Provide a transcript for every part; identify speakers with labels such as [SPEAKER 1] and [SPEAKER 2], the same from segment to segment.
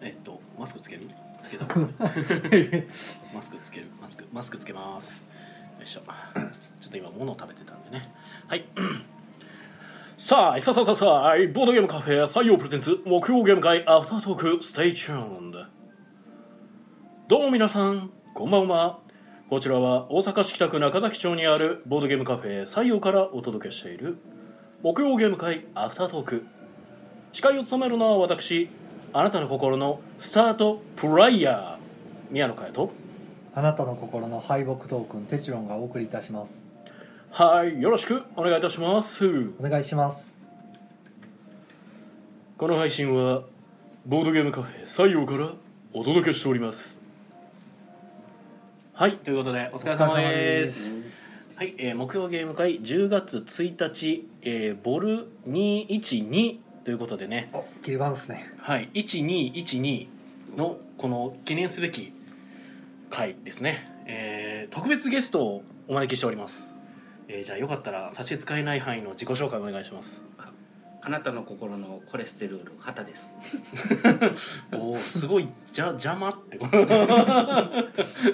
[SPEAKER 1] えっとマスクつけるつけたマスクつけるマスクマスクつけますよいしょちょっと今物を食べてたんでねはい さあさあさあさあさあボードゲームカフェ採用プレゼンツ木曜ゲーム会アフタートークステイチューンドどうも皆さんこんばんはこちらは大阪市北区中崎町にあるボードゲームカフェ採用からお届けしている木曜ゲーム会アフタートーク司会を務めるのは私あなたの心のスタートプライヤー宮野佳代と
[SPEAKER 2] あなたの心の敗北トークンテチロンがお送りいたします
[SPEAKER 1] はいよろしくお願いいたします
[SPEAKER 2] お願いします
[SPEAKER 1] この配信はボードゲームカフェ採用からお届けしておりますはいということでお疲れ様です
[SPEAKER 2] お疲れ様
[SPEAKER 1] はい、えー、木曜ゲーム会10月1日、えー、ボル212ということでね
[SPEAKER 2] お切り番ですね
[SPEAKER 1] はい、1212のこの記念すべき回ですね、えー特別ゲストをお招きしております、えーじゃあよかったら差し支えない範囲の自己紹介お願いします
[SPEAKER 3] あなたの心のコレステロール旗です。
[SPEAKER 1] おおすごいじゃ邪魔 って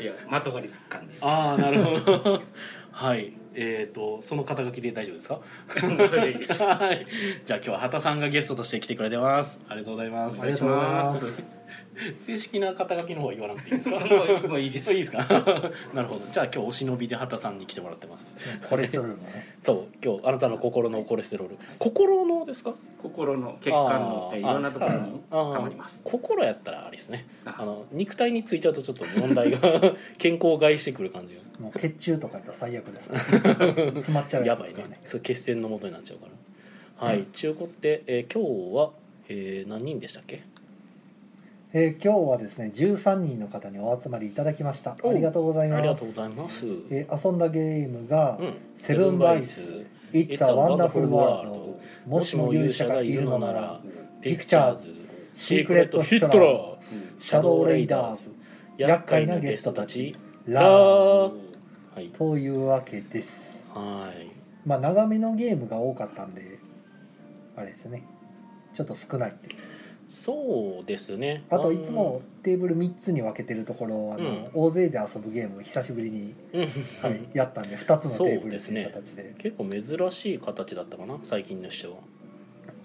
[SPEAKER 3] いや、まとわりつく感じ。
[SPEAKER 1] ああなるほどはいえっ、とその肩書きで大丈夫ですか
[SPEAKER 3] それでいいです。
[SPEAKER 1] はいじゃあ今日は畑さんがゲストとして来てくれてますありがとうございます
[SPEAKER 2] ありがとうございます
[SPEAKER 1] 正式な肩書きの方は言わなくていい ですか
[SPEAKER 3] もうもういいです。
[SPEAKER 1] いいですか なるほどじゃあ今日お忍びで畑さんに来てもらってます
[SPEAKER 2] コレステロールもね
[SPEAKER 1] そう今日あなたの心のコレステロール心のですか
[SPEAKER 3] 心の血管の
[SPEAKER 1] あー
[SPEAKER 3] いろんなところに
[SPEAKER 1] あー
[SPEAKER 3] 溜まります。
[SPEAKER 1] 心やったらあれですねあ
[SPEAKER 3] あ
[SPEAKER 1] の肉体についちゃうとちょっと問題 が健康を害してくる感じが
[SPEAKER 2] もう血中とかやったら最悪です から詰まっちゃう
[SPEAKER 1] や
[SPEAKER 2] やつ
[SPEAKER 1] ば
[SPEAKER 2] で
[SPEAKER 1] い
[SPEAKER 2] すから
[SPEAKER 1] ね
[SPEAKER 2] ね
[SPEAKER 1] そう血栓の元になっちゃうからはい、中古って、えー今日は、えー何人でしたっけ
[SPEAKER 2] えー今日はですね13人の方にお集まりいただきましたあ
[SPEAKER 1] お
[SPEAKER 2] りがとうござい
[SPEAKER 1] あり
[SPEAKER 2] ま
[SPEAKER 1] が
[SPEAKER 2] す
[SPEAKER 1] とうございます、
[SPEAKER 2] えー遊んだゲームが
[SPEAKER 1] うん
[SPEAKER 2] 「セブンバイス」「It's a Wonderful World」もしも勇者がいるのなら
[SPEAKER 1] ピクチャーズシ
[SPEAKER 2] シ
[SPEAKER 1] ー
[SPEAKER 2] ー
[SPEAKER 1] ク
[SPEAKER 2] ク
[SPEAKER 1] レ
[SPEAKER 2] レ
[SPEAKER 1] ッ
[SPEAKER 2] ッ
[SPEAKER 1] ト
[SPEAKER 2] ト
[SPEAKER 1] ヒ
[SPEAKER 2] ヒ
[SPEAKER 1] ッ
[SPEAKER 2] ッ
[SPEAKER 1] ト
[SPEAKER 2] ト
[SPEAKER 1] ラ
[SPEAKER 2] ラ
[SPEAKER 1] ー
[SPEAKER 2] ー「シャドウレイダーズ
[SPEAKER 1] 厄介なゲストたち」
[SPEAKER 2] ラ
[SPEAKER 1] ラーはい」
[SPEAKER 2] というわけです
[SPEAKER 1] はい
[SPEAKER 2] まあ長めのゲームが多かったんであれですねちょっと少ないっていう
[SPEAKER 1] そうですね
[SPEAKER 2] あといつもテーブル3つに分けてるところあの、
[SPEAKER 1] うん
[SPEAKER 2] 大勢で遊ぶゲームを久しぶりに、
[SPEAKER 1] うん
[SPEAKER 2] はいやったんで2つのテーブルという
[SPEAKER 1] そう
[SPEAKER 2] 形で
[SPEAKER 1] 結構珍しい形だったかな最近の人は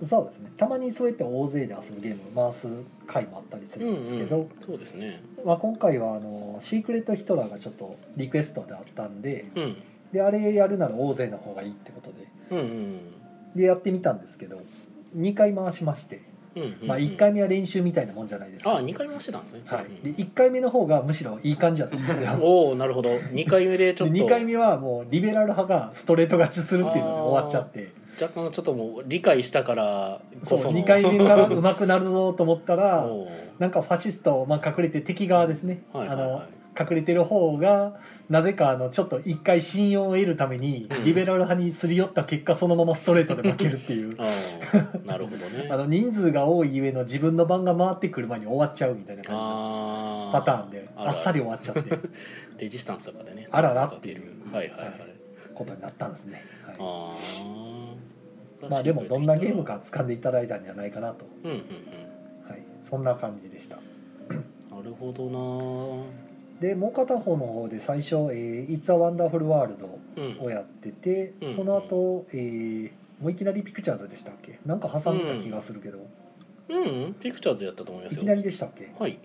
[SPEAKER 2] そうですねたまにそうやって大勢で遊ぶゲームを回す回もあったりす
[SPEAKER 1] う
[SPEAKER 2] る
[SPEAKER 1] ん
[SPEAKER 2] んですけ
[SPEAKER 1] う
[SPEAKER 2] ど、
[SPEAKER 1] んそうですね
[SPEAKER 2] まあ、今回はあのシークレットヒトラーがちょっとリクエストであったんで
[SPEAKER 1] うん
[SPEAKER 2] であれやるなら大勢の方がいいってことで
[SPEAKER 1] うんうん
[SPEAKER 2] でやってみたんですけど2回回しまして、
[SPEAKER 1] うんうんうん
[SPEAKER 2] まあ、1回目は練習みたいなもんじゃないですか、
[SPEAKER 1] あ二回回してたんですね
[SPEAKER 2] はい
[SPEAKER 1] うん、
[SPEAKER 2] で1回目の方がむしろいい感じだったんですよ
[SPEAKER 1] おおなるほど二回目でちょ
[SPEAKER 2] で
[SPEAKER 1] っと
[SPEAKER 2] 2回目はもうリベラル派がストレート勝ちするっていうの
[SPEAKER 1] あ
[SPEAKER 2] で
[SPEAKER 1] ー
[SPEAKER 2] 終わっちゃって
[SPEAKER 1] 若干ちょっともう理解したから
[SPEAKER 2] そ
[SPEAKER 1] こ
[SPEAKER 2] う
[SPEAKER 1] その
[SPEAKER 2] 2回目から上手くなるぞと思った ら
[SPEAKER 1] おー
[SPEAKER 2] なんかファシスト、まあ、隠れて敵側ですね、
[SPEAKER 1] はいはいはい
[SPEAKER 2] あの隠れてる方がなぜかあのちょっと1回信用を得るために
[SPEAKER 1] うん。
[SPEAKER 2] リベラル派にすり寄った結果そのままストレートで負けるっていう
[SPEAKER 1] あーなるほどね
[SPEAKER 2] あの人数が多いゆえの自分の番が回ってくる前に終わっちゃうみたいな感
[SPEAKER 1] あ
[SPEAKER 2] じの
[SPEAKER 1] ー
[SPEAKER 2] パターンで
[SPEAKER 1] あら
[SPEAKER 2] あっさり終わっちゃって
[SPEAKER 1] レジスタンスとかでね
[SPEAKER 2] あららっていう
[SPEAKER 1] はいはいはい、
[SPEAKER 2] はいことになったんですね、はい
[SPEAKER 1] ああ
[SPEAKER 2] まあでもどんなゲームか掴んでいただいたんじゃないかなと、
[SPEAKER 1] うんうんうん
[SPEAKER 2] はい、そんな感じでした
[SPEAKER 1] なるほどな
[SPEAKER 2] でもう片方の方で最初「えー It's a Wonderful World」
[SPEAKER 1] うん
[SPEAKER 2] をやってて、
[SPEAKER 1] うん
[SPEAKER 2] その後、えーもういきなりピクチャーズでしたっけなんか挟んでた気がするけど、
[SPEAKER 1] うんピクチャーズやったと思いま
[SPEAKER 2] い
[SPEAKER 1] す
[SPEAKER 2] きな
[SPEAKER 1] よ
[SPEAKER 2] りでしたっけ
[SPEAKER 1] はい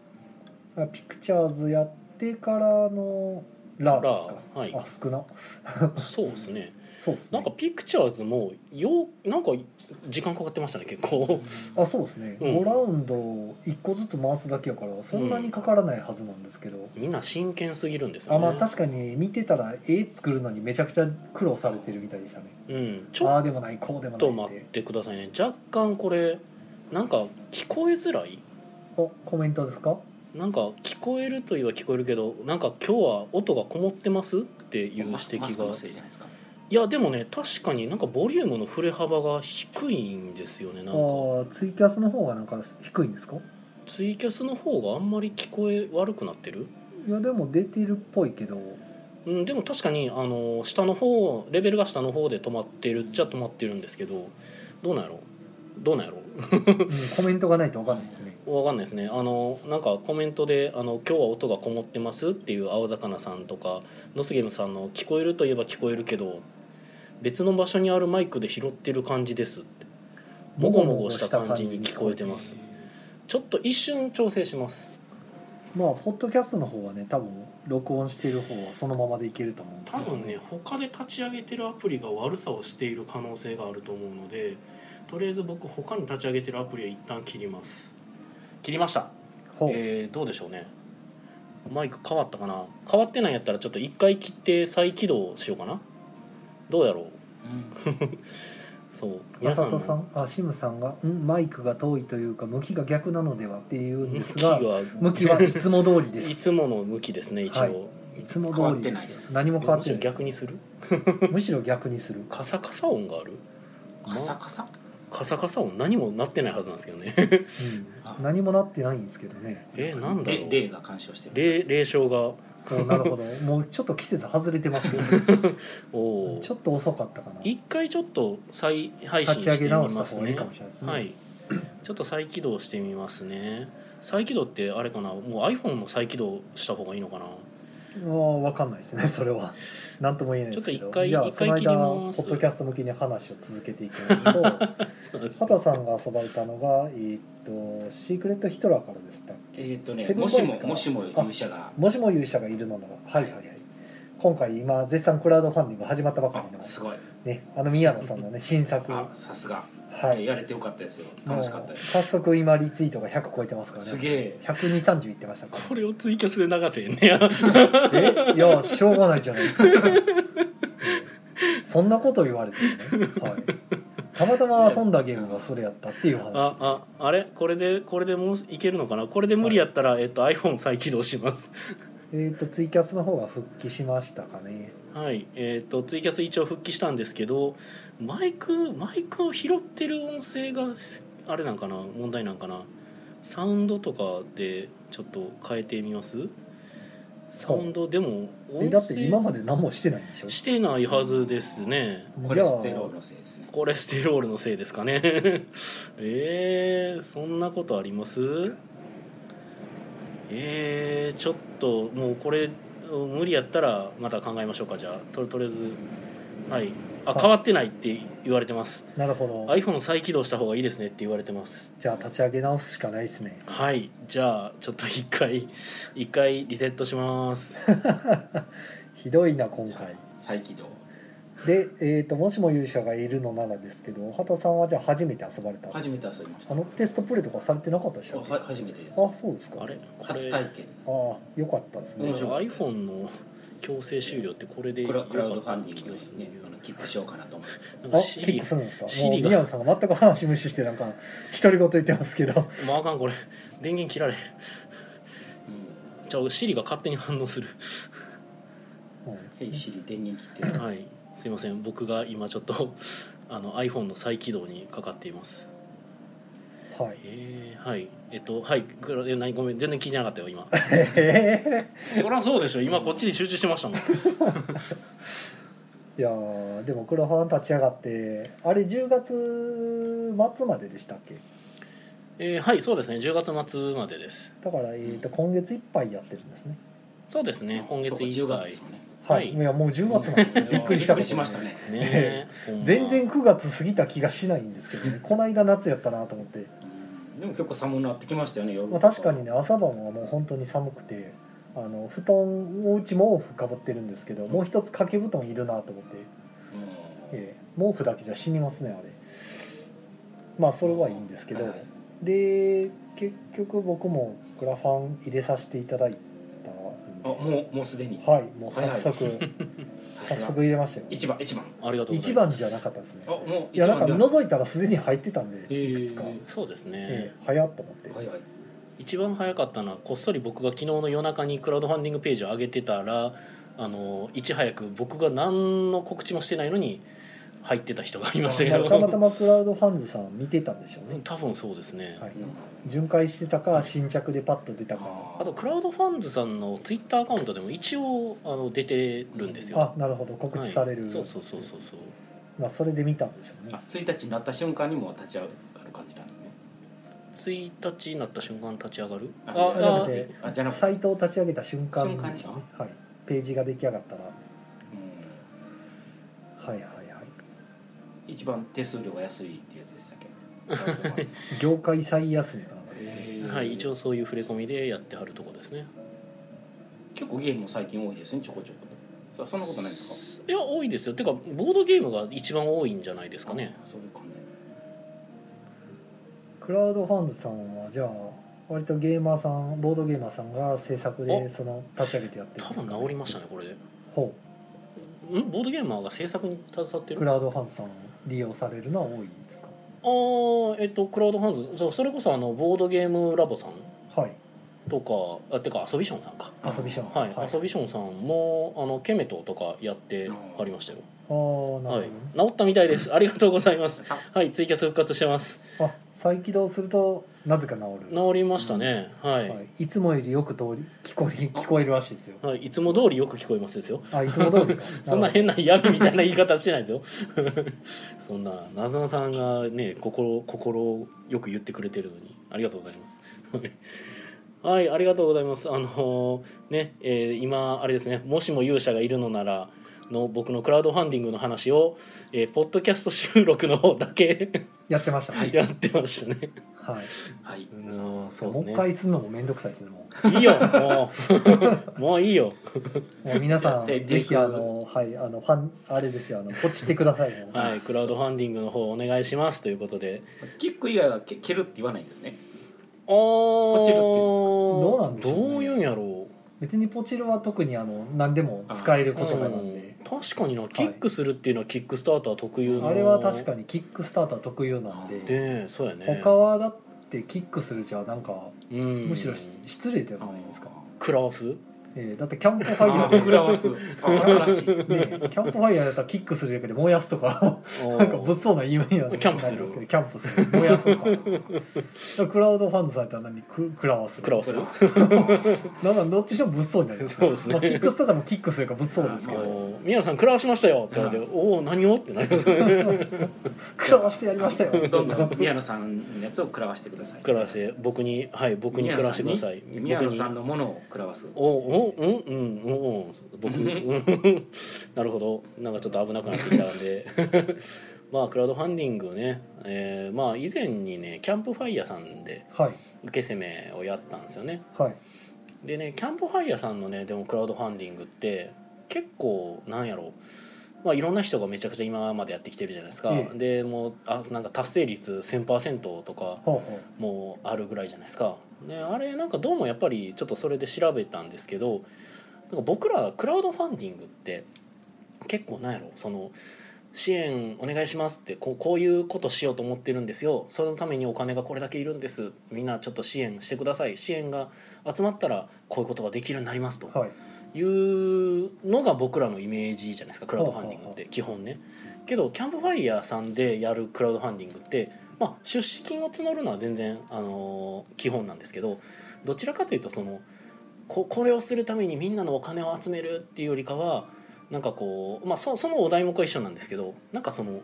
[SPEAKER 2] あピクチャーズやってからのラーですか
[SPEAKER 1] ラーはい
[SPEAKER 2] あ少な
[SPEAKER 1] そうですね
[SPEAKER 2] そうですね
[SPEAKER 1] なんかピクチャーズもようなんか時間かかってましたね結 構
[SPEAKER 2] あそうですね、
[SPEAKER 1] うん
[SPEAKER 2] 5ラウンド1個ずつ回すだけやからそんなにかからないはずなんですけど、
[SPEAKER 1] みんな真剣すぎるんですよ
[SPEAKER 2] あ
[SPEAKER 1] ね
[SPEAKER 2] まあ確かに見てたら絵作るのにめちゃくちゃ苦労されてるみたいでしたね
[SPEAKER 1] うんち
[SPEAKER 2] あ
[SPEAKER 1] ょ
[SPEAKER 2] あでもないこうで
[SPEAKER 1] っと
[SPEAKER 2] もない
[SPEAKER 1] 待
[SPEAKER 2] っ
[SPEAKER 1] っててくださいね若干これなんか聞こえづらい
[SPEAKER 2] おコメントですか
[SPEAKER 1] なんか聞こえるといえば聞こえるけどなんか今日は音がこもってますっていう指
[SPEAKER 3] マスマスク
[SPEAKER 1] 摘
[SPEAKER 3] の
[SPEAKER 1] が
[SPEAKER 3] せいじゃないですか。
[SPEAKER 1] いやでもね確かになんかボリュームの振れ幅が低いんですよね
[SPEAKER 2] あ
[SPEAKER 1] なんか
[SPEAKER 2] ーツイキャスの方がなんか低いんですか
[SPEAKER 1] ツイキャスの方があんまり聞こえ悪くなってる
[SPEAKER 2] いやでも出てるっぽいけど
[SPEAKER 1] うん、でも確かにあの下の方レベルが下の方で止まってるっちゃ止まってるんですけどどうなんやろうどうなんやろう
[SPEAKER 2] うんコメントがないとわかんないですね。
[SPEAKER 1] わかんないですねあのなんかコメントであの「今日は音がこもってます」っていう青魚さんとかノスゲムさんの「聞こえるといえば聞こえるけど別の場所にあるマイクで拾ってる感じです」ってもごもごした感じに聞こえてますちょっと一瞬調整します
[SPEAKER 2] まあポッドキャストの方はね多分録音してる方はそのままでいけると思うんです
[SPEAKER 1] 多
[SPEAKER 2] けど
[SPEAKER 1] 分ね他で立ち上げてるアプリが悪さをしている可能性があると思うのでとりあえず僕他に立ち上げてるアプリは一旦切ります切りました
[SPEAKER 2] ほう
[SPEAKER 1] えーどうでしょうねマイク変わったかな変わってないんやったらちょっと一回切って再起動しようかなどうやろうそう
[SPEAKER 2] まさと
[SPEAKER 1] の
[SPEAKER 2] さんあシムさんが「んマイクが遠いというか向きが逆なのでは?」っていうん
[SPEAKER 1] 向
[SPEAKER 2] です
[SPEAKER 1] き
[SPEAKER 2] が
[SPEAKER 1] は
[SPEAKER 2] 向きはいつも通りで
[SPEAKER 1] い
[SPEAKER 2] す
[SPEAKER 1] つもの向きですね一応、
[SPEAKER 2] はいいつも通り
[SPEAKER 3] 変わってない
[SPEAKER 2] で
[SPEAKER 3] ですす
[SPEAKER 2] よ何も変わ
[SPEAKER 1] むし
[SPEAKER 2] っ
[SPEAKER 1] て
[SPEAKER 2] な
[SPEAKER 1] ろ
[SPEAKER 2] い
[SPEAKER 1] 逆にする
[SPEAKER 2] むしろ逆にする
[SPEAKER 1] カサカサ音がある
[SPEAKER 3] カサカサ
[SPEAKER 1] カサカサ音何もなってないはずなんですけどね
[SPEAKER 3] あ
[SPEAKER 2] うん、何もなってないんですけどね
[SPEAKER 1] えなんだろう
[SPEAKER 3] れ霊が干渉してる
[SPEAKER 1] 霊霊障が
[SPEAKER 2] おなるほどもうちょっと季節外れてますけど、
[SPEAKER 1] おお
[SPEAKER 2] ちょっと遅かったかな立
[SPEAKER 1] 一回ちょっと再配信
[SPEAKER 2] ち
[SPEAKER 1] し
[SPEAKER 2] 上
[SPEAKER 1] て
[SPEAKER 2] げ
[SPEAKER 1] み
[SPEAKER 2] 直した
[SPEAKER 1] ます
[SPEAKER 2] 方がいい
[SPEAKER 1] ね
[SPEAKER 2] かもしれないですね、
[SPEAKER 1] はい、ちょっと再起動してみますね再起動ってあれかなもう iPhone も再起動した方がいいのかな
[SPEAKER 2] もう分かんないですねそれは何とも言えないですけど
[SPEAKER 1] ちょっと一回
[SPEAKER 2] じゃあ
[SPEAKER 1] 一
[SPEAKER 2] そ
[SPEAKER 1] 回
[SPEAKER 2] の間
[SPEAKER 1] 切ります
[SPEAKER 2] ポッドキャスト向けに話を続けていきますと 畑さんが遊ばれたのが、えーっとシークレットヒトラーからでしたっけ
[SPEAKER 3] えーっとね
[SPEAKER 2] セブン
[SPEAKER 3] もし
[SPEAKER 2] ボーイ
[SPEAKER 3] も
[SPEAKER 2] ズか
[SPEAKER 3] もしも勇者が
[SPEAKER 2] もしも勇者がいるのならはいはいはい今回今絶賛クラウドファンディング始まったばか
[SPEAKER 3] あ
[SPEAKER 2] りの
[SPEAKER 3] すごい
[SPEAKER 2] ねあの宮野さんのね新作
[SPEAKER 3] あ
[SPEAKER 2] は
[SPEAKER 3] さすが
[SPEAKER 2] い
[SPEAKER 3] やれてよかったですよ楽しかった
[SPEAKER 2] も
[SPEAKER 3] で
[SPEAKER 2] う
[SPEAKER 3] す
[SPEAKER 2] 早速今リツイートが100超えてますからね
[SPEAKER 3] すげえ
[SPEAKER 2] 12030いってましたか
[SPEAKER 1] これをツイキャスで流せんねや
[SPEAKER 2] らえいやしょうがないじゃないですかうんそんなこと言われてもね、はい、たまたま遊んだゲームがそれやったっていう話
[SPEAKER 1] あああれこれでこれでもういけるのかなこれで無理やったら、えっと、iPhone 再起動します
[SPEAKER 2] えっ、とツイキャスの方が復帰しましたかね
[SPEAKER 1] はいえっとツイキャス一応復帰したんですけどマイクマイクを拾ってる音声があれなんかな問題なんかなサウンドとかでちょっと変えてみますサウンドでも音
[SPEAKER 2] えだって今まで何もしてないんでしょ
[SPEAKER 1] してないはずですね
[SPEAKER 3] コレステロールのせいですね
[SPEAKER 1] コレステロールのせいですかね えー、そんなことありますえー、ちょっともうこれ無理やったらまた考えましょうかじゃあととりあえずはいあ
[SPEAKER 2] はい
[SPEAKER 1] 変わってないって言われてます
[SPEAKER 2] なるほど、
[SPEAKER 1] iPhone 再起動した方がいいですねって言われてます
[SPEAKER 2] じゃあ立ち上げ直すしかないですね
[SPEAKER 1] はいじゃあちょっと一回 一回リセットします
[SPEAKER 2] ひどいな今回
[SPEAKER 3] 再起動
[SPEAKER 2] で、えー、ともしも勇者がいるのならですけど畑さんはじゃあ初めて遊ばれた
[SPEAKER 3] 初めて遊びました
[SPEAKER 2] あのテストプレイとかされてなかったでしたっけ
[SPEAKER 3] は初めてです
[SPEAKER 2] あそうですか
[SPEAKER 1] あれこ
[SPEAKER 3] 初
[SPEAKER 1] れ
[SPEAKER 3] 体験
[SPEAKER 2] ああよかったですね、
[SPEAKER 3] 面白かったです
[SPEAKER 1] iPhone の強制終了ってこれで
[SPEAKER 3] これはクラウ
[SPEAKER 1] 良
[SPEAKER 3] ドフ
[SPEAKER 1] か
[SPEAKER 3] ァ
[SPEAKER 1] っ
[SPEAKER 3] ン
[SPEAKER 1] た
[SPEAKER 3] ディングにねあのキックしようかなと思います
[SPEAKER 1] なん
[SPEAKER 2] あ
[SPEAKER 1] か
[SPEAKER 2] キッ
[SPEAKER 1] Siri
[SPEAKER 2] クするんですか
[SPEAKER 1] シ
[SPEAKER 2] もう
[SPEAKER 1] リが
[SPEAKER 2] 宮野さんが全く話無視してなんか独り言言ってますけど
[SPEAKER 1] もうあかんこれ電源切られ
[SPEAKER 3] うん
[SPEAKER 1] んじゃあ Siri が勝手に反応する
[SPEAKER 2] うん
[SPEAKER 3] 「ヘイシリ電源切ってる
[SPEAKER 1] はいすいません僕が今ちょっとあの iPhone の再起動にかかっています
[SPEAKER 2] はい
[SPEAKER 1] えー、はいえっとはいクラえ何ごめん全然聞いてなかったよ 今
[SPEAKER 2] へ
[SPEAKER 1] そりゃそうでしょ今こっちに集中してましたもん
[SPEAKER 2] ーいやーでもクラファン立ち上がってあれ10月末まででしたっけ
[SPEAKER 1] えーはいそうですね10月末までです
[SPEAKER 2] だから、えー、と今月いっぱいやってるんですね
[SPEAKER 1] そうですね今月い
[SPEAKER 3] 10
[SPEAKER 1] っ
[SPEAKER 3] 月
[SPEAKER 1] ぱ
[SPEAKER 3] です
[SPEAKER 1] い
[SPEAKER 3] よね
[SPEAKER 2] は、
[SPEAKER 1] はいい
[SPEAKER 2] い、やもう10月なん ですねびっくりしたことない
[SPEAKER 3] びっくりしましたね
[SPEAKER 1] ねえ ほんま
[SPEAKER 2] 全然9月過ぎた気がしないんですけどねこの間夏やったなと思って、
[SPEAKER 3] でも結構寒くなってきましたよね夜
[SPEAKER 2] まあ、確かにね朝晩はもう本当に寒くてあの布団おうち毛布かぶってるんですけどもう一つ掛け布団いるなと思っ
[SPEAKER 3] う
[SPEAKER 2] て、
[SPEAKER 3] ん
[SPEAKER 2] ええ毛布だけじゃ死にますねあれまあそれはいいんですけど、
[SPEAKER 3] はいはい
[SPEAKER 2] で結局僕もグラファン入れさせていただいたん
[SPEAKER 3] あ
[SPEAKER 2] で
[SPEAKER 3] もうもうすでに
[SPEAKER 2] はいもう早速、
[SPEAKER 3] さす
[SPEAKER 2] 早
[SPEAKER 3] が
[SPEAKER 2] 速入れましたよ
[SPEAKER 3] 一番一番
[SPEAKER 1] ありがとうござ
[SPEAKER 2] 一
[SPEAKER 1] い
[SPEAKER 2] 番
[SPEAKER 1] ます
[SPEAKER 2] じゃなかったですね
[SPEAKER 3] あもう
[SPEAKER 2] い
[SPEAKER 3] 一
[SPEAKER 2] やなんか
[SPEAKER 3] 番では
[SPEAKER 2] 覗いたらすでに入ってたんで、
[SPEAKER 3] え
[SPEAKER 2] いくつか、
[SPEAKER 3] ー
[SPEAKER 1] そうですね、
[SPEAKER 2] ええ早っと思って、
[SPEAKER 3] はいはい
[SPEAKER 1] 一番早かったのはこっそり僕が昨日の夜中にクラウドファンディングページを上げてたらあのいち早く僕が何の告知もしてないのに入ってた人がいましたけ
[SPEAKER 2] まあたまた
[SPEAKER 1] ど
[SPEAKER 2] まクラウドファンズさん見てたんでしょうね、
[SPEAKER 1] 多分そうですね、
[SPEAKER 2] はい
[SPEAKER 3] うん
[SPEAKER 2] 巡回してたか新着でパッと出たか
[SPEAKER 3] あ
[SPEAKER 1] あとクラウドファンズさんのツイッターアカウントでも一応あの出てるんですよ
[SPEAKER 2] あなるほど告知される、
[SPEAKER 1] はいそうそうそうそうそう
[SPEAKER 2] まあ、それで見たんでしょうね
[SPEAKER 3] あ1日になった瞬間にもう立ち上がる感じなんですね
[SPEAKER 1] 1日になった瞬間立ち上がる
[SPEAKER 3] あ
[SPEAKER 2] なの
[SPEAKER 1] あ
[SPEAKER 2] で
[SPEAKER 3] あじゃなくて
[SPEAKER 2] サイトを立ち上げた瞬間
[SPEAKER 3] 瞬間でしょ
[SPEAKER 2] はい、ページが出来上がったら
[SPEAKER 3] うん
[SPEAKER 2] はいはいはい
[SPEAKER 3] 一番手数料が安いってやつでしたっけ
[SPEAKER 2] 業界最安値かなんかですね
[SPEAKER 3] へ
[SPEAKER 1] あ
[SPEAKER 3] ー
[SPEAKER 1] はい一応そういう触れ込みでやってはるとこですね
[SPEAKER 3] 結構ゲームも最近多いですねちょこちょことさあそんなことないですか
[SPEAKER 1] いや多いですよてかボードゲームが一番多いんじゃないですかね
[SPEAKER 3] あそういう感じ
[SPEAKER 2] クラウドファンズさんはじゃあ割とゲーマーさんボードゲーマーさんが制作でその立ち上げてやってるん
[SPEAKER 1] 多
[SPEAKER 2] です
[SPEAKER 1] 分
[SPEAKER 2] か、
[SPEAKER 1] 治りましたねこれで
[SPEAKER 2] ほ
[SPEAKER 1] んボードゲーマーが制作に携わって
[SPEAKER 2] う
[SPEAKER 1] る
[SPEAKER 2] クラウドファンズさんを利用されるのは多いです
[SPEAKER 1] あ
[SPEAKER 2] か
[SPEAKER 1] あえっとクラウドファンズそうそれこそあのボードゲームラボさん
[SPEAKER 2] はい
[SPEAKER 1] とかあてか遊びションさんか
[SPEAKER 2] 遊びション
[SPEAKER 1] はい、
[SPEAKER 2] はい
[SPEAKER 1] 遊びションさんもあのケメトとかやってありましたよ、
[SPEAKER 2] ああーなるほど
[SPEAKER 1] は
[SPEAKER 2] ね
[SPEAKER 1] い、治ったみたいです ありがとうございます
[SPEAKER 3] あ
[SPEAKER 1] はいツイキャス復活してます
[SPEAKER 2] あ再起動するとなぜか治る
[SPEAKER 1] 治りましたね、はい、は
[SPEAKER 2] はいい、いつもよりよく通り聞こえ聞こえるらしいですよ
[SPEAKER 1] い、つも通りよく聞こえますですよ
[SPEAKER 2] あいつも通りか
[SPEAKER 1] そんな変
[SPEAKER 2] な
[SPEAKER 1] な闇みたいな言い方してないですよ そんななずなさんがね心心をよく言ってくれてるのにありがとうございます はいはいありがとうございますあのーね、えー今あれですねもしも勇者がいるのならの僕のクラウドファンディングの話を、えーポッドキャスト収録の方だけ
[SPEAKER 2] やってましたはい、
[SPEAKER 1] やってましたね
[SPEAKER 2] はい、
[SPEAKER 3] はい
[SPEAKER 1] うんそうです
[SPEAKER 2] もう
[SPEAKER 1] ね
[SPEAKER 2] 一回するのも面倒くさいですねも
[SPEAKER 1] いいよもう もういいよ
[SPEAKER 2] うもう 皆さん
[SPEAKER 3] やって
[SPEAKER 2] ぜ
[SPEAKER 3] いく
[SPEAKER 2] ひあのはいあのファンあれですよあのポチってくださいもう
[SPEAKER 1] はいクラウドファンディングの方お願いしますということで
[SPEAKER 3] キック以外はけ蹴るって言わないんですね
[SPEAKER 1] ポ
[SPEAKER 3] チるってい
[SPEAKER 2] どうなんでしょうね
[SPEAKER 1] どういうんやろ
[SPEAKER 2] 別にポチルは特にあの何でも使える
[SPEAKER 1] う
[SPEAKER 2] 言葉なん
[SPEAKER 1] ん
[SPEAKER 2] で、
[SPEAKER 1] 確かになキックするっていうのはキックスターター特有の
[SPEAKER 2] あれは確かにキックスターター特有なんで
[SPEAKER 1] でそうやね
[SPEAKER 2] 他はだってキックするじゃなんか
[SPEAKER 1] うん
[SPEAKER 2] むしろし失礼じゃないですか、
[SPEAKER 1] 食らわす
[SPEAKER 2] えーだってキャンプフ
[SPEAKER 3] あ
[SPEAKER 2] ァイヤ
[SPEAKER 3] あ
[SPEAKER 2] ー
[SPEAKER 3] 膨らます新しい
[SPEAKER 2] ね、キャンプファイヤーだったらキックするだけで燃やすとか
[SPEAKER 1] な
[SPEAKER 2] なんか物騒な夢にはなりますけど
[SPEAKER 1] キャンプする
[SPEAKER 2] キャンプする燃やすとかだからクラウドファンドされたら何く食らわす
[SPEAKER 1] 食らわす
[SPEAKER 3] 膨らます
[SPEAKER 2] なんかどっちでも物騒になります
[SPEAKER 1] そうですね
[SPEAKER 2] まあ、キックスターターもキックするから物騒ですけ
[SPEAKER 3] あ
[SPEAKER 2] ど
[SPEAKER 1] お宮野さん食らわしましたよって言われて「おお何を?」ってなりますね
[SPEAKER 2] 食らわしてやりましたよ
[SPEAKER 3] どんどん宮野さんのやつを食らわしてください
[SPEAKER 1] 食らわして僕にはい僕に食らわしてください
[SPEAKER 3] 宮野さん
[SPEAKER 1] 僕
[SPEAKER 3] の
[SPEAKER 1] に
[SPEAKER 3] ものを食らわす
[SPEAKER 1] おおうんうんうんうん僕 うんなるほどなんかちょっと危なくなってきたんで まあクラウドファンディングね、えーまあ以前にねキャンプファイヤーさんで
[SPEAKER 2] はい
[SPEAKER 1] 受け攻めをやったんですよね
[SPEAKER 2] はい
[SPEAKER 1] でねキャンプファイヤーさんのねでもクラウドファンディングって結構なんやろうまあいろんな人がめちゃくちゃ今までやってきてるじゃないですか、
[SPEAKER 2] え
[SPEAKER 1] でもうあなんか達成率1000%とか
[SPEAKER 2] ほうほ
[SPEAKER 1] もうあるぐらいじゃないですか、ね、あれなんかどうもやっぱりちょっとそれで調べたんですけどなんか僕らクラウドファンディングって結構なんやろその支援お願いしますってこうこういうことしようと思ってるんですよそのためにお金がこれだけいるんですみんなちょっと支援してください支援が集まったらこういうことができるようになりますと
[SPEAKER 2] うはい
[SPEAKER 1] いうのが僕らのイメージじゃないですかクラウドファンディングって基本ねけどキャンプファイヤーさんでやるクラウドファンディングって、まあ、出資金を募るのは全然、あのー基本なんですけどどちらかというとそのここれをするためにみんなのお金を集めるっていうよりかはなんかこう、まあ、そそのお題目は一緒なんですけどなんかその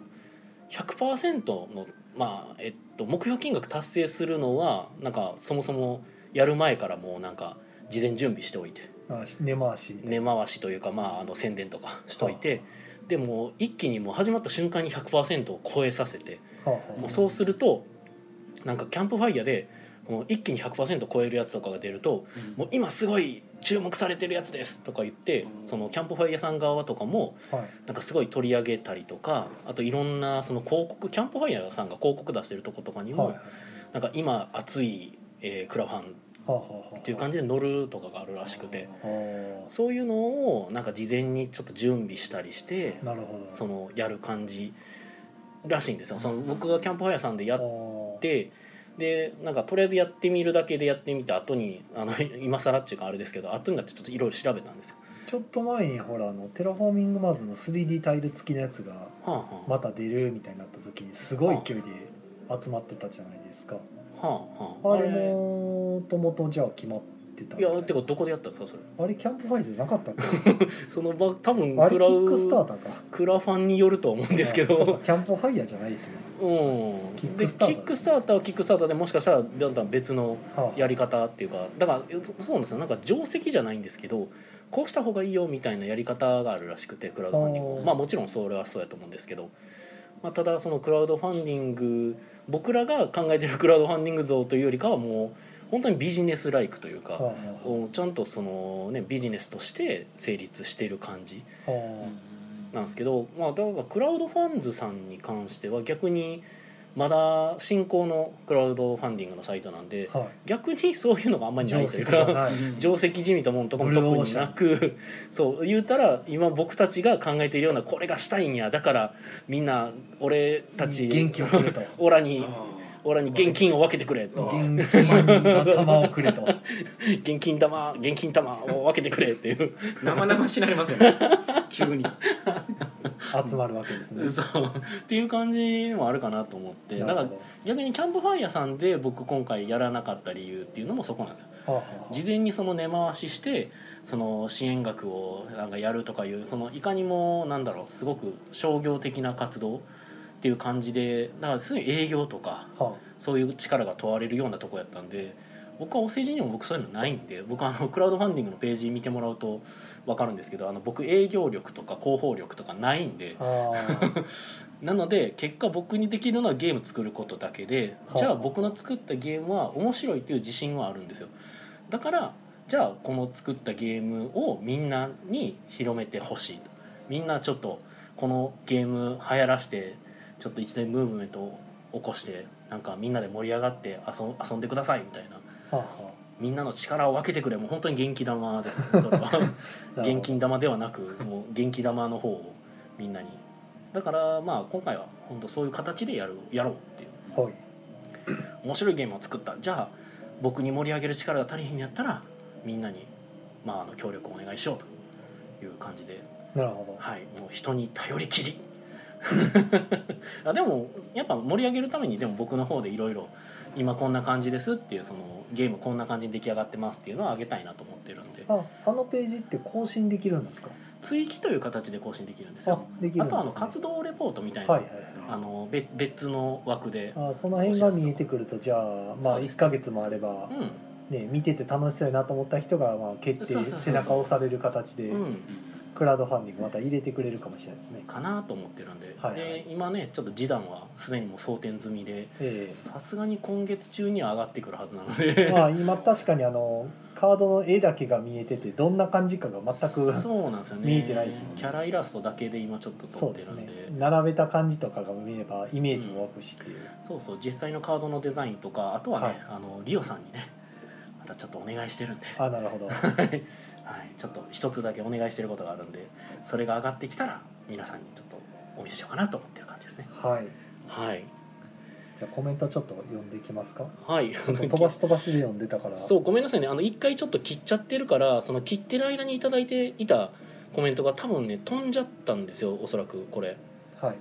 [SPEAKER 1] 100%の、まあえっと、目標金額達成するのはなんかそもそもやる前からもうなんか事前準備しておいて
[SPEAKER 2] あ根回し
[SPEAKER 1] 根回しというか、まあ、あの宣伝とかしといて、でもう一気にもう始まった瞬間に100%を超えさせて、
[SPEAKER 2] はあは
[SPEAKER 1] もうそうするとなんかキャンプファイヤーでこの一気に100%超えるやつとかが出るともう今すごい注目されてるやつですとか言って
[SPEAKER 3] うん
[SPEAKER 1] そのキャンプファイヤーさん側とかも
[SPEAKER 2] あはい
[SPEAKER 1] なんかすごい取り上げたりとかあといろんなその広告キャンプファイヤーさんが広告出してるとことかにも、
[SPEAKER 2] はい
[SPEAKER 1] なんか今熱い、えークラファンっ
[SPEAKER 2] はあはあ
[SPEAKER 1] ていう感じで乗るとかがあるらしくて。
[SPEAKER 2] あー
[SPEAKER 1] そういうのをなんか事前にちょっと準備したりして
[SPEAKER 2] なるほど
[SPEAKER 1] そのやる感じらしいんですよその僕がキャンプファイヤーさんでやっ
[SPEAKER 2] の
[SPEAKER 1] てでなんかとりあえずやってみるだけでやってみた後にあの 今更っていうかあれですけど後になってちょっといろいろ調べたんですよ。
[SPEAKER 2] ちょっと前にほらあのテラフォーミングマーズの 3D タイル付きのやつが
[SPEAKER 1] はあはあ
[SPEAKER 2] また出るみたいになった時にすごい勢いで集まってたじゃないですか
[SPEAKER 1] はあは
[SPEAKER 2] あれもともとじゃあ決まってた
[SPEAKER 1] い
[SPEAKER 2] みた
[SPEAKER 1] やてかどこでやったんですかそれ
[SPEAKER 2] あれキャンプファイじゃなかったっけ
[SPEAKER 1] その場多分
[SPEAKER 2] あれ
[SPEAKER 1] ク
[SPEAKER 2] キ
[SPEAKER 1] ラ
[SPEAKER 2] ックスター
[SPEAKER 1] ウ
[SPEAKER 2] ターか
[SPEAKER 1] クラファンによると思うんですけ
[SPEAKER 2] あそう
[SPEAKER 1] ど
[SPEAKER 2] かキャンプファイヤーじゃないですね
[SPEAKER 1] うん、
[SPEAKER 2] キッ
[SPEAKER 1] でキ
[SPEAKER 2] クスターター
[SPEAKER 1] ックスターターはキックスターターでもしかしたらだんだん別の
[SPEAKER 2] はあ
[SPEAKER 1] やり方っていうかだからそそうなんですよなんか定石じゃないんですけどこうした方がいいよみたいなやり方があるらしくてクラウドファンディング
[SPEAKER 2] あ
[SPEAKER 1] も
[SPEAKER 2] ー
[SPEAKER 1] まあもちろんそれはそうやと思うんですけど、まあ、ただそのクラウドファンディング僕らが考えてるクラウドファンディング像というよりかはもう本当にビジネスライクというか、
[SPEAKER 2] は
[SPEAKER 1] おちゃんとその、ね、ビジネスとして成立している感じ
[SPEAKER 2] あは
[SPEAKER 1] なんですけど、まあ、だからクラウドファンズさんに関しては逆にまだ進行のクラウドファンディングのサイトなんで
[SPEAKER 2] あは
[SPEAKER 1] 逆にそういうのがあんま
[SPEAKER 2] い
[SPEAKER 1] りないという
[SPEAKER 2] 定石が
[SPEAKER 1] か
[SPEAKER 2] ない
[SPEAKER 1] 定石じみたものとかも特になくそう言うたら今僕たちが考えているようなこれがしたいんやだからみんな俺たち
[SPEAKER 2] 元気をくれと
[SPEAKER 1] オラ
[SPEAKER 3] う
[SPEAKER 1] に
[SPEAKER 3] ん
[SPEAKER 1] オラに現金を分けてくれと
[SPEAKER 2] 現金の玉をくれと
[SPEAKER 1] 現金玉現金玉を分けてくれっていう
[SPEAKER 3] 生々しなりますよね急に
[SPEAKER 2] 集まるわけですね。
[SPEAKER 1] そうっていう感じもあるかなと思ってだ
[SPEAKER 2] な
[SPEAKER 1] か
[SPEAKER 2] る
[SPEAKER 1] ら逆にキャンプファイヤーさんで僕今回やらなかった理由っていうのもそこなんですよ
[SPEAKER 2] ほどはあはあはあ
[SPEAKER 1] 事前にその根回ししてその支援額をなんかやるとかいうそのいかにもなんだろうすごく商業的な活動っていう感じでだからすぐに営業とか
[SPEAKER 2] は
[SPEAKER 1] そういう力が問われるようなとこやったんで僕はお世辞にも僕そういうのないんで僕あのクラウドファンディングのページ見てもらうと分かるんですけどあの僕営業力とか広報力とかないんで
[SPEAKER 2] ああ
[SPEAKER 1] なので結果僕にできるのはゲーム作ることだけで
[SPEAKER 2] はあ
[SPEAKER 1] じゃあ僕の作ったゲームは面白いという自信はあるんですよだからじゃあこの作ったゲームをみんなに広めてほしいとみんなちょっとこのゲーム流行らしてちょっと一年ムーブメントを起こしてなんかみんなで盛り上がって遊遊んでくださいみたいな
[SPEAKER 2] はあは
[SPEAKER 1] みんなの力を分けてくれもう本当に元気玉ですねそれは。
[SPEAKER 2] あ。
[SPEAKER 1] 現金玉ではなくもう元気玉の方をみんなにだからまあ今回は本当そういう形でやるやろうっていう
[SPEAKER 2] はい。
[SPEAKER 1] 面白いゲームを作ったじゃあ僕に盛り上げる力が足りひんのやったらみんなに、まあ、あの協力をお願いしようという感じで
[SPEAKER 2] なるほ
[SPEAKER 1] はいもう人に頼りきり あでもやっぱ盛り上げるためにでも僕の方でいろいろ今こんな感じですっていうそのゲームこんな感じに出来上がってますっていうのはあげたいなと思ってるんで
[SPEAKER 2] ど。あ、あのページって更新できるんですか。
[SPEAKER 1] 追記という形で更新できるんですよ
[SPEAKER 2] あ、できるんです、ね。
[SPEAKER 1] あとあの活動レポートみたいな、
[SPEAKER 2] はいはい。
[SPEAKER 1] あの別別の枠で、
[SPEAKER 2] あーその辺が見えてくるとじゃあま
[SPEAKER 1] そう
[SPEAKER 2] あ
[SPEAKER 1] です
[SPEAKER 2] 1ヶ月もあれば
[SPEAKER 1] う、ん
[SPEAKER 2] ね、見てて楽しそうやなと思った人がまあ決
[SPEAKER 1] そうそうそう
[SPEAKER 2] 定
[SPEAKER 1] そう
[SPEAKER 2] 背中を押される形で
[SPEAKER 1] うん、
[SPEAKER 2] クラウドファンディングまた入れてくれるかもしれないですね。
[SPEAKER 1] かなと思ってるんで,、
[SPEAKER 2] はいはい
[SPEAKER 1] で今ねちょっと示談はすでにもう争点済みで
[SPEAKER 2] え
[SPEAKER 1] さすがに今月中には上がってくるはずなので
[SPEAKER 2] えまあ今確かにあのカードの絵だけが見えててどんな感じかが全く
[SPEAKER 1] そうなんですよね
[SPEAKER 2] 見えてないですもんね
[SPEAKER 1] キャライラストだけで今ちょっと撮
[SPEAKER 2] そ
[SPEAKER 1] っ
[SPEAKER 2] う
[SPEAKER 1] て
[SPEAKER 2] で
[SPEAKER 1] る
[SPEAKER 2] す
[SPEAKER 1] ん
[SPEAKER 2] ね
[SPEAKER 1] で
[SPEAKER 2] 並べた感じとかが見ればイメージも湧くしっていう、
[SPEAKER 1] そうそう実際のカードのデザインとかあとはね、
[SPEAKER 2] はい
[SPEAKER 1] あのリオさんにねまたちょっとお願いしてるんで、
[SPEAKER 2] あなる ほど
[SPEAKER 1] はい、ちょっと一つだけお願いしてることがあるんでそれが上がってきたら皆さんにちょっとお見せしようかなと思ってる感じですね
[SPEAKER 2] はい
[SPEAKER 1] はい
[SPEAKER 2] じゃあコメントちょっと読んでいきますか
[SPEAKER 1] はい、
[SPEAKER 2] ちょっと飛ばし飛ばしで読んでたから
[SPEAKER 1] そうごめんなさいねあの一回ちょっと切っちゃってるからその切ってる間に頂いただいていたコメントが多分ね飛んじゃったんですよおそらくこれ
[SPEAKER 2] はい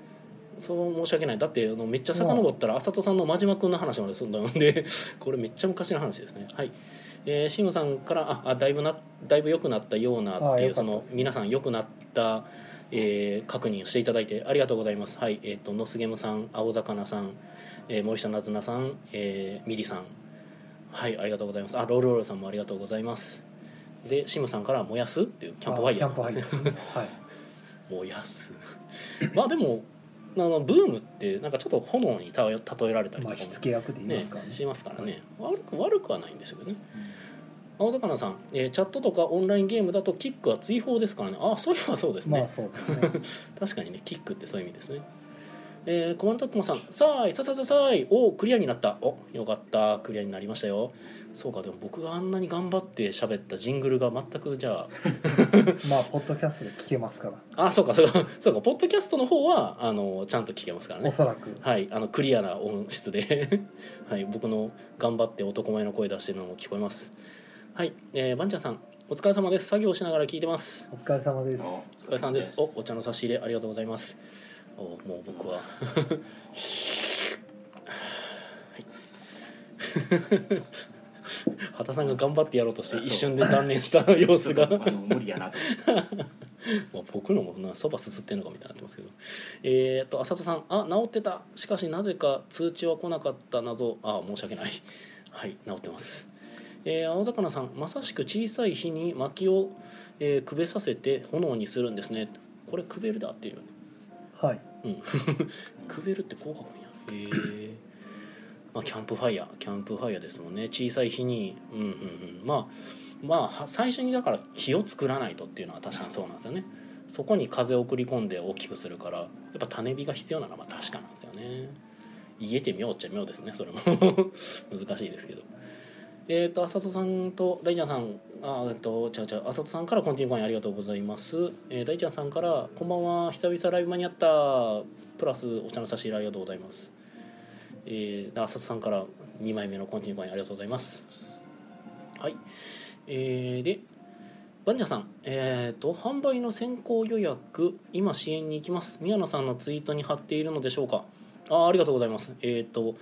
[SPEAKER 1] そう申し訳ないだってあのめっちゃ遡ったらあさとさんの真島君の話まで済んだので これめっちゃ昔の話ですねはいえー、シムさんからああだいぶなだいぶ良くなったような
[SPEAKER 2] あ
[SPEAKER 1] っ
[SPEAKER 2] あ
[SPEAKER 1] てい
[SPEAKER 2] よ
[SPEAKER 1] うそ
[SPEAKER 2] かった
[SPEAKER 1] の皆さん良くなった、えー確認をしていただいてありがとうございますはいえっ、とノスゲムさん青魚さん、えー森下なずなさん、えーミリさんはいありがとうございますあロールロールさんもありがとうございますでシムさんから「燃やす」っていうキャンプファイヤー
[SPEAKER 2] あキャンプファイヤーです ねはい
[SPEAKER 1] 燃やす まあでもあのブームってなんかちょっと炎にたえ例えられたりと
[SPEAKER 2] ま
[SPEAKER 1] か
[SPEAKER 2] あ、
[SPEAKER 1] も
[SPEAKER 2] 火付け役で言いま
[SPEAKER 1] ね
[SPEAKER 2] すからね
[SPEAKER 1] しますからね悪く悪くはないんでしょうけどね青魚さん、えーチャットとかオンラインゲームだとキックは追放ですからねあそういえばそうですね、
[SPEAKER 2] まあそうですね
[SPEAKER 1] 確かにねキックってそういう意味ですねえー、コマンドトックモさん「さーいささささーいおークリアになったおよかったクリアになりましたよそうかでも僕があんなに頑張って喋ったジングルが全くじゃ
[SPEAKER 2] まあポッドキャストで聞けますから、
[SPEAKER 1] ああそうかそうかそうかポッドキャストの方はあのちゃんと聞けますからね
[SPEAKER 2] おそらく
[SPEAKER 1] はい、あのクリアな音質で、 はい、僕の頑張って男前の声出してるのも聞こえます。はい、えー、バンちゃんさん、お疲れ様です。作業しながら聞いてます。
[SPEAKER 2] お疲れ様です
[SPEAKER 3] お
[SPEAKER 1] お疲れ様です。お、お茶の差し入れありがとうございます。お、もう 僕は。はい。畑さんが頑張ってやろうとして一瞬で断念した様
[SPEAKER 3] ち
[SPEAKER 1] 子
[SPEAKER 3] ょっと
[SPEAKER 1] が
[SPEAKER 3] あの無理やなと
[SPEAKER 1] まあ僕のもなそばすすってんのかみたいになってますけどえー、っと浅田さん「あ治ってたしかしなぜか通知は来なかった謎あ申し訳ないはい治ってます」えー青魚さんまさしく小さい火に薪を、えーくべさせて炎にするんですねこれくべるで合ってるよね
[SPEAKER 2] はい
[SPEAKER 1] くべるってこう書くんやへえまあキャンプファイヤーキャンプファイヤーですもんね小さい火にうんうんうんまあまあは最初にだから火を作らないとっていうのは確かにそうなんですよねそこに風を送り込んで大きくするからやっぱ種火が必要なのはまあ確かなんですよね言えて妙っちゃ妙ですねそれも 難しいですけどえー、と浅戸さんと大ちゃんさんあーえっとちゃうちゃう浅戸さんからコンティニューコインありがとうございます、えー、大ちゃんさんから「こんばんは久々ライブ間に合った」プラスお茶の差し入れありがとうございます。えー、で浅田さんから2枚目のコンティニューコインありがとうございます。はい。えー、で、バンジャさん、えー、と、販売の先行予約、今支援に行きます。宮野さんのツイートに貼っているのでしょうか。あーありがとうございます。えー、と、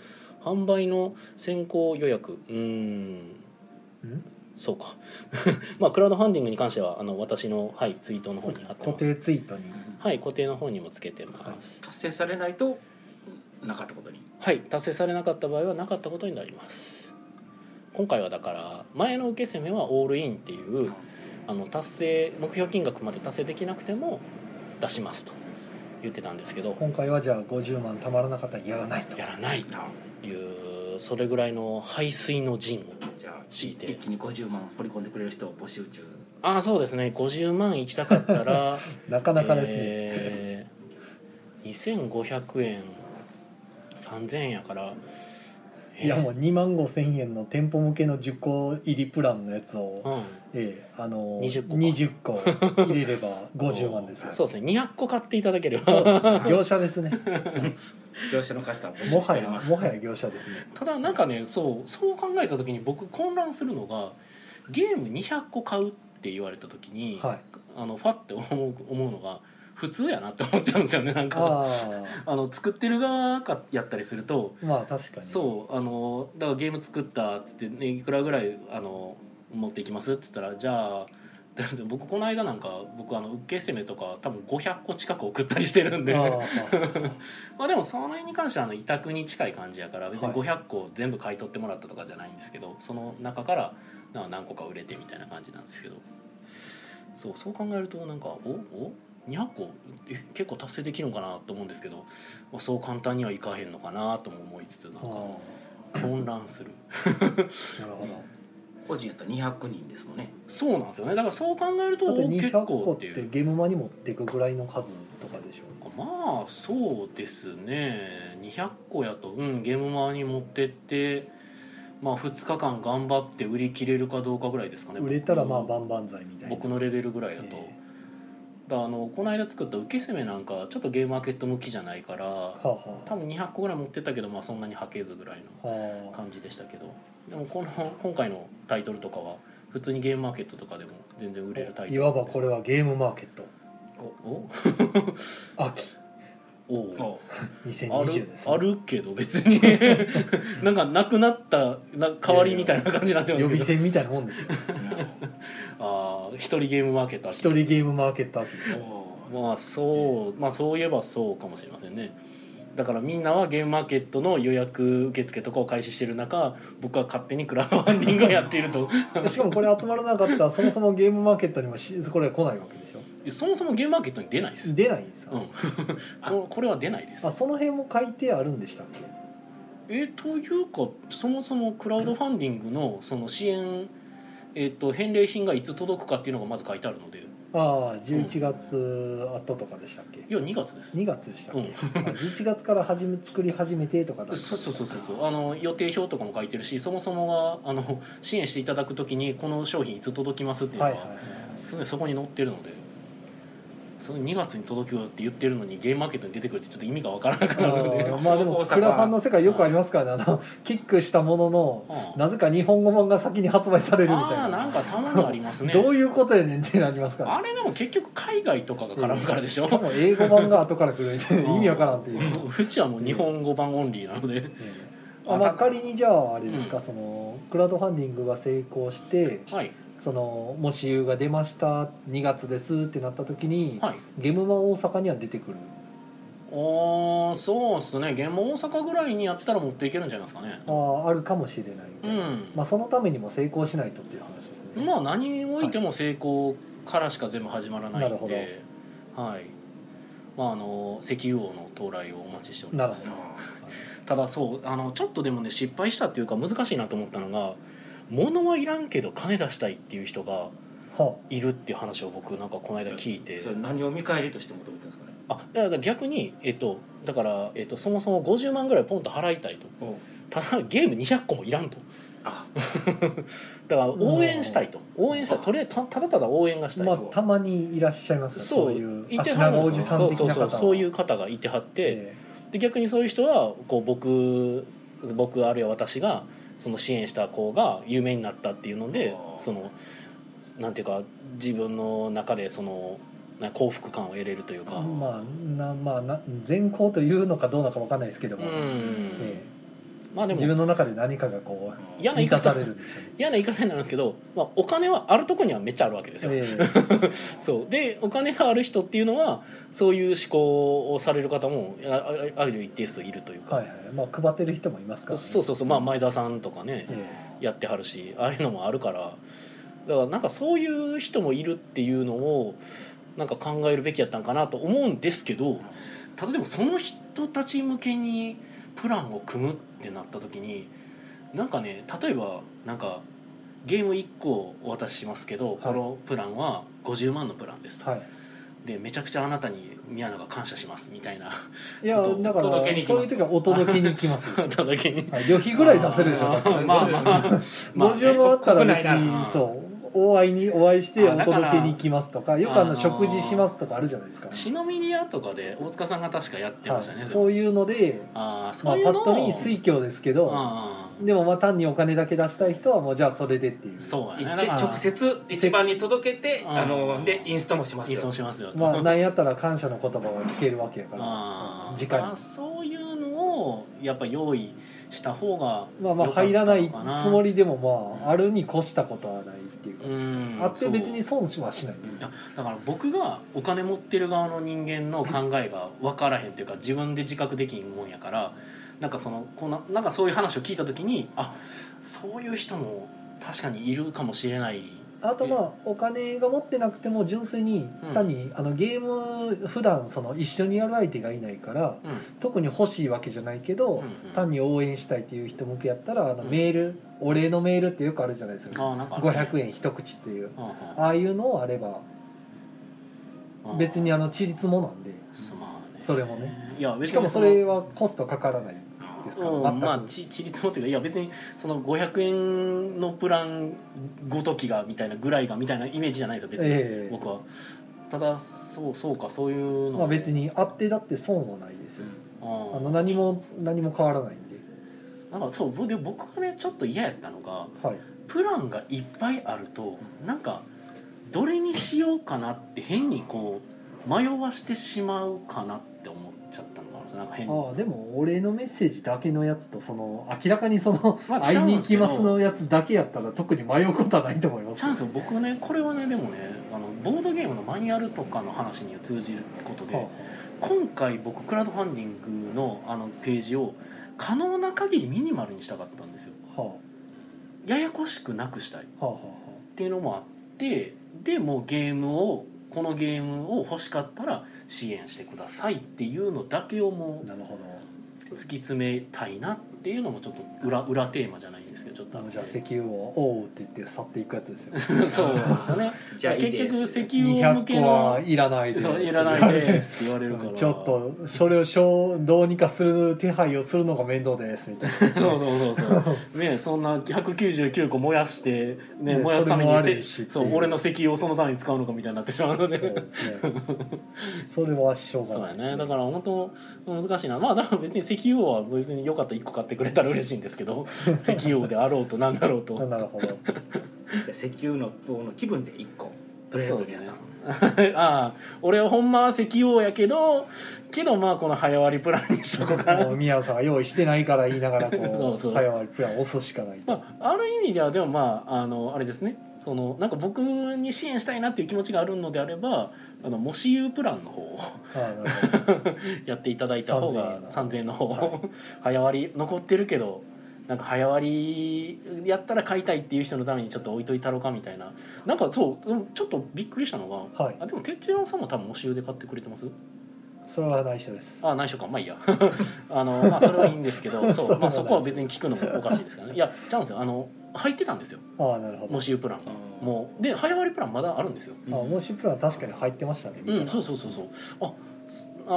[SPEAKER 1] 販売の先行予約、うーん。
[SPEAKER 2] ん
[SPEAKER 1] そうか まあクラウドファンディングに関してはあの私の、はい、ツイートの方に貼って
[SPEAKER 2] 固
[SPEAKER 1] ます
[SPEAKER 2] 定ツイートに
[SPEAKER 1] はい固定の方にもつけてます、
[SPEAKER 2] はい
[SPEAKER 3] 達成されないとなかったことに
[SPEAKER 1] はい達成されなかった場合はなかったことになります今回はだから前の受け攻めはオールインっていうあの達成目標金額まで達成できなくても出しますと言ってたんですけど
[SPEAKER 2] 今回はじゃあ50万貯まらなかったらやらないと
[SPEAKER 1] やらないというそれぐらいの排水の陣を
[SPEAKER 3] じゃあ
[SPEAKER 1] 敷いて
[SPEAKER 3] 一気に50万掘り込んでくれる人を募集中
[SPEAKER 1] ああそうですね50万いきたかったら
[SPEAKER 2] なかなかですね、
[SPEAKER 1] えー、2500円3000円やから
[SPEAKER 2] いやもう2万5千円の店舗向けの10個入りプランのやつを、
[SPEAKER 1] うん
[SPEAKER 2] ええあの
[SPEAKER 1] 20個か
[SPEAKER 2] 20個入れれ ば50万ですよ
[SPEAKER 1] そうですね200個買っていただければ
[SPEAKER 2] そうですね業 者ですね
[SPEAKER 3] 業者の方募集
[SPEAKER 2] も
[SPEAKER 3] して
[SPEAKER 2] は
[SPEAKER 3] おり
[SPEAKER 2] や
[SPEAKER 3] ます
[SPEAKER 2] もはや業者ですね
[SPEAKER 1] ただなんかねそうそう考えた時に僕混乱するのがゲーム200個買うって言われた時に、
[SPEAKER 2] はい
[SPEAKER 1] あのファって思う思うのが普通やなって思っちゃうんですよねなんか
[SPEAKER 2] あ
[SPEAKER 1] あの作ってる側かやったりすると
[SPEAKER 2] あまあ確かに
[SPEAKER 1] そうあのだからゲーム作ったっつって、ね、いくらぐらいあの持っていきますっつったらじゃあだって僕この間なんか僕あの受け攻めとか多分500個近く送ったりしてるんで
[SPEAKER 2] ああ
[SPEAKER 1] まあでもその辺に関してはあの委託に近い感じやから別に
[SPEAKER 2] はい
[SPEAKER 1] 500個全部買い取ってもらったとかじゃないんですけどその中からなんか何個か売れてみたいな感じなんですけどそうそう考えるとなんかおお200個え結構達成できるのかなと思うんですけどまあそう簡単にはいかへんのかなとも思いつつなん
[SPEAKER 2] ああ
[SPEAKER 1] か混乱する
[SPEAKER 2] なるほど
[SPEAKER 3] 個人やったら200人ですもんね
[SPEAKER 1] そうなんですよねだからそう考えると
[SPEAKER 2] だって
[SPEAKER 1] お結
[SPEAKER 2] 200個
[SPEAKER 1] 構
[SPEAKER 2] っ
[SPEAKER 1] って
[SPEAKER 2] て
[SPEAKER 1] いう
[SPEAKER 2] ゲームマに持っていくぐらいの数とかでしょ
[SPEAKER 1] あまあそうですね200個やと、うん、ゲームマーに持ってって、まあ、2日間頑張って売り切れるかどうかぐらいですかね
[SPEAKER 2] 売れたらまあ
[SPEAKER 1] 僕の
[SPEAKER 2] 万々歳みたいな
[SPEAKER 1] 僕のレベルぐらいだと、
[SPEAKER 2] え
[SPEAKER 1] だからあのこの間作った受け攻めなんかちょっとゲームマーケット向きじゃないから
[SPEAKER 2] えはあ
[SPEAKER 1] 多分200個ぐらい持ってったけど、まあ、そんなにはけずぐらいの
[SPEAKER 2] はあは
[SPEAKER 1] 感じでしたけどでもこの今回のタイトルとかは普通にゲームマーケットとかでも全然売れるタ
[SPEAKER 2] あ
[SPEAKER 1] イトル
[SPEAKER 2] いわばこれはゲームマーケット
[SPEAKER 1] お
[SPEAKER 2] 秋
[SPEAKER 1] おおお
[SPEAKER 3] も
[SPEAKER 1] あ
[SPEAKER 2] 2020
[SPEAKER 1] る
[SPEAKER 2] ですね
[SPEAKER 1] あるけど別になんかなくなったな代わりみたいな感じになってます
[SPEAKER 2] 予
[SPEAKER 1] け
[SPEAKER 2] 備
[SPEAKER 1] ど
[SPEAKER 2] 戦みたいなもん ですよ
[SPEAKER 3] う
[SPEAKER 1] ああ一人ゲームマーケット
[SPEAKER 2] 一人ゲームマーケット秋です
[SPEAKER 3] もう
[SPEAKER 1] まあそうまあそういえばそうかもしれませんねだからみんなはゲームマーケットの予約受付とかを開始してる中僕は勝手にクラウドファンディングをやっている と
[SPEAKER 2] しかもこれ集まらなかったらそもそもゲームマーケットにもしこれは来ないわけでしょ
[SPEAKER 1] そもそもゲームマーケットに出ないです
[SPEAKER 2] 出ないんです
[SPEAKER 1] うん
[SPEAKER 2] よ、
[SPEAKER 1] ここれは出ないです
[SPEAKER 2] あその辺も改定あるんでしたっけ
[SPEAKER 1] えーというかそもそもクラウドファンディングのその支援、えー、と返礼品がいつ届くかっていうのがまず書いてあるので
[SPEAKER 2] ああ11月後とかでしたっけ
[SPEAKER 1] いや2月です
[SPEAKER 2] 2月でしたっけ、あ11月から始め作り始めてとかだった
[SPEAKER 1] そうそうそうそうそうあの予定表とかも書いてるしそもそもはあの支援していただくときにこの商品いつ届きますっていうの
[SPEAKER 2] は
[SPEAKER 1] は、
[SPEAKER 2] いはいはい
[SPEAKER 1] すでにそこに載ってるのでその2月に届くよって言ってるのにゲームマーケットに出てくるってちょっと意味がわからなくなるので
[SPEAKER 2] ああまあでも
[SPEAKER 3] 大阪
[SPEAKER 2] クラファンの世界よくありますからねあのキックしたものの
[SPEAKER 1] あ
[SPEAKER 2] なぜか日本語版が先に発売されるみた
[SPEAKER 1] あー
[SPEAKER 2] いな
[SPEAKER 1] なんかたまにありますね
[SPEAKER 2] どういうことやねんってなりますから
[SPEAKER 1] あ
[SPEAKER 2] ね
[SPEAKER 1] れでも結局海外とかが絡むからでしょ、
[SPEAKER 2] しかも英語版が後から来 るみたいな意味わからんっていう、
[SPEAKER 1] もううちはもう日本語版オンリーなので
[SPEAKER 2] あまあ仮にじゃああれですか、
[SPEAKER 1] うん
[SPEAKER 2] そのクラウドファンディングが成功して
[SPEAKER 1] はい
[SPEAKER 2] そのもし優が出ました2月ですってなった時に、
[SPEAKER 1] はい
[SPEAKER 2] ゲムマ大阪には出てくる
[SPEAKER 1] ああそうっすね現場大阪ぐらいにやったら持っていけるんじゃないですかね
[SPEAKER 2] あーあるかもしれないみた
[SPEAKER 1] う
[SPEAKER 2] いな、
[SPEAKER 1] ん
[SPEAKER 2] まあ、そのためにも成功しないとっていう話ですね、
[SPEAKER 1] まあ何においても成功からしか全部始まらない
[SPEAKER 2] なる
[SPEAKER 1] ん
[SPEAKER 2] ほど
[SPEAKER 1] で、はいまあ、あの石油王の到来をお待ちしておりま
[SPEAKER 2] な
[SPEAKER 1] す
[SPEAKER 2] る
[SPEAKER 1] ただそうあのちょっとでもね失敗したっていうか難しいなと思ったのが物はいらんけど金出したいっていう人が
[SPEAKER 2] はい
[SPEAKER 1] るっていう話を僕なんかこの間聞いて
[SPEAKER 3] それ何を見返りとして求めてるんですかね
[SPEAKER 1] あだから逆に、えっと、だから、えっと、そもそも50万ぐらいポンと払いたいとただゲーム200個もいらんと
[SPEAKER 3] あ
[SPEAKER 1] だから応援したいと応援したいとりあえずたただただ応援がしたい
[SPEAKER 2] まあ
[SPEAKER 1] そう
[SPEAKER 2] たまにいらっしゃいますね
[SPEAKER 1] そ
[SPEAKER 2] そうういう
[SPEAKER 1] い
[SPEAKER 2] 足
[SPEAKER 1] はる
[SPEAKER 2] 長おじさん的
[SPEAKER 1] そう
[SPEAKER 2] な
[SPEAKER 1] そう
[SPEAKER 2] 方
[SPEAKER 1] そうそういう方がいてはって、
[SPEAKER 2] え
[SPEAKER 1] で逆にそういう人はこう僕僕あるいは私がその支援した子が有名になったっていうので
[SPEAKER 3] あー
[SPEAKER 1] そのなんていうか自分の中でそのな幸福感を得れるという
[SPEAKER 2] え
[SPEAKER 1] か。
[SPEAKER 2] まあなまあな善行というのかどうなのかわかんないですけど
[SPEAKER 1] う
[SPEAKER 2] も、え
[SPEAKER 1] ん
[SPEAKER 2] え
[SPEAKER 1] まあでも
[SPEAKER 2] 自分の中で何かがこう
[SPEAKER 1] 嫌な言い
[SPEAKER 2] 満た
[SPEAKER 1] 方
[SPEAKER 2] されるんでしょ
[SPEAKER 1] 嫌な言い方になるんですけど、まあ、お金はあるとこにはめっちゃあるわけですよ
[SPEAKER 2] う。ね、え
[SPEAKER 1] そうでお金がある人っていうのはそういう思考をされる方もああある一定数いるという
[SPEAKER 2] え
[SPEAKER 1] か、
[SPEAKER 2] はいはいまあ配ってる人もいますから、ね、
[SPEAKER 1] そうそうそう、まあ、前澤さんとかね、
[SPEAKER 2] え
[SPEAKER 1] やってはるしああいうのもあるからだからなんかそういう人もいるっていうのをなんか考えるべきやったんかなと思うんですけどただでもその人たち向けにプランを組むってなった時になんかね例えばなんかゲーム1個をお渡ししますけど、このプランは50万のプランですと、
[SPEAKER 2] えはい
[SPEAKER 1] でめちゃくちゃあなたに宮野が感謝しますみたいな
[SPEAKER 2] いや
[SPEAKER 1] 届
[SPEAKER 2] だから
[SPEAKER 3] 届けに行き
[SPEAKER 2] そう
[SPEAKER 3] ま
[SPEAKER 2] いう
[SPEAKER 3] す
[SPEAKER 2] 時はお届けに行きます、は
[SPEAKER 1] ただけに
[SPEAKER 2] い、旅費ぐらい出せるでしょ
[SPEAKER 1] あ
[SPEAKER 2] だって
[SPEAKER 1] ー まあまあまあね
[SPEAKER 2] 50万あったら別
[SPEAKER 3] 国内な
[SPEAKER 1] ら
[SPEAKER 2] にそうお会いにお会いして
[SPEAKER 1] あ
[SPEAKER 2] お
[SPEAKER 1] だから
[SPEAKER 2] 届けに行きますとかよくあ
[SPEAKER 1] あの
[SPEAKER 2] の
[SPEAKER 1] ー
[SPEAKER 2] 食事しますとかあるじゃないですか、
[SPEAKER 1] シノミリアとかで大塚さんが確かやってましたね、
[SPEAKER 2] はい、
[SPEAKER 1] それ
[SPEAKER 2] そういうので
[SPEAKER 1] ああ
[SPEAKER 2] ま
[SPEAKER 1] そ
[SPEAKER 2] あ
[SPEAKER 1] うい
[SPEAKER 2] パ
[SPEAKER 1] う
[SPEAKER 2] ッ
[SPEAKER 1] の
[SPEAKER 2] と見推挙ですけど
[SPEAKER 1] ああ
[SPEAKER 2] でもまあ単にお金だけ出したい人はもうじゃあそれでっていう
[SPEAKER 1] そう
[SPEAKER 3] 行
[SPEAKER 1] や
[SPEAKER 3] って
[SPEAKER 1] ね
[SPEAKER 3] 直接一番に届けて
[SPEAKER 1] うん
[SPEAKER 3] あのでインストもします
[SPEAKER 1] 依存
[SPEAKER 3] よ
[SPEAKER 1] しますよと、
[SPEAKER 2] まあ何やったら感謝の言葉が聞けるわけやから
[SPEAKER 1] ああ
[SPEAKER 2] 時間
[SPEAKER 1] まあ
[SPEAKER 2] に
[SPEAKER 1] そういうのをやっぱ用意した方が
[SPEAKER 2] まあまあ
[SPEAKER 1] 良かった
[SPEAKER 2] 入
[SPEAKER 1] のからな
[SPEAKER 2] ないつもりでもまああるに越したことはないっていうか、
[SPEAKER 1] うん
[SPEAKER 2] あって別に
[SPEAKER 1] そ
[SPEAKER 2] 損はしない、
[SPEAKER 1] ういやだから僕がお金持ってる側の人間の考えが分からへんっていうか自分で自覚できんもんやからなんかそのこんななんかそういう話を聞いた時にあそういう人も確かにいるかもしれない
[SPEAKER 2] あとまあお金が持ってなくても純粋に
[SPEAKER 1] うん
[SPEAKER 2] 単にあのゲーム普段その一緒にやる相手がいないから
[SPEAKER 1] うん
[SPEAKER 2] 特に欲しいわけじゃないけど、
[SPEAKER 1] うんうん
[SPEAKER 2] 単に応援したいっていう人向けやったらあの
[SPEAKER 1] うん
[SPEAKER 2] メール、お礼のメールってよくあるじゃないですか
[SPEAKER 1] あなんかあるね
[SPEAKER 2] 500円一口っていう
[SPEAKER 1] うんうん
[SPEAKER 2] ああいうのあれば
[SPEAKER 1] うん
[SPEAKER 2] 別にあのちりつもなんで
[SPEAKER 1] そうまあね
[SPEAKER 2] それもね
[SPEAKER 1] いや別に
[SPEAKER 2] しかもそれはコストかからないですから
[SPEAKER 1] うんまあ
[SPEAKER 2] 全く
[SPEAKER 1] ちちりつもというかいや別にその500円のプランごときがみたいなぐらいがみたいなイメージじゃないですよ別に、
[SPEAKER 2] ええ
[SPEAKER 1] 僕はただそうそうかそういうの
[SPEAKER 2] まあ別にあってだって損はないですよあの
[SPEAKER 1] あ
[SPEAKER 2] 何も何も変わらないんで
[SPEAKER 1] なんかそうで僕がねちょっと嫌やったのが
[SPEAKER 2] はい
[SPEAKER 1] プランがいっぱいあるとなんかどれにしようかなって変にこう迷わしてしまうかなって思っちゃったのかななんか変に
[SPEAKER 2] ああでも俺のメッセージだけのやつとその明らかにその「
[SPEAKER 1] まあ
[SPEAKER 2] 会いに行きます」のやつだけやったら特に迷うことはないと思います
[SPEAKER 1] チャンス僕ねこれはねでもねあのボードゲームのマニュアルとかの話に通じることで、
[SPEAKER 2] は
[SPEAKER 1] 今回僕クラウドファンディングのあのページを可能な限りミニマルにしたかったんですよ
[SPEAKER 2] あは
[SPEAKER 1] ややこしくなくしたいっ
[SPEAKER 2] あはあは
[SPEAKER 1] ていうのもあってでもうゲームをこのゲームを欲しかったら支援してくださいっていうのだけをも
[SPEAKER 2] あなるほ
[SPEAKER 1] う突き詰めたいなっていうのもちょっと裏裏テーマじゃないんですけどちょっと
[SPEAKER 2] どあ
[SPEAKER 1] っ
[SPEAKER 2] の
[SPEAKER 1] て
[SPEAKER 2] じゃあ石油を「おう」って言って去っていくやつですよ
[SPEAKER 1] そうなんですよね
[SPEAKER 3] じゃあいい
[SPEAKER 1] 結
[SPEAKER 3] です
[SPEAKER 1] 局石油向
[SPEAKER 2] 200
[SPEAKER 1] け
[SPEAKER 2] 個
[SPEAKER 1] の
[SPEAKER 2] はいらないです
[SPEAKER 1] そういらないですって言われるから
[SPEAKER 2] ちょっとそれをしょうどうにかする手配をするのが面倒ですみたい
[SPEAKER 1] そうそうそうそうねそんな199個燃やしてね
[SPEAKER 2] ね
[SPEAKER 1] 燃やすために
[SPEAKER 2] それも
[SPEAKER 1] せ
[SPEAKER 2] あるしっていう
[SPEAKER 1] そう俺の石油をそのために使うのかみたいになってしまう
[SPEAKER 2] なそ
[SPEAKER 1] の
[SPEAKER 2] うで
[SPEAKER 1] です
[SPEAKER 2] ねそれはしょう
[SPEAKER 1] そう
[SPEAKER 2] がな
[SPEAKER 1] や
[SPEAKER 2] い
[SPEAKER 1] ねだから本当難しいなまあだから別に石油王は別によかったら1個買ってくれたら嬉しいんですけ ど石油王であろうとなんだろうと
[SPEAKER 2] なるほど
[SPEAKER 3] 石油の方の気分で一個とりあえず皆さん
[SPEAKER 1] そうね ああ俺はほんまは石油王やけどけどまあこの早割りプランにしとこうかな
[SPEAKER 2] もう宮野さんが用意してないから言いながらこう
[SPEAKER 1] そうそう
[SPEAKER 2] 早割りプラン押すしかないと、
[SPEAKER 1] まあ、ある意味ではでもまああのあれですねそのなんか僕に支援したいなっていう気持ちがあるのであればあのもし U プランの方を
[SPEAKER 2] ああなるほど
[SPEAKER 1] やっていただいた方が
[SPEAKER 2] 3000
[SPEAKER 1] 3000円の方、
[SPEAKER 2] はい
[SPEAKER 1] 早割り残ってるけどなんか早割りやったら買いたいっていう人のためにちょっと置いといたろうかみたいななんかそうでもちょっとびっくりしたのが、
[SPEAKER 2] はい
[SPEAKER 1] あでも哲郎さんも多分もし U で買ってくれてます
[SPEAKER 2] それは内緒です
[SPEAKER 1] あ内緒かまあいいや あの、まあ、それはいいんですけど そ
[SPEAKER 2] そう
[SPEAKER 1] う、まあ、そこは別に聞くのもおかしいですからねいやちゃうんですよあの入ってたんですよ
[SPEAKER 2] ああなるほど
[SPEAKER 1] もし U プランが
[SPEAKER 3] も
[SPEAKER 1] もうで早割りプランまだあるんですよ
[SPEAKER 2] あもしプラン確かに入ってましたね、
[SPEAKER 1] うんそうそうそうそうあ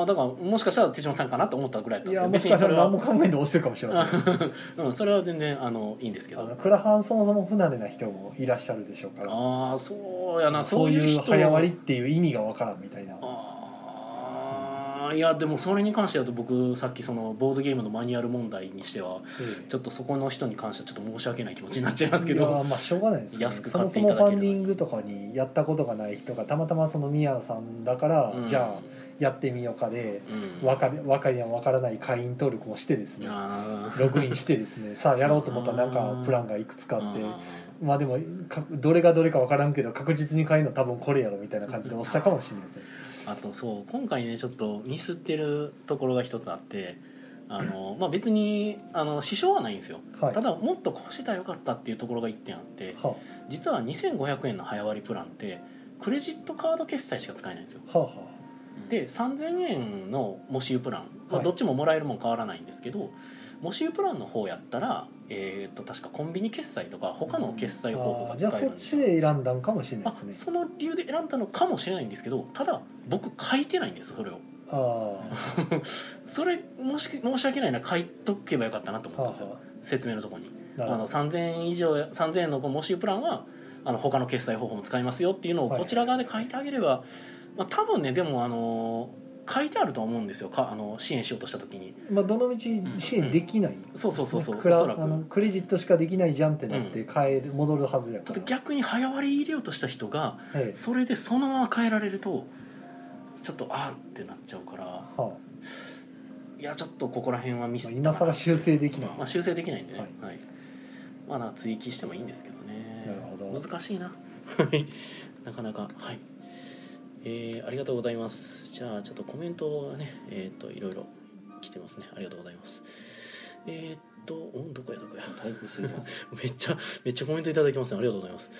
[SPEAKER 1] あだからもしかしたら手順さんかなと思ったぐらいだ
[SPEAKER 2] い
[SPEAKER 1] った
[SPEAKER 2] や
[SPEAKER 1] ん
[SPEAKER 2] も
[SPEAKER 1] です
[SPEAKER 2] し
[SPEAKER 1] けど
[SPEAKER 2] か
[SPEAKER 1] そ
[SPEAKER 2] したら
[SPEAKER 1] れ
[SPEAKER 2] 何も
[SPEAKER 1] は
[SPEAKER 2] 考えて押してるかもしれません
[SPEAKER 1] うんそれは全然あのいいんですけ
[SPEAKER 2] あ
[SPEAKER 1] ど
[SPEAKER 2] のクラハンそもそも不慣れな人もいらっしゃるでしょうから
[SPEAKER 1] ああそうやな
[SPEAKER 2] そ
[SPEAKER 1] そうういう
[SPEAKER 2] い
[SPEAKER 1] 人
[SPEAKER 2] う早割りっていう意味がわからんみたいな
[SPEAKER 1] ああいやでもそれに関してだと僕さっきそのボードゲームのマニュアル問題にしてはちょっとそこの人に関してはちょっと申し訳ない気持ちになっちゃいますけ
[SPEAKER 2] いや
[SPEAKER 1] ど
[SPEAKER 2] まあしょうがないですね
[SPEAKER 1] 安く
[SPEAKER 2] そ
[SPEAKER 1] 買
[SPEAKER 2] も
[SPEAKER 1] って
[SPEAKER 2] そ
[SPEAKER 1] いた
[SPEAKER 2] も
[SPEAKER 1] だけ
[SPEAKER 2] フ
[SPEAKER 1] れば
[SPEAKER 2] ァンディングとかにやったことがない人がたまたまその宮野さんだから、
[SPEAKER 1] うん
[SPEAKER 2] じゃあやってみようかで
[SPEAKER 1] うん
[SPEAKER 2] わかりわかりやわからない会員登録もしてですね
[SPEAKER 1] あー
[SPEAKER 2] ログインしてです ねさあやろうと思ったらなんかプランがいくつかあって
[SPEAKER 1] あ
[SPEAKER 2] まあでもかどれがどれかわからんけど確実に買えるの多分これやろみたいな感じで押したかもしれません
[SPEAKER 1] ーあとそう今回ねちょっとミスってるところが一つあってあの、まあ、別にあの支障はないんですよ
[SPEAKER 2] はい
[SPEAKER 1] ただもっとこうしたらよかったっていうところが1点あって
[SPEAKER 2] は
[SPEAKER 1] 実は2500円の早割りプランってクレジットカード決済しか使えないんですよ
[SPEAKER 2] あ、はあ、は
[SPEAKER 3] うん
[SPEAKER 1] で3000円の模試プラン、ま
[SPEAKER 2] は
[SPEAKER 1] あ、
[SPEAKER 2] い
[SPEAKER 1] どっちももらえるもん変わらないんですけど、模試プランの方やったら、えー、と確かコンビニ決済とか他の決済方法
[SPEAKER 2] あ
[SPEAKER 1] が
[SPEAKER 2] あーじ
[SPEAKER 1] 使
[SPEAKER 2] ゃあ
[SPEAKER 1] え
[SPEAKER 2] そ
[SPEAKER 1] るん
[SPEAKER 2] っ
[SPEAKER 1] です
[SPEAKER 2] ち
[SPEAKER 1] よ
[SPEAKER 2] で選んだんかもしれない
[SPEAKER 1] あ
[SPEAKER 2] ですね
[SPEAKER 1] その理由で選んだのかもしれないんですけどただ僕書いてないんですそれを
[SPEAKER 2] ああ
[SPEAKER 1] それもし申し訳ないな書いとけばよかったなと思ったん
[SPEAKER 2] は
[SPEAKER 1] です
[SPEAKER 2] あ
[SPEAKER 1] よ
[SPEAKER 2] は
[SPEAKER 1] 説明のところに
[SPEAKER 2] あなる
[SPEAKER 1] あ
[SPEAKER 2] ほ
[SPEAKER 1] の
[SPEAKER 2] ど
[SPEAKER 1] 3000円以上3000円のこう模試プランはあの他の決済方法も使いますよっていうのを
[SPEAKER 2] はい
[SPEAKER 1] こちら側で書いてあげれば、まあ、多分ねでもあの書いてあるとは思うんですよかあの支援しようとした時に
[SPEAKER 2] まあどの道支援できない、
[SPEAKER 1] そうそうそうそう、
[SPEAKER 2] ねク
[SPEAKER 1] お
[SPEAKER 2] ラ
[SPEAKER 1] そら
[SPEAKER 2] あの
[SPEAKER 1] く。
[SPEAKER 2] クレジットしかできないじゃんってなって変える、戻るはずやか
[SPEAKER 1] た
[SPEAKER 2] ら
[SPEAKER 1] だ逆に早割り入れようとした人が
[SPEAKER 2] ええ
[SPEAKER 1] それでそのまま変えられるとちょっとあーってなっちゃうから
[SPEAKER 2] はあま
[SPEAKER 1] いやちょっとここら辺はミス
[SPEAKER 2] あ、
[SPEAKER 1] ったな
[SPEAKER 2] 今更修正できない、
[SPEAKER 1] まあ、修正できないんでね、
[SPEAKER 2] は
[SPEAKER 1] はいいまあだから追記してもいいんですけどね
[SPEAKER 2] なるほど
[SPEAKER 1] 難しいな はいなかなかはいえーありがとうございますじゃあちょっとコメントがねえっ、といろいろ来てますねありがとうございますえっ、とおどこやど こや
[SPEAKER 3] だいぶ過ぎます
[SPEAKER 1] めっちゃめっちゃコメントいただきますねありがとうございます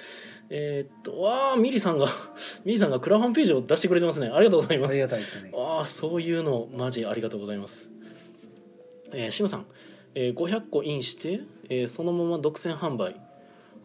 [SPEAKER 1] えっ、とわあミリさんがミリさんがクラファンページを出してくれてますねありがとうございま
[SPEAKER 2] あ
[SPEAKER 1] す
[SPEAKER 2] りがたいですね
[SPEAKER 1] ああそういうのマジありがとうございますえー、シムさん、えー、500個インして、えー、そのまま独占販売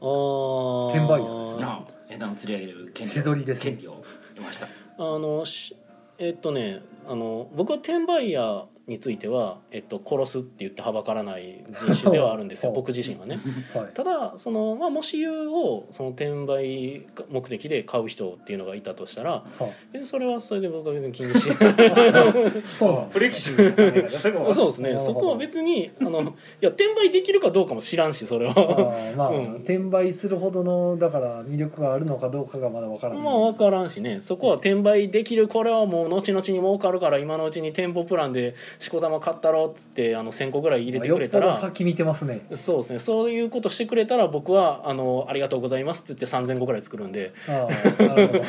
[SPEAKER 1] あー
[SPEAKER 2] 転売ヤーです
[SPEAKER 3] なあ枝を釣り上げる権利
[SPEAKER 2] 手取りですね
[SPEAKER 3] 権利を得ました
[SPEAKER 1] あのしえっとねあの僕は転売ヤーについては、えっと、殺すって言ってはばからない人種ではあるん ですよ僕自身はね
[SPEAKER 2] はい
[SPEAKER 1] ただその、まあ、もし言うをその転売目的で買う人っていうのがいたとしたら
[SPEAKER 2] は
[SPEAKER 1] 別にそれはそれで僕は別に気にしない
[SPEAKER 2] あ、そうなんです
[SPEAKER 3] フレキシブルな考え方そこは
[SPEAKER 1] そうです
[SPEAKER 2] な
[SPEAKER 1] ね
[SPEAKER 2] るほ
[SPEAKER 1] そ
[SPEAKER 2] ど
[SPEAKER 1] こは別にあのいや転売できるかどうかも知らんしそれ
[SPEAKER 2] あ
[SPEAKER 1] は
[SPEAKER 2] ーまあ、
[SPEAKER 1] うん
[SPEAKER 2] 転売するほどのだから魅力があるのかどうかがまだわからない、
[SPEAKER 1] まあ分からんしねそこは転売できるこれはもう後々に儲かるから今のうちに店舗プランでしこたま買ったろっつってあの1,000個ぐらい入れてくれた
[SPEAKER 2] よっぽど
[SPEAKER 1] ら。
[SPEAKER 2] 先見てま すね
[SPEAKER 1] そうですねそういうことしてくれたら僕はあの「ありがとうございます」って言って3,000個ぐらい作るんで
[SPEAKER 2] ああなるほど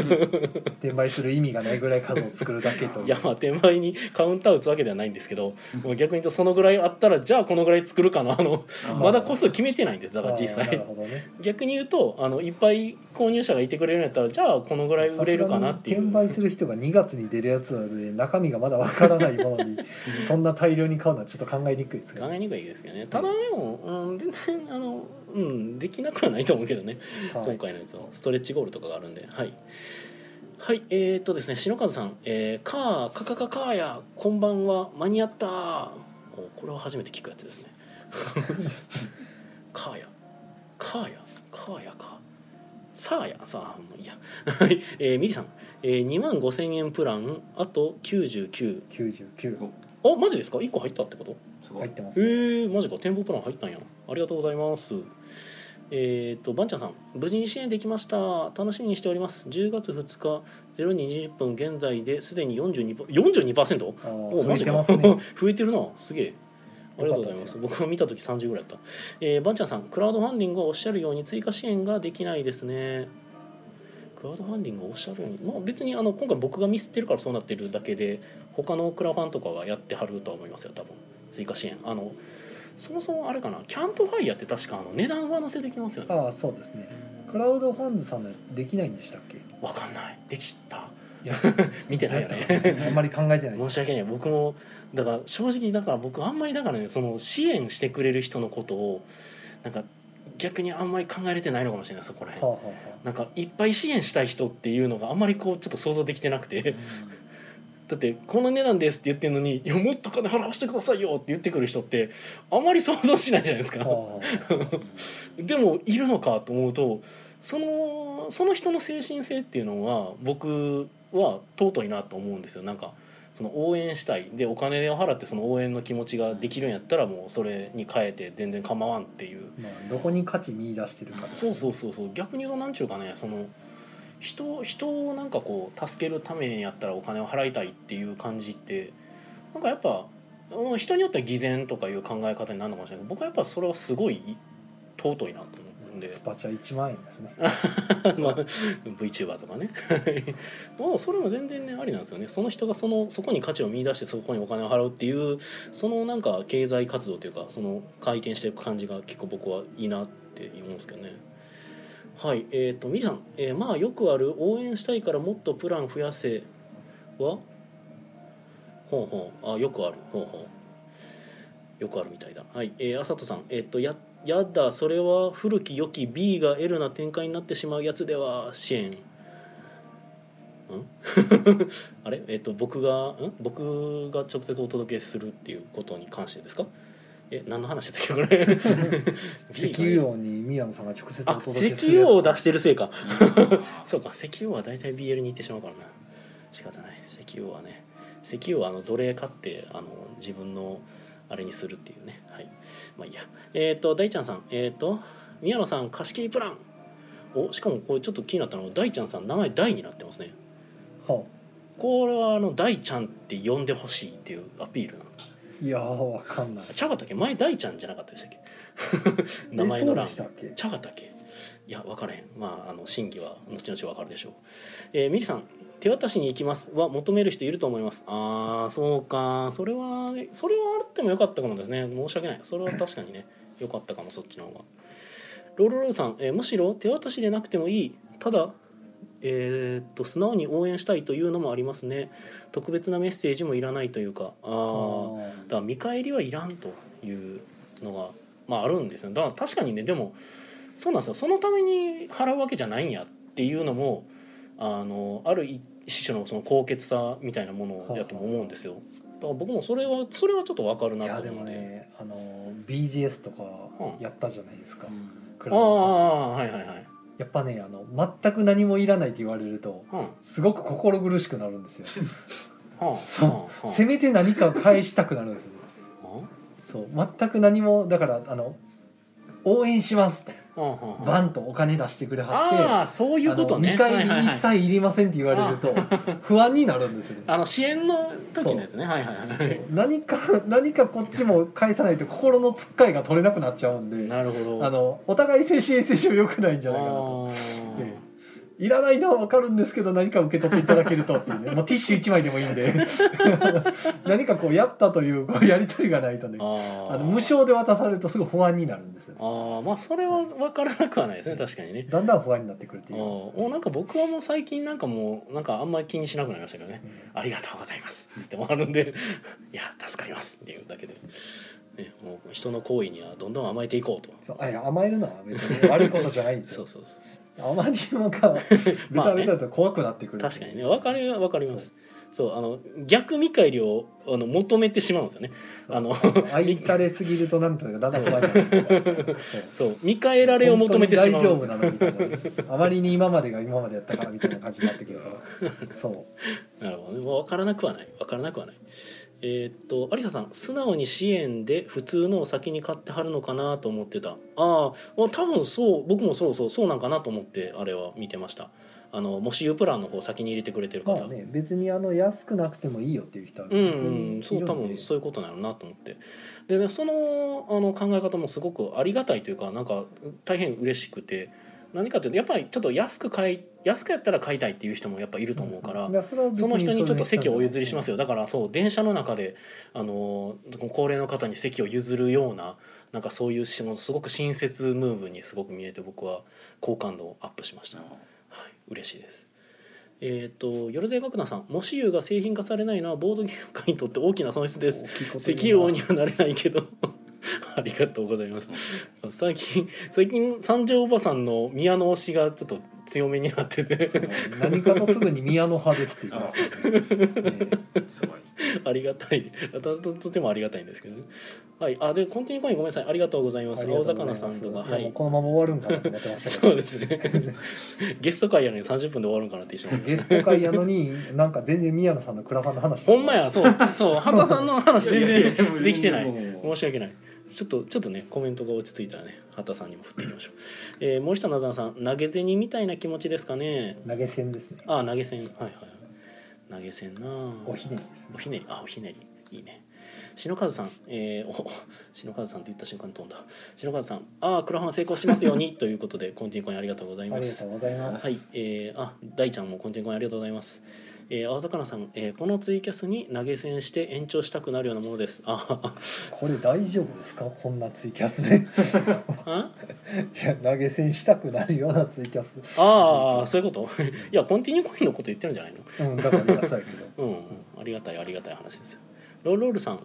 [SPEAKER 2] 転売する意味がないぐらい数を作るだけという
[SPEAKER 1] いやまあ転売にカウンター打つわけではないんですけどもう逆に言うとそのぐらいあったらじゃあこのぐらい作るかなあの
[SPEAKER 3] あー
[SPEAKER 1] まだ個数決めてないんですだから実
[SPEAKER 2] ああな
[SPEAKER 1] 際
[SPEAKER 2] るほどね
[SPEAKER 1] 逆に言うとあのいっぱい購入者がいてくれるんやったらじゃあこのぐらい売れるかなっていう
[SPEAKER 2] さすがに転売する人が2月に出るやつなので中身がまだわからないものにそんな大量に買うのはちょっと考えにくいですけど
[SPEAKER 1] 考えにくいですけどねただでも、うん、全然あの、うん、できなくはないと思うけどね、
[SPEAKER 2] は
[SPEAKER 1] 今
[SPEAKER 2] い
[SPEAKER 1] 回のやつはストレッチゴールとかがあるんではいはいえー、っとですね篠和さん「えー、かーかかかかーやこんばんは間に合ったー」おこれは初めて聞くやつですね 「かーやかーやかーやか」さあやさあもういいやはい、えー、ミリさん、えー、2万5000円プランあと99
[SPEAKER 2] 99
[SPEAKER 1] あマジですか1個入ったってこと
[SPEAKER 3] すご
[SPEAKER 2] 入っ
[SPEAKER 3] い
[SPEAKER 2] てます、
[SPEAKER 1] えー、マジか展望プラン入ったんやありがとうございますえっ、とばんちゃんさん無事に支援できました楽しみにしております10月2日0時20分現在ですでに 42%, 42%?
[SPEAKER 2] ああ
[SPEAKER 1] お
[SPEAKER 2] 続
[SPEAKER 1] マ
[SPEAKER 2] い
[SPEAKER 1] ジ
[SPEAKER 2] て
[SPEAKER 1] か
[SPEAKER 2] ますね
[SPEAKER 1] 増えてるなすげえありがとうございます。僕も見た時三時ぐらいだった。えー、ばんちゃんさん、クラウドファンディングはおっしゃるように追加支援ができないですね。クラウドファンディングはおっしゃるように、まあ別にあの今回僕がミスってるからそうなってるだけで、他のクラファンとかはやってはるとは思いますよ。多分追加支援。あのそもそもあれかな、キャンプファイヤーって確かあの値段は載せてきますよね。
[SPEAKER 2] ああそうですねクラウドファンズさんのできないんでしたっけ
[SPEAKER 1] わかんない。できた。
[SPEAKER 2] いや
[SPEAKER 1] 見てないよね。
[SPEAKER 2] あんまり考えてない
[SPEAKER 1] 申し訳ない僕もだから正直だから僕あんまりだからねその支援してくれる人のことをなんか逆にあんまり考えれてないのかもしれないそこら
[SPEAKER 2] はあ
[SPEAKER 1] 辺
[SPEAKER 2] はあは
[SPEAKER 1] なんかいっぱい支援したい人っていうのがあんまりこうちょっと想像できてなく
[SPEAKER 2] あ
[SPEAKER 1] て だって「この値段です」って言ってるのに「いやもっと金払わせてくださいよ」って言ってくる人ってあんまり想像しないじゃないですか
[SPEAKER 2] はあ
[SPEAKER 1] でもいるのかと思うとそのその人の精神性っていうのは僕は尊いなと思うんですよなんかその応援したいでお金を払ってその応援の気持ちができるんやったらもうそれに変えて全然構わんっていう
[SPEAKER 2] まあどこに価値見出してるか
[SPEAKER 1] そうそうそうそう逆に言うとなんちゅうかねその人人をなんかこう助けるためやったらお金を払いたいっていう感じってなんかやっぱうん人によっては偽善とかいう考え方になるのかもしれないけど僕はやっぱそれはすごい尊いなと思うんで
[SPEAKER 2] スパチャ1万円ですね
[SPEAKER 1] まあ、VTuber とかね まあそれも全然ねありなんですよねその人がそのそこに価値を見出してそこにお金を払うっていうそのなんか経済活動というかその回転していく感じが結構僕はいいなって思うんですけどねはいえっ、とみーさん、えーまあよくある応援したいからもっとプラン増やせはほうほうあよくあるほうほうよくあるみたいだはいえーあさとさんえっ、とややだそれは古き良き B が L な展開になってしまうやつでは支援ん あれえっ、と僕がん僕が直接お届けするっていうことに関してですかえ何の話だったっけこれ B
[SPEAKER 2] 石
[SPEAKER 1] が L
[SPEAKER 2] 油王に宮野さんが直接お
[SPEAKER 1] あ
[SPEAKER 2] 届
[SPEAKER 1] 石
[SPEAKER 2] けする
[SPEAKER 1] 油王を出しててるせいか
[SPEAKER 3] う
[SPEAKER 1] そうか石油王は大体 BL に行ってしまうからな仕方ない石油王はね石油王はあの奴隷買ってあの自分のあれにするっていうねはいまあいいやえっ、と大ちゃんさんえっ、と宮野さん貸し切りプランおしかもこれちょっと気になったのが大ちゃんさん名前大になってますね
[SPEAKER 2] は
[SPEAKER 1] これはあの大ちゃんって呼んでほしいっていうアピールなんですか
[SPEAKER 2] あいやーわかんない
[SPEAKER 1] ちゃうかったっけ前大ちゃんじゃなかったでしたっけ 名
[SPEAKER 2] え
[SPEAKER 1] 前
[SPEAKER 2] そ
[SPEAKER 1] の
[SPEAKER 2] うで
[SPEAKER 1] 欄
[SPEAKER 2] したっけ
[SPEAKER 1] ちゃかったっけいや分からへんまああの真偽は後々分かるでしょう、えー、ミリさん「手渡しに行きます」は求める人いると思いますあーそうかそれはそれはあってもよかったかもですね申し訳ないそれは確かにねよかったかもそっちの方がロールロールさん、えーむしろ手渡しでなくてもいいただえーっと素直に応援したいというのもありますね特別なメッセージもいらないというかああだから見返りはいらんというのが、まあ、あるんですよだから確かにねでもそうなんですよそのために払うわけじゃないんやっていうのもあのある一種のその高潔さみたいなものやとも思うんですよだから僕もそれはそれはちょっと分かる
[SPEAKER 2] い
[SPEAKER 1] な
[SPEAKER 2] や
[SPEAKER 1] と
[SPEAKER 2] で
[SPEAKER 1] 思う
[SPEAKER 2] も
[SPEAKER 1] んで
[SPEAKER 2] ねあの BGS とかやったじゃないですか、
[SPEAKER 3] ん
[SPEAKER 2] ク
[SPEAKER 1] あ
[SPEAKER 2] ラウドファン
[SPEAKER 1] あはいはいはい、
[SPEAKER 2] やっぱねあの全く何もいらないって言われると
[SPEAKER 1] うんは
[SPEAKER 2] すごく心苦しくなるんですよ
[SPEAKER 1] あは
[SPEAKER 2] そう
[SPEAKER 1] あは
[SPEAKER 2] せめて何か返したくなるんですよ
[SPEAKER 1] あは
[SPEAKER 2] そう全く何もだからあの応援しますって
[SPEAKER 1] あはあはあ
[SPEAKER 2] バンとお金出してくれは
[SPEAKER 1] あ
[SPEAKER 2] って
[SPEAKER 1] あそういうこと
[SPEAKER 2] あの
[SPEAKER 1] ね
[SPEAKER 2] 見返
[SPEAKER 1] はいはい
[SPEAKER 2] り
[SPEAKER 1] は
[SPEAKER 2] 一
[SPEAKER 1] い
[SPEAKER 2] 切いりませんって言われると不安になるんですよね
[SPEAKER 1] あの支援の時のやつねはいはいはい
[SPEAKER 2] 何か何かこっちも返さないと心のつっかえが取れなくなっちゃうん で
[SPEAKER 1] なるほど
[SPEAKER 2] あのお互い精神衛生上良くないんじゃないかなと
[SPEAKER 1] あー
[SPEAKER 2] えいらないのは分かるんですけど何か受け取っていただけるとっ ていうね、まあ、ティッシュ1枚でもいいんで何かこうやったというこうやり取りがないとね
[SPEAKER 1] あー
[SPEAKER 2] あの無償で渡されるとすごい不安になるんですよ
[SPEAKER 1] ああまあそれは分からなくはないですね確かにね
[SPEAKER 2] だんだん不安になってくるって
[SPEAKER 1] あ
[SPEAKER 2] い
[SPEAKER 1] ー
[SPEAKER 2] う、
[SPEAKER 1] もうなんか僕はもう最近なんかもうなんかあんまり気にしなくなりましたけどね「ありがとうございます」つってもあるんで 「いや助かります」っていうだけで、ね、もう人の行為にはどんどん甘えていこうと
[SPEAKER 2] そうあいや甘えるのは別に悪いことじゃないんです
[SPEAKER 1] そ
[SPEAKER 2] よ
[SPEAKER 1] うそうそう
[SPEAKER 2] あまりなんかベタベタだと怖くなってくる、
[SPEAKER 1] 確かにね分かる分かりますそうあの逆見返りをあの求めてしまうんですよねあの
[SPEAKER 2] 愛されすぎるとなんとなくだんだん不安になってくるそ
[SPEAKER 1] そ
[SPEAKER 2] う
[SPEAKER 1] う見返られを求めてしま
[SPEAKER 2] 本当
[SPEAKER 1] う
[SPEAKER 2] に大丈夫なのみたいなねあまりに今までが今までやったからみたいな感じになってくるからそう
[SPEAKER 1] なるほどね。まあ分からなくはない。分からなくはない。ええーっと有沙さん素直に支援で普通のを先に買ってはるのかなと思ってたああ多分そう僕もそうそうそうなんかなと思ってあれは見てましたあのもし U プランの方先に入れてくれてる方、
[SPEAKER 2] まあね別にあの安くなくてもいいよっていう人は
[SPEAKER 1] う
[SPEAKER 2] 別にいる
[SPEAKER 1] ん、そう多分そうういうことなのなと思ってでねそのあの考え方もすごくありがたいというかなんか大変嬉しくて何かというとやっぱりちょっと安く買い安くやったら買いたいっていう人もやっぱいると思うから、
[SPEAKER 2] んだからそれは別に
[SPEAKER 1] その人にちょっと席をお譲りします
[SPEAKER 2] よ
[SPEAKER 1] よだからそう電車の中であの高齢の方に席を譲るようななんかそういうしすごく親切ムーブにすごく見えて僕は好感度をアップしました、はい、嬉しいですえっ、とよろぜい学団さんもし油が製品化されないのはボードゲーム界にとって大きな損失です石油王にはなれないけど ありがとうございます最近最近三条おばさんの宮の推しがちょっと強めになってて
[SPEAKER 2] 何かとすぐに宮の派ですって言いますけどね、ね
[SPEAKER 3] すごい。
[SPEAKER 1] ありがたいとととてもありがたいんですけどね。はい、あでコンティニューコインごめんなさいありがとうございます。青魚さんとか
[SPEAKER 2] いや
[SPEAKER 1] は
[SPEAKER 2] もう
[SPEAKER 1] い。
[SPEAKER 2] このまま終わるんかなと思ってま したけ
[SPEAKER 1] そ
[SPEAKER 2] ど
[SPEAKER 1] うですね。ゲスト会やのに30分で終わるんかなって一瞬思いま し
[SPEAKER 2] ゲ
[SPEAKER 1] た。
[SPEAKER 2] スト会やのになんか全然宮野さんのクラファンの話
[SPEAKER 1] ほんまやそうそう畑さんの話全
[SPEAKER 3] いやいやい
[SPEAKER 1] 然
[SPEAKER 3] や
[SPEAKER 1] できてない。
[SPEAKER 3] もう
[SPEAKER 1] 申し訳ないちょっとちょっとねコメントが落ち着いたらね畑さんにも振っていきましょう、えー森下なざんさん投げ銭みたいな気持ちですかね
[SPEAKER 2] 投げ銭ですね
[SPEAKER 1] あ投げ銭はいはいはい投げ銭なあ
[SPEAKER 2] おひねりです
[SPEAKER 1] お
[SPEAKER 2] ね
[SPEAKER 1] ひねりあおひねりいいね篠和さん、えー、お篠和さんって言った瞬間に飛んだ篠和さんああ黒浜成功しますよう にということでコンティニコインありがとうござい
[SPEAKER 2] あ
[SPEAKER 1] ま
[SPEAKER 2] りが
[SPEAKER 1] す
[SPEAKER 2] とうございます、
[SPEAKER 1] はい、えー、あ大ちゃんもコンティニコインありがとうございますえー、青魚さん、えー、このツイキャスに投げ銭して延長したくなるようなものですあ
[SPEAKER 2] これ大丈夫ですかこんなツイキャスで
[SPEAKER 1] あ
[SPEAKER 2] いや投げ銭したくなるようなツイキャス
[SPEAKER 1] あーそういうこと いやコンティニューコインのこと言ってるんじゃないの
[SPEAKER 2] うんだから言いなさいけど
[SPEAKER 1] うん、うん、ありがたいありがたい話ですよロールロールさん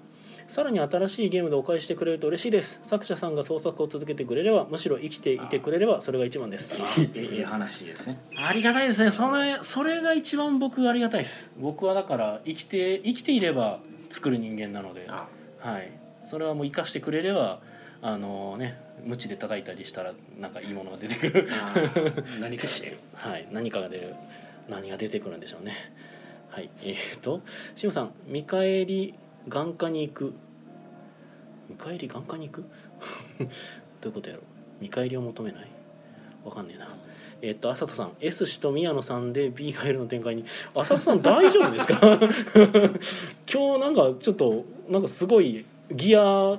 [SPEAKER 1] さらに新しいゲームでお返ししてくれると嬉しいです作者さんが創作を続けてくれればむしろ生きていてくれればそれが一番ですあ
[SPEAKER 3] いいいい話ですね。
[SPEAKER 1] ありがたいですねそれそれが一番僕ありがたいです僕はだから生きて生きていれば作る人間なので
[SPEAKER 3] あ
[SPEAKER 1] はい、それはもう生かしてくれればあのね無知で叩いたりしたらなんかいいものが出てくる
[SPEAKER 3] あー何かしら
[SPEAKER 1] はい、何かが出る何が出てくるんでしょうねはいえっ、とシムさん「見返り眼科に行く」「見返り眼科に行く? 」 どういうことやろ見返りを求めないわかんねえなえっ、と朝とさん S 氏と宮野さんで B がいるの展開に朝とさん大丈夫ですか 今日なんかちょっとなんかすごいギアは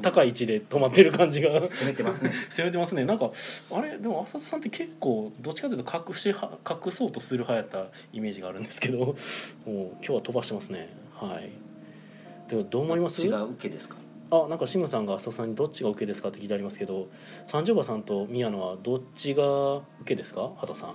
[SPEAKER 1] 高い位置で止まってる感じが
[SPEAKER 3] 攻めてますね。
[SPEAKER 1] 攻めてますねなんかあれでも浅田さんって結構どっちかというと隠しは隠そうとする派やったイメージがあるんですけど もう今日は飛ばしてますねはいでもどう思います
[SPEAKER 3] 違う受けですか。
[SPEAKER 1] あなんかシムさんが浅田さんにどっちが受けですかって聞いてありますけど三条馬さんと宮野はどっちが受けですか畑さん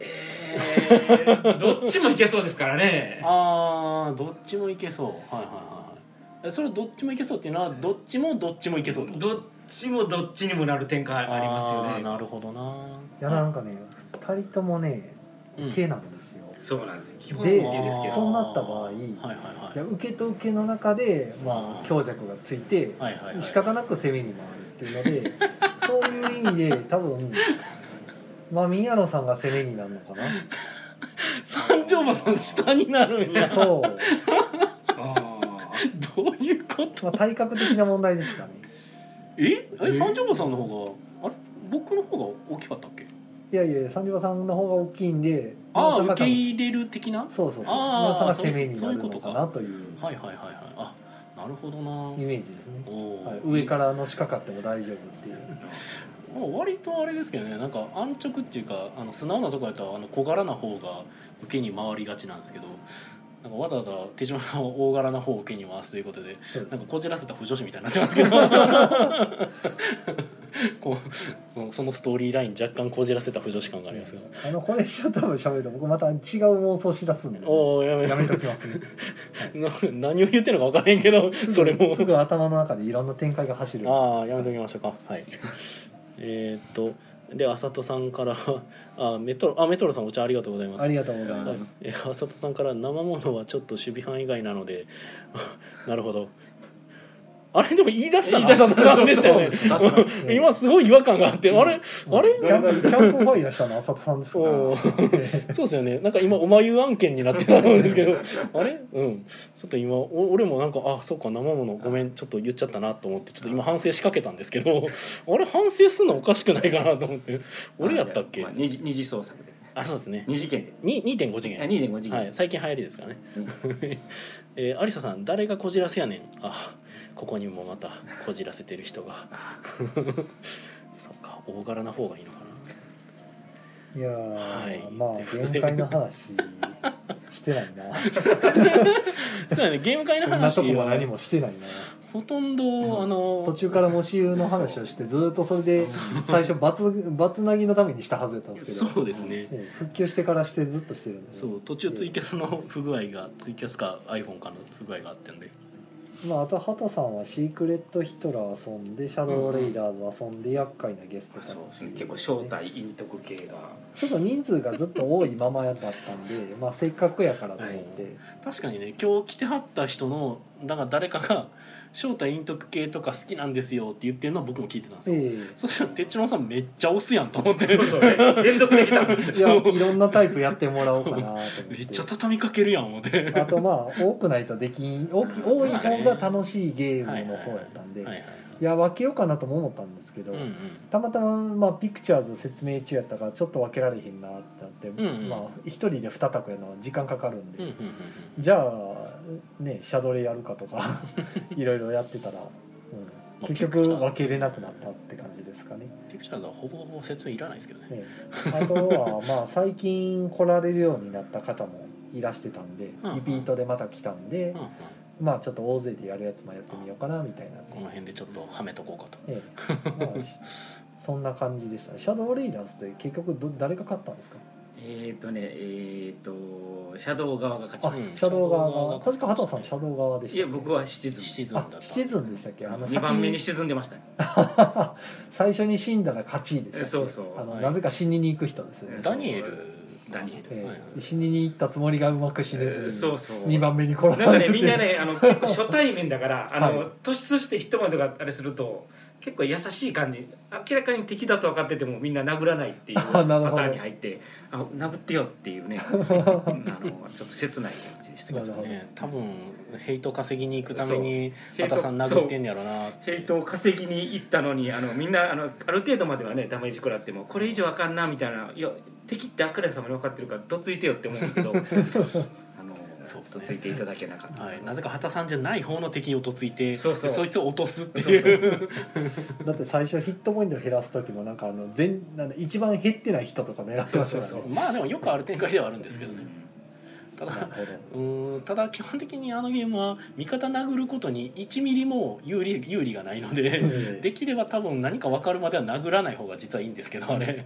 [SPEAKER 4] えーどっちもいけそうですからね。
[SPEAKER 1] あーどっちもいけそうはいはいはいえそれどっちもいけそうっていうのはどっちもどっちもいけそうってこと
[SPEAKER 4] どっちもどっちにもなる展開ありますよ
[SPEAKER 1] あー
[SPEAKER 4] ね。
[SPEAKER 1] なるほどない
[SPEAKER 2] やなんかね2人ともね
[SPEAKER 1] うん
[SPEAKER 2] 受けなんですよ、
[SPEAKER 4] そうなんですよ。基本
[SPEAKER 2] で
[SPEAKER 4] 受けです
[SPEAKER 1] あー
[SPEAKER 4] けど。
[SPEAKER 2] そうなった場合
[SPEAKER 1] はいはいはい
[SPEAKER 2] じゃあ受けと受けの中で、ま
[SPEAKER 1] あ
[SPEAKER 2] あ、
[SPEAKER 1] ー
[SPEAKER 2] 強弱がついて、
[SPEAKER 1] はいはいはい
[SPEAKER 2] 仕方なく攻めに回るっていうの でそういう意味で多分まあ宮野さんが攻めになるのかな
[SPEAKER 1] 三条馬さん下になるん やど
[SPEAKER 2] そう、
[SPEAKER 4] あー
[SPEAKER 1] ういうこと
[SPEAKER 2] まあ、体格的な問題ですかね
[SPEAKER 1] えあれ
[SPEAKER 4] え
[SPEAKER 1] 三条馬さんの方があれ僕の方が大きかったっけ
[SPEAKER 2] いやいや三島さんの方が大きいんで
[SPEAKER 1] ああ
[SPEAKER 2] 宮野さん
[SPEAKER 1] 受
[SPEAKER 2] が多
[SPEAKER 1] け
[SPEAKER 2] 分
[SPEAKER 1] 入れる的な
[SPEAKER 2] そうそうそう
[SPEAKER 1] あー
[SPEAKER 2] 宮野さんが攻めになるのかなという
[SPEAKER 1] はいはいはいはいあなるほど
[SPEAKER 2] イ
[SPEAKER 1] な
[SPEAKER 2] メージですね、
[SPEAKER 1] おー
[SPEAKER 2] はい、上からのしかかっても大丈夫っていう
[SPEAKER 1] まあ割とあれですけどねなんか安直っていうかあの素直なとこやったらあの小柄な方が受けに回りがちなんですけどなんかわざわざ手順の大柄な方を受けに回すということで
[SPEAKER 2] そうです
[SPEAKER 1] なんかこじらせた不女子みたいになっちゃいますけどこうそのそのストーリーライン若干こじらせた不女子感がありますが、
[SPEAKER 2] あのこれ以上多分喋ると僕また違う妄想しだすんで
[SPEAKER 1] おおやめ
[SPEAKER 2] やめときますね
[SPEAKER 1] な何を言ってるのか分からへんけど それも
[SPEAKER 2] すぐ頭の中でいろんな展開が走る
[SPEAKER 1] ああやめときましょうかはいえーっとであさとさんからあメトロあメトロさんお茶ありがとうございます
[SPEAKER 2] ありがとうござい
[SPEAKER 1] は
[SPEAKER 2] ま
[SPEAKER 1] い
[SPEAKER 2] す
[SPEAKER 1] えあさと さんから生ものはちょっと守備範囲外なのでなるほどあれでも言い出したな
[SPEAKER 4] 言い出した
[SPEAKER 1] なんでしたよね
[SPEAKER 3] 確かに
[SPEAKER 2] うん
[SPEAKER 1] 今すごい違和感があって、あれ
[SPEAKER 2] うん
[SPEAKER 1] あれ
[SPEAKER 2] キャンプキャンプファイヤーしたの浅田さん ですか
[SPEAKER 1] そうそうですよねなんか今おまゆ案件になってたと思うんですけど あれうんちょっと今お俺もなんかあそうか生ものごめんちょっと言っちゃったなと思ってちょっと今反省しかけたんですけど あれ反省するのおかしくないかなと思って俺やったっけ
[SPEAKER 3] まあ二次二次創作で
[SPEAKER 1] あそうですね
[SPEAKER 3] 二次元で
[SPEAKER 1] に2.5次
[SPEAKER 3] あ
[SPEAKER 1] 元
[SPEAKER 3] 2.5次元、
[SPEAKER 1] はい最近流行りですからね えー、ありささん誰がこじらせやねんあここにもまたこじらせてる人が そっか大柄な方がいいのかない
[SPEAKER 2] や
[SPEAKER 1] はい
[SPEAKER 2] ーまあ
[SPEAKER 1] ということで
[SPEAKER 2] 限界の話してない な
[SPEAKER 1] そうやねゲーム会の
[SPEAKER 2] こんな
[SPEAKER 1] 話
[SPEAKER 2] とこも何
[SPEAKER 1] は
[SPEAKER 2] もしてないな
[SPEAKER 1] ほとんど、
[SPEAKER 3] ん
[SPEAKER 1] あの
[SPEAKER 2] 途中から模試の話をしてずっとそれで最初バツバツなぎのためにしたはずだったんですけど
[SPEAKER 1] そうですね
[SPEAKER 2] ええ復旧してからしてずっとしてるんで
[SPEAKER 1] そう途中ツイキャスの不具合がツイキャスか iPhone かの不具合があってんで
[SPEAKER 2] まあ、あと畑さんはシークレットヒトラー遊んでシャドウレイダーズ遊んで厄介なゲストたち
[SPEAKER 3] そうですね結構正体陰徳系が
[SPEAKER 2] ちょっと人数がずっと多いままだったんで、 まあ、せっかくやからと思って、
[SPEAKER 1] 確かにね今日来てはった人のなんか誰かが「正体陰徳系とか好きなんですよ」って言ってるのは僕も聞いてたんですよ、
[SPEAKER 2] え
[SPEAKER 1] そしたら哲郎さんめっちゃ押すやんと思って
[SPEAKER 4] そうそう連続できた
[SPEAKER 2] えいやいろんなタイプやってもらおうかなと思って
[SPEAKER 1] めっちゃ畳みかけるやん思って
[SPEAKER 2] あとまあ多くないとできん多き多い方が楽しいゲームの方やったんで、い
[SPEAKER 1] はいはい
[SPEAKER 2] や分けようかなとも思ったんですけど、
[SPEAKER 1] うんうん
[SPEAKER 2] たまたま、まあ、ピクチャーズ説明中やったからちょっと分けられへんなってなって、
[SPEAKER 1] んうん
[SPEAKER 2] まあ、一人で2択やのは時間かかるんで、
[SPEAKER 1] うんうんうん
[SPEAKER 2] じゃあねシャドレやるかとかいろいろやってたら、うん、
[SPEAKER 1] まあ
[SPEAKER 2] 結局分けれなくなったって感じですかね。
[SPEAKER 1] うんピクチャーズはほぼほぼ説明いらないですけどね
[SPEAKER 2] ねあとはまあ最近来られるようになった方もいらしてたんで
[SPEAKER 1] うん
[SPEAKER 2] リピートでまた来たんで
[SPEAKER 1] うんうん
[SPEAKER 2] まあちょっと大勢でやるやつもやってみようかなみたいな、
[SPEAKER 1] この辺でちょっとはめとこうかと
[SPEAKER 2] ええまあしそんな感じでしたねシャドウレイダーズって結局ど誰が勝ったんですか
[SPEAKER 3] えっ、ー、とねえっ、とシャドウ側が勝ち
[SPEAKER 2] あ、
[SPEAKER 3] まし
[SPEAKER 1] うん
[SPEAKER 2] シャド
[SPEAKER 1] シャドウ
[SPEAKER 2] ウ側
[SPEAKER 1] 側
[SPEAKER 2] が
[SPEAKER 1] が
[SPEAKER 2] 確か畑さんシャドウ側で
[SPEAKER 3] た、
[SPEAKER 2] した
[SPEAKER 3] いや僕
[SPEAKER 2] は
[SPEAKER 3] はシチズン
[SPEAKER 1] シチズンだ
[SPEAKER 2] あ
[SPEAKER 1] った
[SPEAKER 2] シチズンでしたっけあの
[SPEAKER 3] 2番目に沈んでましたね
[SPEAKER 2] 先最初に死んだら勝ちでしたっけ
[SPEAKER 3] そうそう
[SPEAKER 2] あの、
[SPEAKER 1] はい
[SPEAKER 2] なぜか死にに行く人ですよね
[SPEAKER 3] え、
[SPEAKER 1] ダニエル
[SPEAKER 3] ダニエル
[SPEAKER 2] え
[SPEAKER 1] はいはい
[SPEAKER 2] え死にに行ったつもりがうまく死ねずに、
[SPEAKER 4] えー
[SPEAKER 3] そうそう
[SPEAKER 2] 2番目に来られ
[SPEAKER 4] な
[SPEAKER 2] て
[SPEAKER 4] んかねみん なねあの結構初対面だからあの、
[SPEAKER 2] はい
[SPEAKER 4] 突出して一言とかあれすると結構優しい感じ明らかに敵だと分かっててもみんな殴らないっていうパタ
[SPEAKER 2] あなるほど
[SPEAKER 4] ーンに入って
[SPEAKER 3] あ殴ってよっていうね あのちょっと切ない感じでしたけ
[SPEAKER 2] なる
[SPEAKER 3] ど
[SPEAKER 2] ほど
[SPEAKER 1] ね多分ヘイト稼ぎに行くために畑さん殴ってんやろなって
[SPEAKER 4] ヘイトを稼ぎに行ったのにあのみんなあのある程度まではねダメージ食らってもこれ以上あかんなみたいないや敵ってあくらさまに分かってるからどついてよって思うんだ けどあの
[SPEAKER 1] そうですね
[SPEAKER 4] どついていただけなかった、
[SPEAKER 1] はい、なぜか畑さんじゃない方の敵をとついて
[SPEAKER 4] そうそう
[SPEAKER 1] でいつを落とすって
[SPEAKER 4] そうそ
[SPEAKER 1] いう
[SPEAKER 4] う
[SPEAKER 2] だって最初ヒットポイント減らす時もなんかあの全なんだ一番減ってない人とか狙ってました
[SPEAKER 4] そうそう
[SPEAKER 2] よ
[SPEAKER 4] そ
[SPEAKER 2] ね
[SPEAKER 1] まあでもよくある展開ではあるんですけどね、た
[SPEAKER 2] な
[SPEAKER 1] だ
[SPEAKER 2] る ほど
[SPEAKER 1] うーんただ基本的にあのゲームは味方殴ることに1ミリも有利有利がないので
[SPEAKER 2] ええ
[SPEAKER 1] できれば多分何か分かるまでは殴らない方が実はいいんですけどあ れ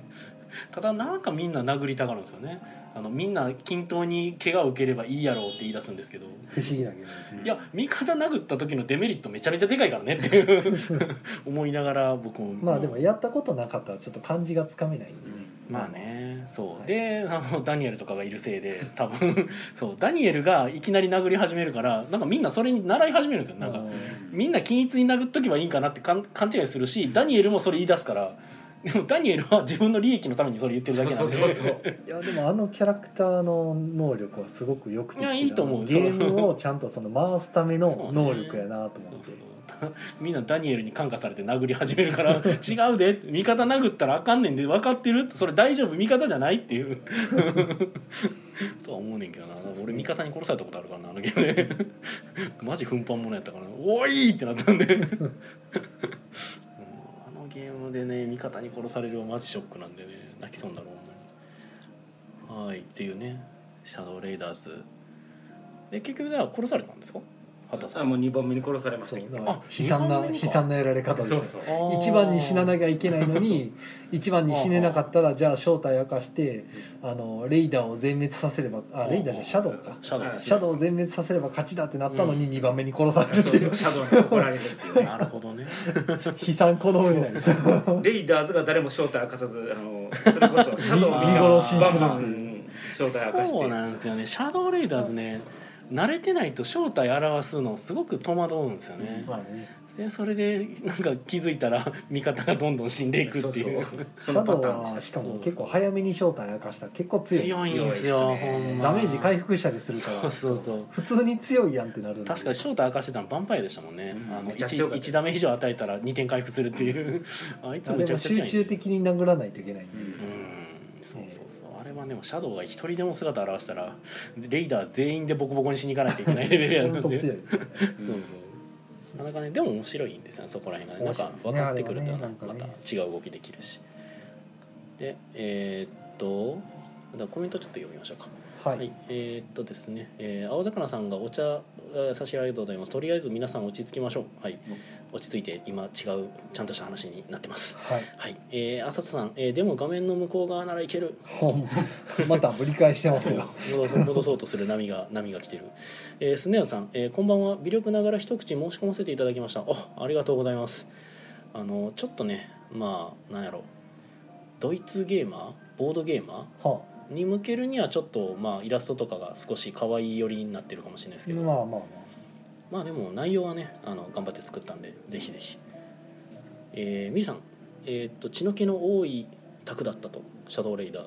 [SPEAKER 1] ただなんかみんな殴りたがるんですよねあのみんな均等に怪我を受ければいいやろうって言い出すんですけど
[SPEAKER 2] 不思議なゲームですね
[SPEAKER 1] いや味方殴った時のデメリットめちゃめちゃでかいからねっていう 思いながら僕も
[SPEAKER 2] まあでもやったことなかったらちょっと感じがつかめないんでね
[SPEAKER 1] まあねそう、
[SPEAKER 2] はい
[SPEAKER 1] であのダニエルとかがいるせいで多分 そうダニエルがいきなり殴り始めるからなんかみんなそれに習い始めるんですよなん
[SPEAKER 2] あ
[SPEAKER 1] か
[SPEAKER 2] の
[SPEAKER 1] みんな均一に殴っとけばいいんかなってかん勘違いするしダニエルもそれ言い出すからでもダニエルは自分の利益のためにそれ言ってるだけなんで
[SPEAKER 4] そうそうそう
[SPEAKER 2] いやでもあのキャラクターの能力はすごくよくて
[SPEAKER 1] いやいいと思う
[SPEAKER 2] ゲームをちゃんとその回すための能力やなと
[SPEAKER 1] そう
[SPEAKER 2] 思って、
[SPEAKER 1] そう みんなダニエルに感化されて殴り始める から「違うで味方殴ったらあかんねんで分かってる?」それ大丈夫味方じゃないっていう とは思うねんけどな俺味方に殺されたことあるからなあのゲームで マジ奮発者やったから「おい!」ってなったんで うんあのゲームでね味方に殺されるはマジショックなんでね泣きそうになるほんまにはいっていうねシャドウレイダーズで結局じゃあ殺されたんですか畑さん
[SPEAKER 4] あもう2番目に殺されました
[SPEAKER 2] そ
[SPEAKER 4] け
[SPEAKER 2] う
[SPEAKER 4] ど
[SPEAKER 2] だから
[SPEAKER 1] あ二
[SPEAKER 2] 悲惨
[SPEAKER 1] 番
[SPEAKER 2] な
[SPEAKER 1] 目にか
[SPEAKER 2] 悲惨なやられ方です
[SPEAKER 4] そ
[SPEAKER 2] よ
[SPEAKER 4] うそう
[SPEAKER 2] 一番に死ななきゃいけないのに一番に死ねなかったらじゃあ正体明かしてあのレイダーを全滅させればあレイダーじゃないシャドウか
[SPEAKER 1] シャドウ
[SPEAKER 4] あ
[SPEAKER 2] シャドウを全滅させれば勝ちだってなったのに2番目に殺されるっ
[SPEAKER 4] そう
[SPEAKER 2] てい
[SPEAKER 4] そううシャドウに怒られるっていうね
[SPEAKER 1] なるほどね
[SPEAKER 2] 悲惨子供みたいですよ
[SPEAKER 4] レイダーズが誰も正体明かさずあのそれこそシャドウ
[SPEAKER 1] 見殺
[SPEAKER 4] が
[SPEAKER 1] しする
[SPEAKER 4] バンバン正体明かして
[SPEAKER 1] そうなんですよねシャドウレイダーズね慣れてないと正体表すのすごく戸惑うんですよね、
[SPEAKER 2] まあね
[SPEAKER 1] でそれでなんか気づいたら 味方がどんどん死んでいくっていう
[SPEAKER 2] シ
[SPEAKER 4] そそそ
[SPEAKER 2] ャ
[SPEAKER 4] のパ
[SPEAKER 2] ドウ
[SPEAKER 4] ターンでし
[SPEAKER 2] は
[SPEAKER 4] た
[SPEAKER 2] しかも結構早めに正体明かしたら結構強い
[SPEAKER 1] 強いん
[SPEAKER 4] 強
[SPEAKER 1] で
[SPEAKER 4] いですす
[SPEAKER 1] よ、
[SPEAKER 4] ね
[SPEAKER 1] ほんま
[SPEAKER 2] ダメージ回復したりするから
[SPEAKER 1] そうそうそう
[SPEAKER 2] 普通に強いやんってなるんで
[SPEAKER 1] 確かに正体明かしてたのヴァンパイアでしたもんね、
[SPEAKER 3] うん
[SPEAKER 1] あの
[SPEAKER 4] めっちゃ強
[SPEAKER 1] 1,
[SPEAKER 4] かった
[SPEAKER 1] ダメ以上与えたら2点回復するっていう あいつ
[SPEAKER 2] あ
[SPEAKER 1] めち
[SPEAKER 2] れ
[SPEAKER 1] ゃく
[SPEAKER 2] も
[SPEAKER 1] ちゃ強い
[SPEAKER 2] 集
[SPEAKER 1] んで
[SPEAKER 2] 中的に殴らないといけないんで、
[SPEAKER 1] うんそうそうそうあれはねもうシャドウが一人でも姿を現したらレイダー全員でボコボコにしに行かないといけないレベルや
[SPEAKER 2] ほ
[SPEAKER 1] る
[SPEAKER 2] ん
[SPEAKER 1] の
[SPEAKER 2] と強
[SPEAKER 1] で
[SPEAKER 2] い
[SPEAKER 1] そう
[SPEAKER 2] ですね
[SPEAKER 1] そうなかなかねでも面白いんですよねそこら辺がねなんか分かってくると
[SPEAKER 2] 面白いですね
[SPEAKER 1] なんか
[SPEAKER 2] あれは
[SPEAKER 1] ま
[SPEAKER 2] ね
[SPEAKER 1] た違う動きできるしでえーっとだからコメントちょっと読みましょうか
[SPEAKER 2] はい、
[SPEAKER 1] はい、えーっとですね、えー青魚さんがお茶えー差し上げありがとうございます。とりあえず皆さん落ち着きましょう。はい、落ち着いて今違うちゃんとした話になってます。
[SPEAKER 2] はい
[SPEAKER 1] はい、えー、浅田さん、えーでも画面の向こう側ならいける。
[SPEAKER 2] ほんまたぶり返してますよ
[SPEAKER 1] 戻そう戻そうとする波が波が来てる。えー、スネアさん、えーこんばんは。微力ながら一口申し込ませていただきました。あ、ありがとうございます。あのちょっとね、まあなんやろ、ドイツゲーマー、ボードゲーマー。
[SPEAKER 2] は
[SPEAKER 1] に向けるにはちょっとまあイラストとかが少し可愛い寄りになってるかもしれないです
[SPEAKER 2] あ
[SPEAKER 1] けど、
[SPEAKER 2] まあまあま
[SPEAKER 1] まあでも内容はねあの頑張って作ったんでぜひぜひえー、みーさんえーっと血の気の多い卓だったとシャドウレイダー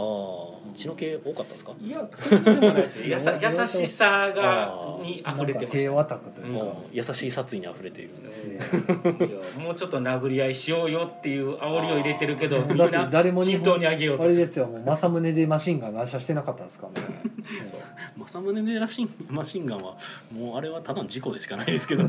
[SPEAKER 1] ああ血の気多かったですか
[SPEAKER 4] いやそうでもないですよやさ優しさが
[SPEAKER 1] あー
[SPEAKER 4] に
[SPEAKER 2] あ
[SPEAKER 4] 溢れ
[SPEAKER 2] なん
[SPEAKER 4] てま
[SPEAKER 2] か
[SPEAKER 4] し
[SPEAKER 2] 平和宅というか、
[SPEAKER 4] うん
[SPEAKER 1] もう優しい殺意にあふれている
[SPEAKER 4] たいやもうちょっと殴り合いしようよっていう煽りを入れてるけどみん
[SPEAKER 2] だって
[SPEAKER 4] な
[SPEAKER 2] 誰も日
[SPEAKER 4] 均等
[SPEAKER 2] 本
[SPEAKER 4] に上げよう
[SPEAKER 2] あ
[SPEAKER 4] と
[SPEAKER 2] れ
[SPEAKER 4] する
[SPEAKER 2] ですよもう正宗でマシンガン乱射してなかったんですからね
[SPEAKER 1] 政宗ねらしい マシンガンはもうあれはただの事故でしかないですけ ど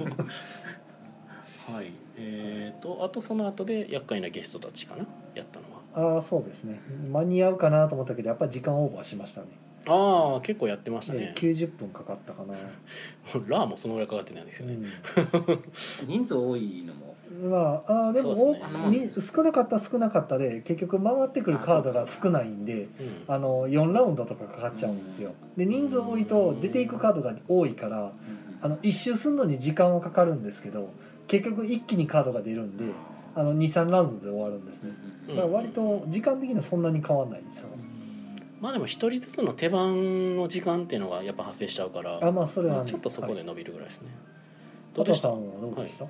[SPEAKER 1] はいえー、とあとその後で厄介なゲストたちかなやったのは
[SPEAKER 2] ああそうですね間に合うかなと思ったけどやっぱり時間オーバーしましたね
[SPEAKER 1] ああ結構やってましたね
[SPEAKER 2] ね90分かかったかな、
[SPEAKER 1] ラーもそのぐらいかかってないんですよね、
[SPEAKER 3] 人数多いのも
[SPEAKER 2] うん、まああーでも
[SPEAKER 1] そうですね
[SPEAKER 2] おみ少なかった少なかったで結局回ってくるカードが少ないんで
[SPEAKER 1] うん
[SPEAKER 2] あの4ラウンドとかかかっちゃうんですよで人数多いと出ていくカードが多いからあの1周するのに時間はかかるんですけど結局一気にカードが出るんであの23ラウンドで終わるんですねだから割と時間的にはそんなに変わんないですよね
[SPEAKER 1] まあでも一人ずつの手番の時間っていうのがやっぱ発生しちゃうから
[SPEAKER 2] あまあそれは、
[SPEAKER 1] まあ
[SPEAKER 2] ね、
[SPEAKER 1] ちょっとそこ
[SPEAKER 2] はい
[SPEAKER 1] で伸びるぐらいですね、ど
[SPEAKER 2] ト
[SPEAKER 1] うで
[SPEAKER 2] ト
[SPEAKER 1] し
[SPEAKER 2] さ
[SPEAKER 1] た
[SPEAKER 2] んはどうでした、
[SPEAKER 4] い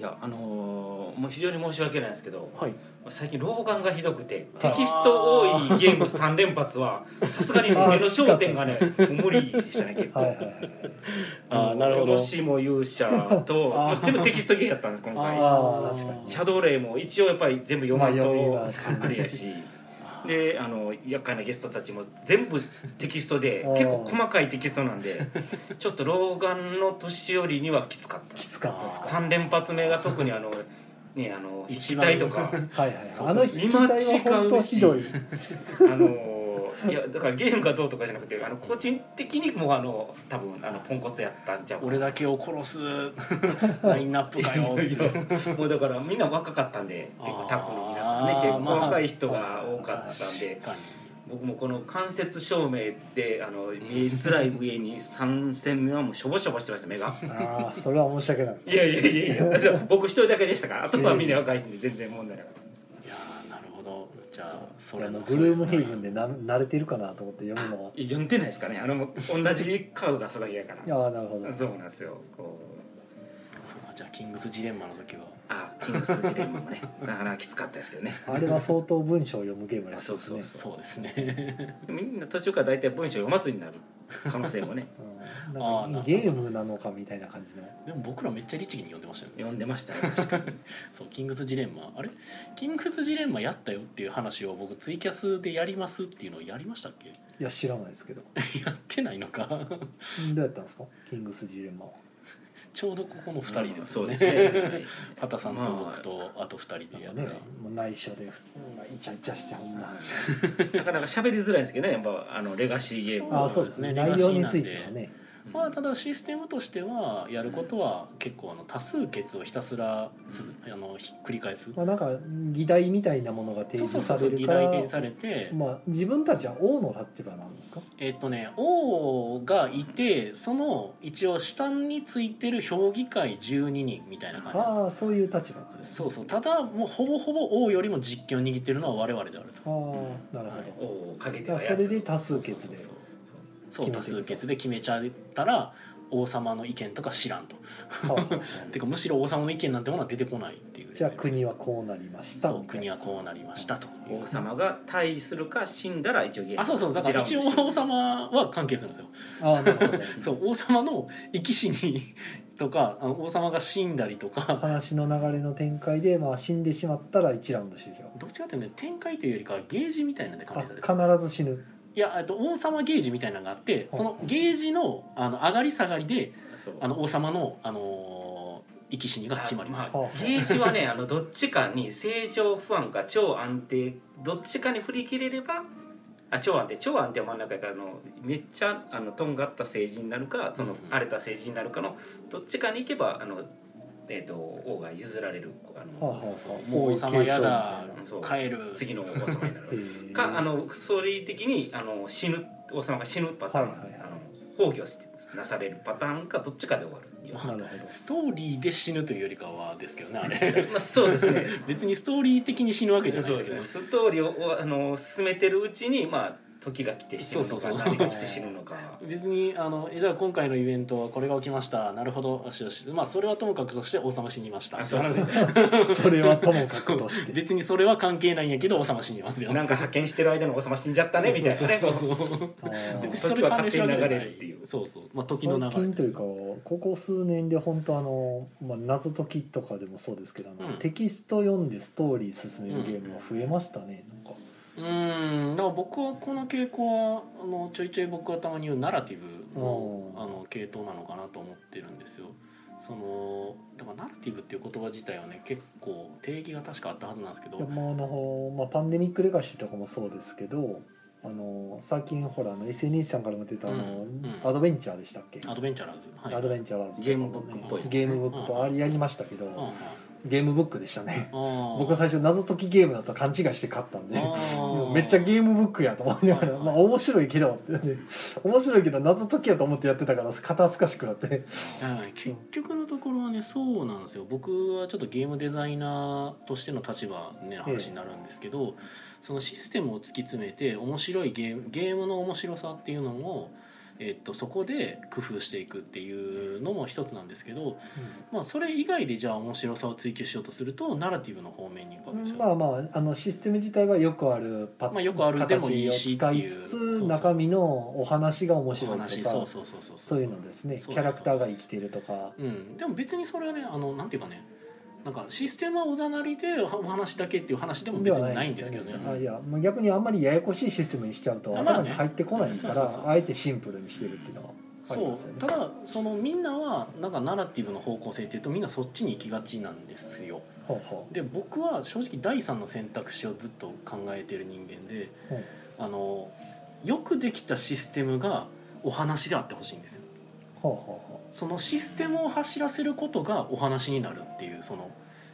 [SPEAKER 4] やあのーもう非常に申し訳ないですけど
[SPEAKER 1] はい
[SPEAKER 4] 最近老眼がひどくて
[SPEAKER 2] は
[SPEAKER 4] テ
[SPEAKER 2] い
[SPEAKER 4] キスト多いゲーム3連発はさすがに目の焦点 がね無理でしたね結構。
[SPEAKER 2] はいはいはい
[SPEAKER 1] ああなるほど
[SPEAKER 4] もしも勇者と
[SPEAKER 1] あー
[SPEAKER 4] まあ全部テキストゲーやったんです今回
[SPEAKER 2] あー確かに
[SPEAKER 4] シャドウレイも一応やっぱり全部読
[SPEAKER 2] まあ
[SPEAKER 4] まん
[SPEAKER 2] 読みは
[SPEAKER 4] とあれ やしであの厄介なゲストたちも全部テキストで
[SPEAKER 2] あー
[SPEAKER 4] 結構細かいテキストなんでちょっと老眼の年寄りにはきつかった
[SPEAKER 2] きつかったですか
[SPEAKER 4] 3連発目が特にあのねあの筆記
[SPEAKER 1] 一番
[SPEAKER 4] 体とか
[SPEAKER 2] はいはい
[SPEAKER 1] そう
[SPEAKER 2] あの引き換えは本当ひどい
[SPEAKER 4] あのいやだからゲームがどうとかじゃなくてあの個人的にもうあの多分あのポンコツやったんちゃう かな
[SPEAKER 1] 俺だけを殺 すラインナップかよ
[SPEAKER 4] いやもうだからみんな若かったんで結構タップの皆さんね
[SPEAKER 1] あー
[SPEAKER 4] 結構
[SPEAKER 1] まあ
[SPEAKER 4] 若い人が多かったんで
[SPEAKER 1] 確、かに
[SPEAKER 4] 僕もこの間接照明であの見えづらい上に3戦目はもうしょぼしょぼしてました目が
[SPEAKER 2] ああそれは申し訳ない
[SPEAKER 4] いやいやい やいやそれ僕一人だけでしたからあとはみんな若い人で全然問題なかったです
[SPEAKER 1] いやーなるほどじゃあそ
[SPEAKER 2] い
[SPEAKER 1] れ
[SPEAKER 2] やも
[SPEAKER 1] の
[SPEAKER 2] うグルームヘイブン
[SPEAKER 1] で
[SPEAKER 2] でな慣れてるかなと思って読むのは
[SPEAKER 4] あ読んでないですかねあの同じカード出すだけやから
[SPEAKER 2] ああなるほど
[SPEAKER 4] そうなんですよこう
[SPEAKER 1] そうかじゃあキングスジレンマの時は
[SPEAKER 4] あキングスジレンマもね なかなかきつかったですけどね
[SPEAKER 2] あれは相当文章を読むゲームらしいです
[SPEAKER 4] そう
[SPEAKER 2] ね
[SPEAKER 1] そうですね
[SPEAKER 4] みんな途中から大体文章読まずになる可能性もね
[SPEAKER 2] うん
[SPEAKER 1] あーな
[SPEAKER 2] な
[SPEAKER 1] んるほど
[SPEAKER 2] かゲームなのかみたいな感じの
[SPEAKER 1] でも僕らめっちゃ律儀に 読んでましたよね
[SPEAKER 4] 読んでましたね確 かに
[SPEAKER 1] そうキングスジレンマあれキングスジレンマやったよっていう話を僕ツイキャスでやりますっていうのをやりましたっけ
[SPEAKER 2] いや知らないですけど
[SPEAKER 1] やってないのか
[SPEAKER 2] どうやったんですかキングスジレンマは
[SPEAKER 1] ちょうどここの2人ですよね,、
[SPEAKER 4] そうですね
[SPEAKER 1] 畑さんと僕とあと2人
[SPEAKER 2] なん
[SPEAKER 1] でや
[SPEAKER 2] か
[SPEAKER 1] っ
[SPEAKER 2] ね
[SPEAKER 1] た、
[SPEAKER 2] もう内緒でうんイチャイチャしてほんま
[SPEAKER 4] なかなか喋りづらいんですけどねやっぱあのレガシーゲーム
[SPEAKER 2] あ
[SPEAKER 4] は
[SPEAKER 2] あそうですね
[SPEAKER 1] レガ
[SPEAKER 2] 内
[SPEAKER 1] シ
[SPEAKER 2] 容
[SPEAKER 1] ー
[SPEAKER 2] に
[SPEAKER 1] なん
[SPEAKER 2] つ
[SPEAKER 1] で
[SPEAKER 2] いてはね
[SPEAKER 1] まあ、ただシステムとしてはやることは結構あの多数決をひたすらつづあのひ繰り返す
[SPEAKER 2] まあなんか議題みたいなものが提
[SPEAKER 1] そうそ
[SPEAKER 2] 示
[SPEAKER 1] うそ
[SPEAKER 2] さ
[SPEAKER 1] うそ
[SPEAKER 2] れ
[SPEAKER 1] う議
[SPEAKER 2] るか
[SPEAKER 1] 題
[SPEAKER 2] ら
[SPEAKER 1] 提示されて
[SPEAKER 2] まあ自分たちは王の立場なんですか
[SPEAKER 1] えっとね王がいてその一応下についてる評議会12人みたいな感じです
[SPEAKER 2] ああそういう立場なんですね
[SPEAKER 1] そうそうただもうほぼほぼ王よりも実権を握ってるのは我々であると
[SPEAKER 2] ああなる
[SPEAKER 1] はい
[SPEAKER 2] ほど
[SPEAKER 4] おおかけて
[SPEAKER 2] だ
[SPEAKER 4] は
[SPEAKER 2] か
[SPEAKER 4] や
[SPEAKER 2] ら
[SPEAKER 4] つ
[SPEAKER 2] それで多数決で
[SPEAKER 1] そうそうそうそう多
[SPEAKER 2] 決めていく
[SPEAKER 1] 数決で決めちゃったら王様の意見とか知らんと
[SPEAKER 2] は
[SPEAKER 1] てかむしろ王様の意見なんてものは出てこないっていう
[SPEAKER 2] いじゃあ国はこうなりました
[SPEAKER 1] そう国はこうなりましたという
[SPEAKER 4] 王様が退位するか死んだら一応ゲーム
[SPEAKER 1] あそうそうだから一応王様は関係するんですよ
[SPEAKER 2] ああなるほどね
[SPEAKER 1] そう王様の生き死にとかあの王様が死んだりとか
[SPEAKER 2] 話の流れの展開で、まあ、死んでしまったら1ラウンド終了
[SPEAKER 1] どっちかっていうとね展開というよりかはゲージみたいなんで考
[SPEAKER 2] あ
[SPEAKER 1] えたら
[SPEAKER 2] 必ず死ぬ
[SPEAKER 1] いやえっと王様ゲージみたいなのがあってそのゲージのあの上がり下がりで
[SPEAKER 4] そう
[SPEAKER 1] あの王様の、あのー生き死にが決まります
[SPEAKER 4] あ。
[SPEAKER 2] は
[SPEAKER 4] ゲージはねあのどっちかに正常不安か超安定どっちかに振り切れればあ超安定超安定は真ん中やからあのめっちゃあのとんがった政治になるかそ
[SPEAKER 1] う
[SPEAKER 4] の
[SPEAKER 1] んうん
[SPEAKER 4] 荒れた政治になるかのどっちかに行けばあの、えー、と王が譲られる
[SPEAKER 2] あ、
[SPEAKER 4] あ
[SPEAKER 2] はあ
[SPEAKER 4] の
[SPEAKER 2] はあ、
[SPEAKER 1] もう王様やだ
[SPEAKER 4] そう
[SPEAKER 1] 帰る
[SPEAKER 4] 次の王様にな る
[SPEAKER 2] えー
[SPEAKER 4] かあの総理的にあの死ぬ王様が死ぬパターン、
[SPEAKER 2] はいはいはい
[SPEAKER 4] あの崩御してなされるパターンかどっちかで終わるよ
[SPEAKER 2] なるほど
[SPEAKER 1] ストーリーで死ぬというよりかはですけどねあれ
[SPEAKER 4] まあそうですね
[SPEAKER 1] 別にストーリー的に死ぬわけじゃないですけど、
[SPEAKER 4] そうですねストーリーをあの進めてるうちにまあ時が来て死ぬ
[SPEAKER 1] そ
[SPEAKER 4] の
[SPEAKER 1] うそ
[SPEAKER 4] か
[SPEAKER 1] うそう
[SPEAKER 4] 何が来て死ぬのか
[SPEAKER 1] 別にあのえじゃあ今回のイベントはこれが起きましたなるほどよしよしまあそれはともかくとして王様死にました
[SPEAKER 4] あそ うそう
[SPEAKER 2] それはともかくとして
[SPEAKER 1] 別にそれは関係ないんやけど王様死にますよ
[SPEAKER 4] なんか派遣してる間の王様死んじゃったねみたいなね
[SPEAKER 1] そうそうそう
[SPEAKER 2] あー
[SPEAKER 1] 別に
[SPEAKER 4] そ
[SPEAKER 1] そ
[SPEAKER 4] れ
[SPEAKER 1] れ
[SPEAKER 4] は
[SPEAKER 1] は
[SPEAKER 4] 勝
[SPEAKER 1] 関
[SPEAKER 4] 手
[SPEAKER 1] 係
[SPEAKER 4] に
[SPEAKER 1] な
[SPEAKER 4] 流
[SPEAKER 1] い
[SPEAKER 4] れるっていう
[SPEAKER 1] そうそうまあ時の
[SPEAKER 2] 最
[SPEAKER 1] 流れ
[SPEAKER 2] 近
[SPEAKER 1] で
[SPEAKER 2] と
[SPEAKER 1] す
[SPEAKER 2] い
[SPEAKER 1] ね
[SPEAKER 2] うかここ数年で本当あの、まあ、謎解きとかでもそうですけど、あの
[SPEAKER 1] うん
[SPEAKER 2] テキスト読んでストーリー進めるゲームは増えましたね、なんか
[SPEAKER 1] うーんだから僕はこの傾向はあのちょいちょい僕がたまに言うナラティブの
[SPEAKER 2] うん
[SPEAKER 1] あの系統なのかなと思ってるんですよ。そのだからナラティブっていう言葉自体はね結構定義が確かあったはずなんですけど、
[SPEAKER 2] でもあの、まあ、パンデミックレガシーとかもそうですけどあの最近ほらあの SNS さんからも出たあの、
[SPEAKER 1] うんうん
[SPEAKER 2] アドベンチャーでしたっけ
[SPEAKER 1] アドベンチャラーズ、はい
[SPEAKER 2] アドベンチャーは
[SPEAKER 4] ゲームブックっぽいやつね
[SPEAKER 2] ゲームブックっぽい
[SPEAKER 1] うん
[SPEAKER 2] あれやりましたけど、
[SPEAKER 1] うんうん
[SPEAKER 2] ゲームブックでしたね
[SPEAKER 1] あー
[SPEAKER 2] 僕は最初謎解きゲームだと勘違いして買ったんで
[SPEAKER 1] あー
[SPEAKER 2] めっちゃゲームブックやと思いながら、
[SPEAKER 1] はいはい
[SPEAKER 2] まあ面白いけどって言って面白いけど謎解きやと思ってやってたから肩すかしくなって
[SPEAKER 1] はい結局のところはねそうなんですよ僕はちょっとゲームデザイナーとしての立場ね話になるんですけど、そのシステムを突き詰めて面白いゲームゲームの面白さっていうのを、えっと、そこで工夫していくっていうのも一つなんですけど、まあ、それ以外でじゃあ面白さを追求しようとするとナラティブの方面に行くわけですよ。
[SPEAKER 2] まあまああのシステム自体はよくあるパ
[SPEAKER 1] まあよくあるでもいいし
[SPEAKER 2] 形を使い
[SPEAKER 1] っ
[SPEAKER 2] つ
[SPEAKER 1] ていうそう
[SPEAKER 2] つ
[SPEAKER 1] そう
[SPEAKER 2] 中身のお話が面
[SPEAKER 1] お
[SPEAKER 2] 白いとか
[SPEAKER 1] 話そうそうそうそう
[SPEAKER 2] そういうのですね
[SPEAKER 1] そ
[SPEAKER 2] キ
[SPEAKER 1] うです
[SPEAKER 2] ャラクターが生きてるとか
[SPEAKER 1] うん、でも別にそれはねあのなんていうかねなんかシステムはおざなりでおお話だけっていう話でも別にないんですけどね
[SPEAKER 2] ではないんですよねあいや、まあ、逆にあんまりややこしいシステムにしちゃうと
[SPEAKER 1] あまあ
[SPEAKER 2] 頭
[SPEAKER 1] ね
[SPEAKER 2] に入ってこないか
[SPEAKER 1] そうそうそうそう
[SPEAKER 2] らあえてシンプルにしてるっていうのはあり
[SPEAKER 1] そ
[SPEAKER 2] ま
[SPEAKER 1] う
[SPEAKER 2] すよね
[SPEAKER 1] ただそのみんなはなんかナラティブの方向性っていうとみんなそっちに行きがちなんですよ
[SPEAKER 2] ほうほ
[SPEAKER 1] で僕は正直第三の選択肢をずっと考えてる人間で
[SPEAKER 2] うん
[SPEAKER 1] あのよくできたシステムがお話であってほしいんですよ
[SPEAKER 2] うほうほうほ
[SPEAKER 1] そのシステムを走らせることがお話になるっていうその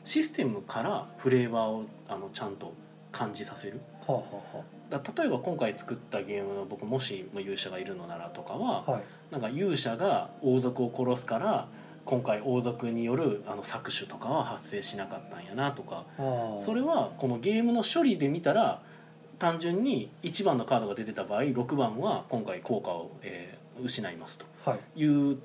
[SPEAKER 1] システムからフレーバーをあのちゃんと感じさせる
[SPEAKER 2] うほうほうほ
[SPEAKER 1] だ例えば今回作ったゲームの僕もしまあ勇者がいるのならとかは
[SPEAKER 2] うはい
[SPEAKER 1] なんか勇者が王族を殺すから今回王族によるあの搾取とかは発生しなかったんやなとか
[SPEAKER 2] あー
[SPEAKER 1] それはこのゲームの処理で見たら単純に1番のカードが出てた場合6番は今回効果を、えー失いますと
[SPEAKER 2] はい
[SPEAKER 1] いう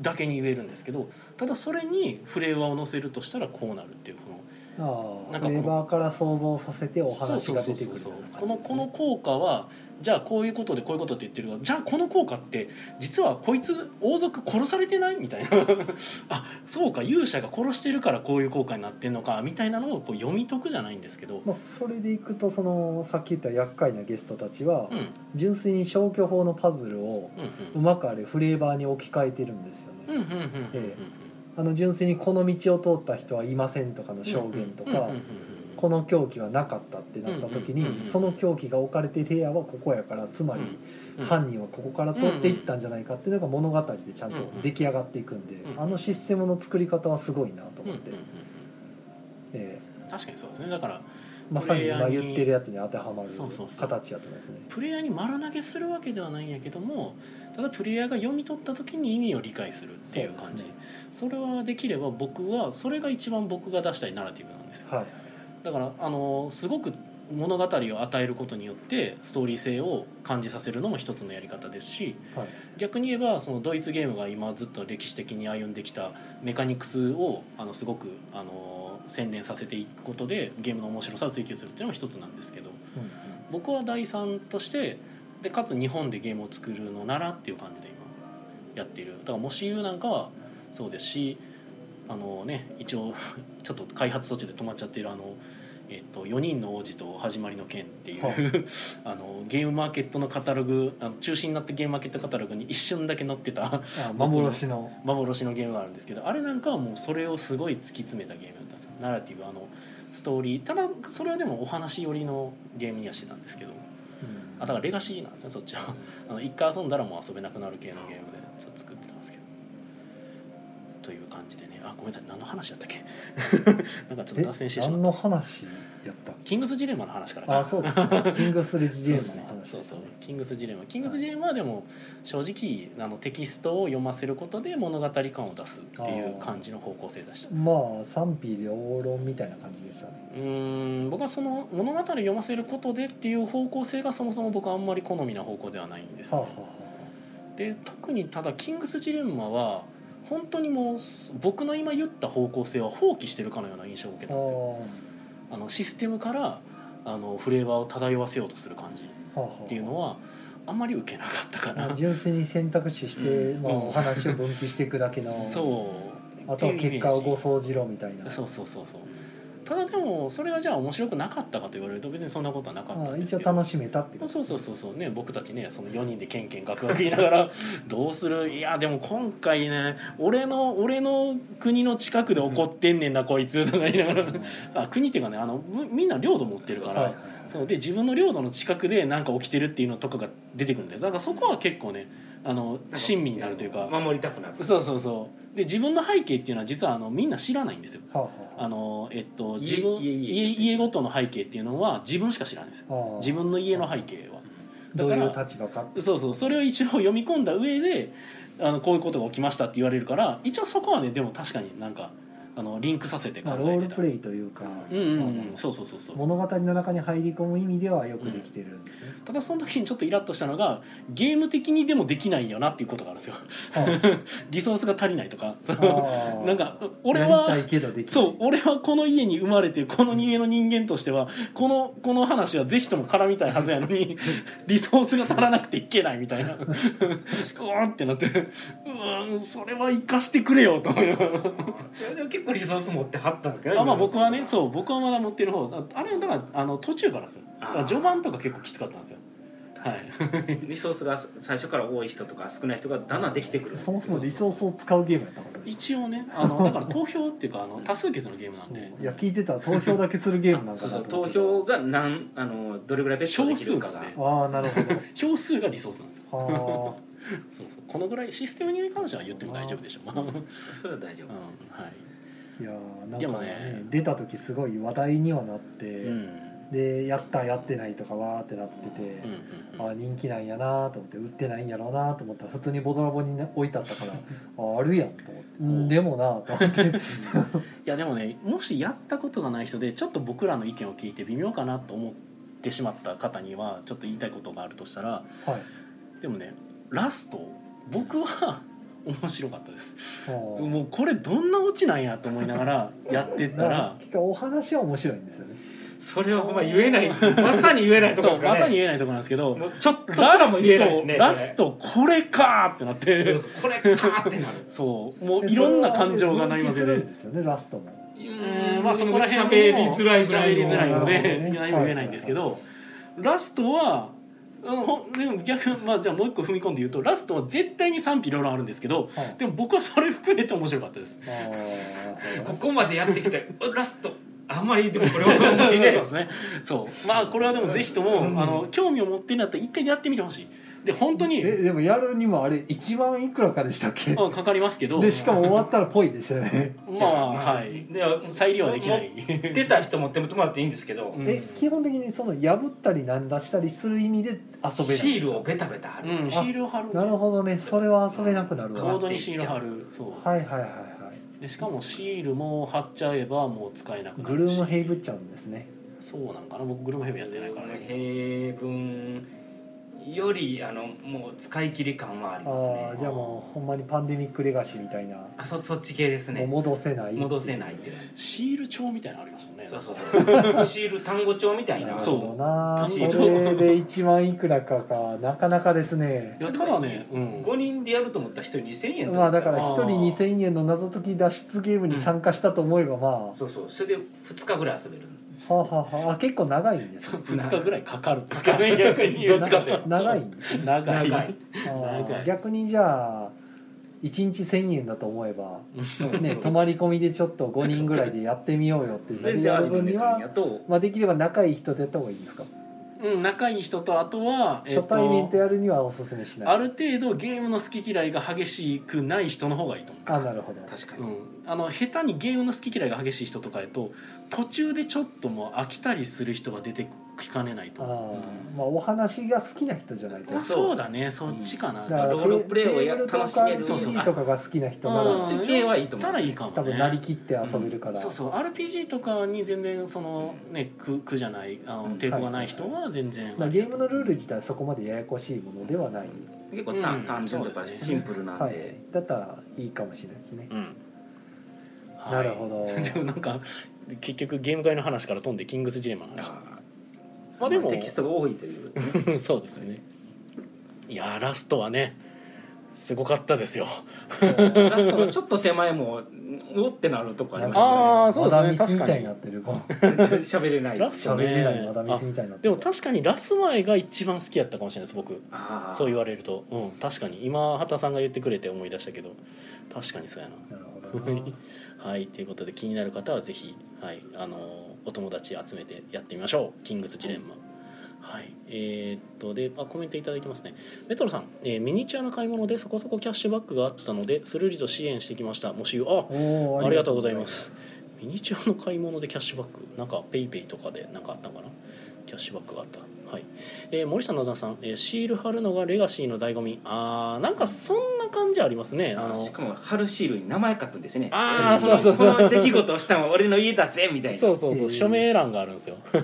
[SPEAKER 1] だけに言えるんですけどただそれにフレーバーを乗せるとしたらこうなるっていうこの
[SPEAKER 2] あ
[SPEAKER 1] なん
[SPEAKER 2] あ
[SPEAKER 1] かこの
[SPEAKER 2] レバーから想像させてお話が出てくる
[SPEAKER 1] そうそうそうそう
[SPEAKER 2] よう
[SPEAKER 1] こ
[SPEAKER 2] な感じ
[SPEAKER 1] のこの効果はじゃあこういうことでこういうことって言ってるがじゃあこの効果って実はこいつ王族殺されてないみたいな あそうか勇者が殺してるからこういう効果になってんのかみたいなのをこう読み解くじゃないんですけど、
[SPEAKER 2] まあ、それでいくとそのさっき言った厄介なゲストたちは、
[SPEAKER 1] うん、うん
[SPEAKER 2] 純粋に消去法のパズルをうまくあれフレーバーに置き換えてるんですよね、
[SPEAKER 1] うんうんうんうんうんうん
[SPEAKER 2] えあの純粋にこの道を通った人はいませんとかの証言とか、
[SPEAKER 1] うんうんうんうん
[SPEAKER 2] この狂気はなかったってなった時に、
[SPEAKER 1] うんうんうんうん
[SPEAKER 2] その狂気が置かれてる部屋はここやからつまり
[SPEAKER 1] うん
[SPEAKER 2] 犯人はここから取っていったんじゃないかっていうのが物語でちゃんと出来上がっていくんで、
[SPEAKER 1] うんうん
[SPEAKER 2] あのシステムの作り方はすごいなと
[SPEAKER 1] うん
[SPEAKER 2] 思って、
[SPEAKER 1] うんうん
[SPEAKER 2] え
[SPEAKER 1] うん確かにそうですねだから
[SPEAKER 2] えまさに今言ってるやつに当てはまる
[SPEAKER 1] そうそうそう
[SPEAKER 2] 形やと思いますね。
[SPEAKER 1] プレイヤーに丸投げするわけではないんやけどもただプレイヤーが読み取った時に意味を理解するっていう感じ
[SPEAKER 2] そうで
[SPEAKER 1] そ,、れはできれば僕はそれが一番僕が出したいナラティブなんですよ
[SPEAKER 2] はい
[SPEAKER 1] だからあのすごく物語を与えることによってストーリー性を感じさせるのも一つのやり方ですし
[SPEAKER 2] はい
[SPEAKER 1] 逆に言えばそのドイツゲームが今ずっと歴史的に歩んできたメカニクスをあのすごくあの洗練させていくことでゲームの面白さを追求するっていうのも一つなんですけど
[SPEAKER 2] うん
[SPEAKER 1] 僕は第三としてでかつ日本でゲームを作るのならっていう感じで今やっているだからもし言うなんかはそうですしあのね一応 ちょっと開発途中で止まっちゃっているあの、えっと「4人の王子と始まりの剣」っていう、
[SPEAKER 2] は
[SPEAKER 1] あのゲームマーケットのカタログあの中心になってゲームマーケットカタログに一瞬だけ載ってた
[SPEAKER 2] あ幻の
[SPEAKER 1] 幻のゲームがあるんですけどあれなんかはもうそれをすごい突き詰めたゲームだったんですよナラティブあのストーリーただそれはでもお話寄りのゲームにはしてたんですけど。あだからレガシーなんですねそっちは あの一回遊んだらもう遊べなくなる系のゲームでちょっと作ってたんですけどという感じでねあごめんなさい何の話だったっけ なんかちょっと脱線して
[SPEAKER 2] え
[SPEAKER 1] しま
[SPEAKER 2] 何
[SPEAKER 1] った
[SPEAKER 2] の話やったっ
[SPEAKER 1] キングスジレンマの話から
[SPEAKER 2] け
[SPEAKER 1] か
[SPEAKER 2] あそうです ねキングスリジ
[SPEAKER 1] そ
[SPEAKER 2] ェ
[SPEAKER 1] うで
[SPEAKER 2] ーム
[SPEAKER 1] す
[SPEAKER 2] の
[SPEAKER 1] ね
[SPEAKER 2] 話
[SPEAKER 1] そう
[SPEAKER 2] です
[SPEAKER 1] そう
[SPEAKER 2] ね
[SPEAKER 1] キングスジレンマキングスジレンマはでも正直あのテキストを読ませることで物語感を出すっていう感じの方向性でした
[SPEAKER 2] まあ賛否両論みたいな感じでしたね
[SPEAKER 1] うーん僕はその物語を読ませることでっていう方向性がそもそも僕はあんまり好みな方向ではないんです
[SPEAKER 2] はあ
[SPEAKER 1] よ
[SPEAKER 2] は
[SPEAKER 1] ねで特にただ「キングス・ジレンマ」は本当にもう僕の今言った方向性は放棄してるかのような印象を受けた
[SPEAKER 2] あ
[SPEAKER 1] んですよ
[SPEAKER 2] は
[SPEAKER 1] あのシステムからあのフレーバーを漂わせようとする感じっ
[SPEAKER 2] あはあ
[SPEAKER 1] ていうのはあんまり受けなかったか
[SPEAKER 2] まあ
[SPEAKER 1] な
[SPEAKER 2] 純粋に選択肢して、
[SPEAKER 3] うん
[SPEAKER 2] まあ、
[SPEAKER 1] うん
[SPEAKER 2] お話を分岐していくだけの
[SPEAKER 1] そう
[SPEAKER 2] あとは結果をご
[SPEAKER 1] そ
[SPEAKER 2] 掃除ろみたいな
[SPEAKER 1] そうそうそうそうただでもそれがじゃあ面白くなかったかと言われると別にそんなことはなかった
[SPEAKER 2] あ
[SPEAKER 1] んです
[SPEAKER 2] 一応
[SPEAKER 1] けど
[SPEAKER 2] 楽しめたってい
[SPEAKER 1] そうそうそうそうね僕たちねその4人でケンケンガクガク言いながら どうするいやでも今回ね俺の俺の国の近くで怒ってんねんなこいつとか言いながらあ国っていうかねあのみみんな領土持ってるから、
[SPEAKER 2] はい
[SPEAKER 1] そうで自分の領土の近くで何か起きてるっていうのとかが出てくるんだよだからそこは結構ねあの親身になるというか、
[SPEAKER 4] 守りた くなる
[SPEAKER 1] そうそうそうで自分の背景っていうのは実はあのみんな知らないんですよ
[SPEAKER 2] はあはあ
[SPEAKER 1] あのえっと
[SPEAKER 4] 家
[SPEAKER 1] 自分
[SPEAKER 4] 家
[SPEAKER 1] 家
[SPEAKER 4] 家
[SPEAKER 1] 家ごとの背景っていうのは自分しか知らないんですよ
[SPEAKER 2] ああ
[SPEAKER 1] 自分の家の背景は。だ
[SPEAKER 2] どう
[SPEAKER 1] から
[SPEAKER 2] いう立場か
[SPEAKER 1] そうそうそれを一応読み込んだ上であのこういうことが起きましたって言われるから一応そこはねでも確かになんかあのリンクさせて考
[SPEAKER 2] まあ、ロ
[SPEAKER 1] え
[SPEAKER 2] ー
[SPEAKER 1] て
[SPEAKER 2] ル
[SPEAKER 1] た、
[SPEAKER 2] プレイというか、
[SPEAKER 1] うんうん
[SPEAKER 2] まあ
[SPEAKER 1] うんそうそうそうそう
[SPEAKER 2] 物語の中に入り込む意味ではよくできてるんですね、
[SPEAKER 1] ただその時にちょっとイラッとしたのがゲーム的にでもできないよなっていうことがあるんですよリソースが足りないとかその
[SPEAKER 2] は あ
[SPEAKER 1] なんか俺
[SPEAKER 2] やり
[SPEAKER 1] は
[SPEAKER 2] たいけどできない
[SPEAKER 1] そう俺はこの家に生まれてこの家の人間としてはこのこの話はぜひとも絡みたいはずやのにリソースが足らなくていけないみたいなうわーってなってうわーそれは生かしてくれよと思いながら
[SPEAKER 4] いやでも結構リソース持ってはったんですけど
[SPEAKER 1] あまあ僕はね
[SPEAKER 4] う
[SPEAKER 1] そう僕はまだ持ってる方だあれだからあの途中からですよだから序盤とか結構きつかったんですよはい
[SPEAKER 4] リソースが最初から多い人とか少ない人がだんだんできてくる
[SPEAKER 2] そもそもリソースを使うゲームやったんですね
[SPEAKER 1] 一応ねあのだから投票っていうかあの多数決のゲームなんで
[SPEAKER 2] いや聞いてたら投票だけするゲームなん
[SPEAKER 4] そ
[SPEAKER 2] か
[SPEAKER 4] う
[SPEAKER 2] なと
[SPEAKER 4] そ
[SPEAKER 2] 思
[SPEAKER 4] う
[SPEAKER 2] って
[SPEAKER 4] 投票が何あのどれぐらいベットできるか
[SPEAKER 1] 少
[SPEAKER 4] が
[SPEAKER 1] 数なん
[SPEAKER 2] ああなるほど
[SPEAKER 1] 票数がリソースなんですよ
[SPEAKER 2] は
[SPEAKER 1] そうそうこのぐらいシステムに関しては言っても大丈夫で しょう、うんは
[SPEAKER 4] それは大丈夫、
[SPEAKER 2] あいやーなん
[SPEAKER 1] でも
[SPEAKER 2] かね
[SPEAKER 1] ね
[SPEAKER 2] 出た時すごい話題にはなって、
[SPEAKER 1] い、うん、うん
[SPEAKER 2] でやったやってないとかわーってなってて
[SPEAKER 1] うん、
[SPEAKER 2] あー人気なんやなーと思って売ってないんやろうなーと思ったら普通にボドラボにね置いてあったからあーあるやんと思ってうんでもなーと思 って
[SPEAKER 1] いやでもねもしやったことがない人でちょっと僕らの意見を聞いて微妙かなと思ってしまった方にはちょっと言いたいことがあるとしたら
[SPEAKER 2] はい
[SPEAKER 1] でもねラスト僕は面白かったです
[SPEAKER 2] あー
[SPEAKER 1] もうこれどんなオチなんやと思いながらやってったら
[SPEAKER 2] なんかお話は面白いんですよね
[SPEAKER 4] それはほんま言 えないまさに言えないとこ
[SPEAKER 1] そ
[SPEAKER 4] ろ
[SPEAKER 1] う
[SPEAKER 4] で
[SPEAKER 1] ますさ
[SPEAKER 4] か
[SPEAKER 1] に
[SPEAKER 4] ね
[SPEAKER 1] 言えないところなんですけど
[SPEAKER 4] もうちょっとす
[SPEAKER 1] ラ
[SPEAKER 4] ら
[SPEAKER 1] ス
[SPEAKER 4] も
[SPEAKER 1] ト
[SPEAKER 4] 言えないですね
[SPEAKER 1] ラストこれかーってなっ
[SPEAKER 4] これ
[SPEAKER 1] て
[SPEAKER 4] これかーってなる
[SPEAKER 1] そうもういろんな感情がないま
[SPEAKER 2] ま
[SPEAKER 1] ぜ
[SPEAKER 2] で
[SPEAKER 1] で
[SPEAKER 2] ですよねラストも
[SPEAKER 4] う
[SPEAKER 1] うんまあそこら辺も
[SPEAKER 4] 喋りづらいぐら
[SPEAKER 1] 喋
[SPEAKER 4] い
[SPEAKER 1] りづらいの
[SPEAKER 2] なるほ
[SPEAKER 1] で
[SPEAKER 2] どね
[SPEAKER 1] 何も言えないんですけどラストはうんほんでも逆にまあじゃあもう一個踏み込んで言うとラストは絶対に賛否両論あるんですけど
[SPEAKER 2] はい
[SPEAKER 1] でも僕はそれ含めて面白かった です。
[SPEAKER 2] あー
[SPEAKER 4] ここまでやってきてラストあんまりでもこれは
[SPEAKER 1] そう
[SPEAKER 4] 思い ね
[SPEAKER 1] ですね。そうまあこれはでもぜひとも、
[SPEAKER 4] うん
[SPEAKER 1] あの興味を持ってんだったら一回やってみてほしい。で本当に
[SPEAKER 2] えでもやるにもあれ1万いくらかでしたっけ
[SPEAKER 1] うんかかりますけど
[SPEAKER 2] でしかも終わったらぽいでしたよね
[SPEAKER 1] まあはい
[SPEAKER 4] では
[SPEAKER 1] 再利用はできない。
[SPEAKER 4] 出た人持ってもらっていいんですけど、
[SPEAKER 1] うん
[SPEAKER 2] え基本的にその破ったりなんだしたりする意味で遊べない
[SPEAKER 4] シールをベタベタ貼る、
[SPEAKER 1] うんシールを貼る。
[SPEAKER 2] なるほどねそれは遊べなくなる
[SPEAKER 1] コ
[SPEAKER 2] わ
[SPEAKER 1] ー
[SPEAKER 2] は
[SPEAKER 1] ドにシール貼る。そう。
[SPEAKER 2] いはいはいはい
[SPEAKER 1] でしかもシールも貼っちゃえばもう使えなくな
[SPEAKER 2] グ
[SPEAKER 1] る
[SPEAKER 2] ル
[SPEAKER 1] し
[SPEAKER 2] ームヘイブっちゃうんですね
[SPEAKER 1] そうなんかな僕グルムヘビやってないからね
[SPEAKER 4] 平分よりあのもう使い切り感はあります
[SPEAKER 2] ああ
[SPEAKER 4] ね
[SPEAKER 2] じゃあもうほんまにパンデミックレガシーみたいな、
[SPEAKER 4] あそそっち系ですね
[SPEAKER 2] もう戻せない
[SPEAKER 4] 戻せないっていう
[SPEAKER 1] シール帳みたいなのありますもんね
[SPEAKER 4] そうそうそうシール単語帳みたい
[SPEAKER 2] なる
[SPEAKER 4] な
[SPEAKER 1] そう
[SPEAKER 2] ほどな そ
[SPEAKER 1] そう
[SPEAKER 2] れで1万いくらかかなかなかですね
[SPEAKER 1] いやただねうん
[SPEAKER 4] 5人でやると思ったら1人2000円と
[SPEAKER 2] まあだから
[SPEAKER 1] あー
[SPEAKER 2] 1人2000円の謎解き脱出ゲームに参加したと思えばまあ、は
[SPEAKER 4] そうそうそれで2日ぐらい遊べる
[SPEAKER 2] あはあはああ結構長いんですね
[SPEAKER 1] 2日ぐらいかかるんですけどね逆にどっちかっていうと
[SPEAKER 2] な長いんですね
[SPEAKER 1] 長い
[SPEAKER 4] 長い
[SPEAKER 2] あー
[SPEAKER 1] 長い
[SPEAKER 2] 逆にじゃあ1日1000円だと思えば、ね、泊まり込みでちょっと5人ぐらいでやってみようよっていうの
[SPEAKER 4] で
[SPEAKER 2] に
[SPEAKER 4] で
[SPEAKER 2] や
[SPEAKER 4] ア
[SPEAKER 2] る
[SPEAKER 4] ニ
[SPEAKER 2] 分
[SPEAKER 4] メ
[SPEAKER 2] に
[SPEAKER 4] の分
[SPEAKER 2] は、
[SPEAKER 4] 野と
[SPEAKER 2] まあ、できれば仲いい人でやった方がいいんですか
[SPEAKER 1] うん仲いい人とあとは、えっ
[SPEAKER 2] 初対面とやるにはおすすめしない
[SPEAKER 1] ある程度ゲームの好き嫌いが激しくない人の方がいいと思う
[SPEAKER 2] あなるほど
[SPEAKER 4] 確かに、
[SPEAKER 1] うん、あの下手にゲームの好き嫌いが激しい人とかやと途中でちょっともう飽きたりする人が出てきかねない
[SPEAKER 2] あ
[SPEAKER 1] と
[SPEAKER 2] ー、
[SPEAKER 1] 思
[SPEAKER 2] まあお話が好きな人じゃないと
[SPEAKER 1] うまあそうだねそっちかな、
[SPEAKER 2] だから
[SPEAKER 4] ロールプレイをや
[SPEAKER 2] テーブルと
[SPEAKER 4] 楽しめる
[SPEAKER 2] そうそ
[SPEAKER 1] そ
[SPEAKER 2] う
[SPEAKER 1] うそう
[SPEAKER 2] とかが好きな人な
[SPEAKER 1] うん
[SPEAKER 4] そっ
[SPEAKER 2] ら
[SPEAKER 4] ち系はいいと思
[SPEAKER 1] た
[SPEAKER 4] う
[SPEAKER 1] らいいかもね
[SPEAKER 2] 多分なりきって遊べるから、
[SPEAKER 1] そうそう RPG とかに全然そのね苦苦じゃないあの
[SPEAKER 3] うん
[SPEAKER 1] 抵抗がない人は全然、
[SPEAKER 2] まあ、ゲームのルール自体そこまでややこしいものではない、
[SPEAKER 3] 結構単,、
[SPEAKER 1] うん
[SPEAKER 3] 単純と
[SPEAKER 1] そう
[SPEAKER 3] か
[SPEAKER 1] ですね
[SPEAKER 3] シンプルなんで、
[SPEAKER 2] はい、だったらいいかもしれないですね、
[SPEAKER 1] うんはい
[SPEAKER 2] なるほど
[SPEAKER 1] でもなんか結局ゲーム会の話から飛んでキングスジレンマの話
[SPEAKER 3] あー
[SPEAKER 1] まあでも
[SPEAKER 3] テキストが多いという、
[SPEAKER 1] そうですねいやラストはねすごかったですよ
[SPEAKER 3] ラストのちょっと手前もおってなるとこありまし
[SPEAKER 1] あーそうで すね
[SPEAKER 2] マダミスみ
[SPEAKER 1] 確か
[SPEAKER 2] たい
[SPEAKER 1] に
[SPEAKER 2] になってるこう
[SPEAKER 3] たね喋れない
[SPEAKER 1] ラスト
[SPEAKER 2] 喋れない
[SPEAKER 1] ね
[SPEAKER 2] マダミスみたいになって
[SPEAKER 1] で
[SPEAKER 2] る
[SPEAKER 1] も確かにラス前が一番好きやったかもしれないです僕
[SPEAKER 3] あー
[SPEAKER 1] そう言われると、うん、確かに今畑さんが言ってくれて思い出したけど確かにそうや
[SPEAKER 2] なるほどな
[SPEAKER 1] なはいということで気になる方はぜひ、はい、あのお友達集めてやってみましょうキングスジレンマ、はいえーっとであコメントいただいてますねメトロさん、えーミニチュアの買い物でそこそこキャッシュバックがあったのでスルリと支援してきましたもしあ
[SPEAKER 2] おー
[SPEAKER 1] ありがとうございますミニチュアの買い物でキャッシュバックなんかペイペイとかでなんかあったのかなキャッシュバックがあったはい、えー森下なざさん、えーシール貼るのがレガシーの醍醐味あーなんかそんな感じありますねあ
[SPEAKER 3] あ
[SPEAKER 1] の
[SPEAKER 3] しかも春シールに名前書くんですね
[SPEAKER 1] あー
[SPEAKER 3] この
[SPEAKER 1] そうそうそう
[SPEAKER 3] この出来事をしたのは俺の家だぜみたいな
[SPEAKER 1] そうそうそううん署名欄があるんですよ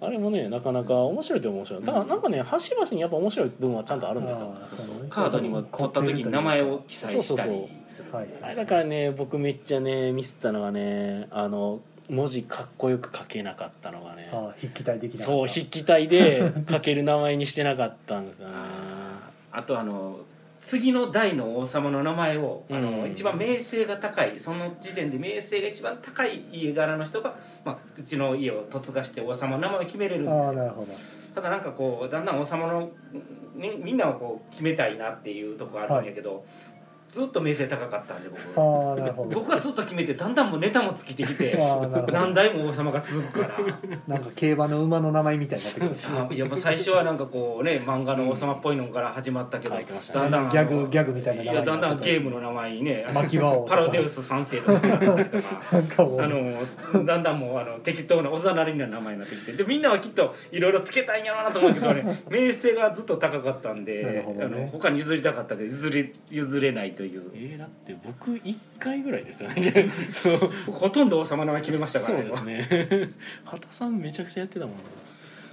[SPEAKER 1] あれもねなかなか面白いと面白いだからなんかね端々にやっぱ面白い部分はちゃんとあるんですよ
[SPEAKER 2] あーそうね
[SPEAKER 3] カードにも取った時に名前を記載したりする
[SPEAKER 2] はい
[SPEAKER 1] あれだからね僕めっちゃねミスったのがねあの文字かっこよく書けなかったのがね
[SPEAKER 2] あー筆記体できない
[SPEAKER 1] そう筆記体で書ける名前にしてなかったんですよね
[SPEAKER 3] あーあとあの次の代の王様の名前をあの、
[SPEAKER 1] うん
[SPEAKER 3] 一番名声が高いその時点で名声が一番高い家柄の人が、まあ、うちの家を嫁がして王様の名前を決めれるんで
[SPEAKER 2] あ
[SPEAKER 3] す
[SPEAKER 2] あ
[SPEAKER 3] よ
[SPEAKER 2] なるほど
[SPEAKER 3] ただなんかこうだんだん王様のみみんなはこう決めたいなっていうとこあるんやけど、ずっと名声高かったんで僕は
[SPEAKER 2] ああなるほど
[SPEAKER 3] 僕はずっと決めてだんだんもうネタも尽きてきて
[SPEAKER 2] ああなるほど
[SPEAKER 3] 何代も王様が続くから。
[SPEAKER 2] なんか競馬の馬の名前みたいになってくる
[SPEAKER 1] そう
[SPEAKER 3] やっぱ最初はなんかこうね漫画の王様っぽいのから始まったけど、
[SPEAKER 1] 書いてましたね
[SPEAKER 3] だんだん
[SPEAKER 2] ギャグギャグみたいな名
[SPEAKER 3] い
[SPEAKER 2] 前
[SPEAKER 3] やだんだ
[SPEAKER 2] に
[SPEAKER 3] ん
[SPEAKER 2] なっ
[SPEAKER 3] ゲ
[SPEAKER 2] て
[SPEAKER 3] ー
[SPEAKER 2] く
[SPEAKER 3] ム
[SPEAKER 2] る
[SPEAKER 3] の名前にね
[SPEAKER 2] 巻き輪を
[SPEAKER 3] パロデウス三世とかそういうのが出てきたから
[SPEAKER 2] なんかもう
[SPEAKER 3] あのだんだんもうあの適当なおざなりな名前になってきてでみんなはきっといろいろつけたいんやろうなと思うけど ね名声がずっと高かったん
[SPEAKER 2] なる
[SPEAKER 3] で、
[SPEAKER 2] ほ
[SPEAKER 3] あ
[SPEAKER 2] どね
[SPEAKER 3] の他に譲りたかったけど譲れ譲れないという
[SPEAKER 1] えー、だって僕1回ぐらいですよねそう
[SPEAKER 3] ほとんど王様の名前決めましたから
[SPEAKER 1] そうですね畑さんめちゃくちゃやってたもんね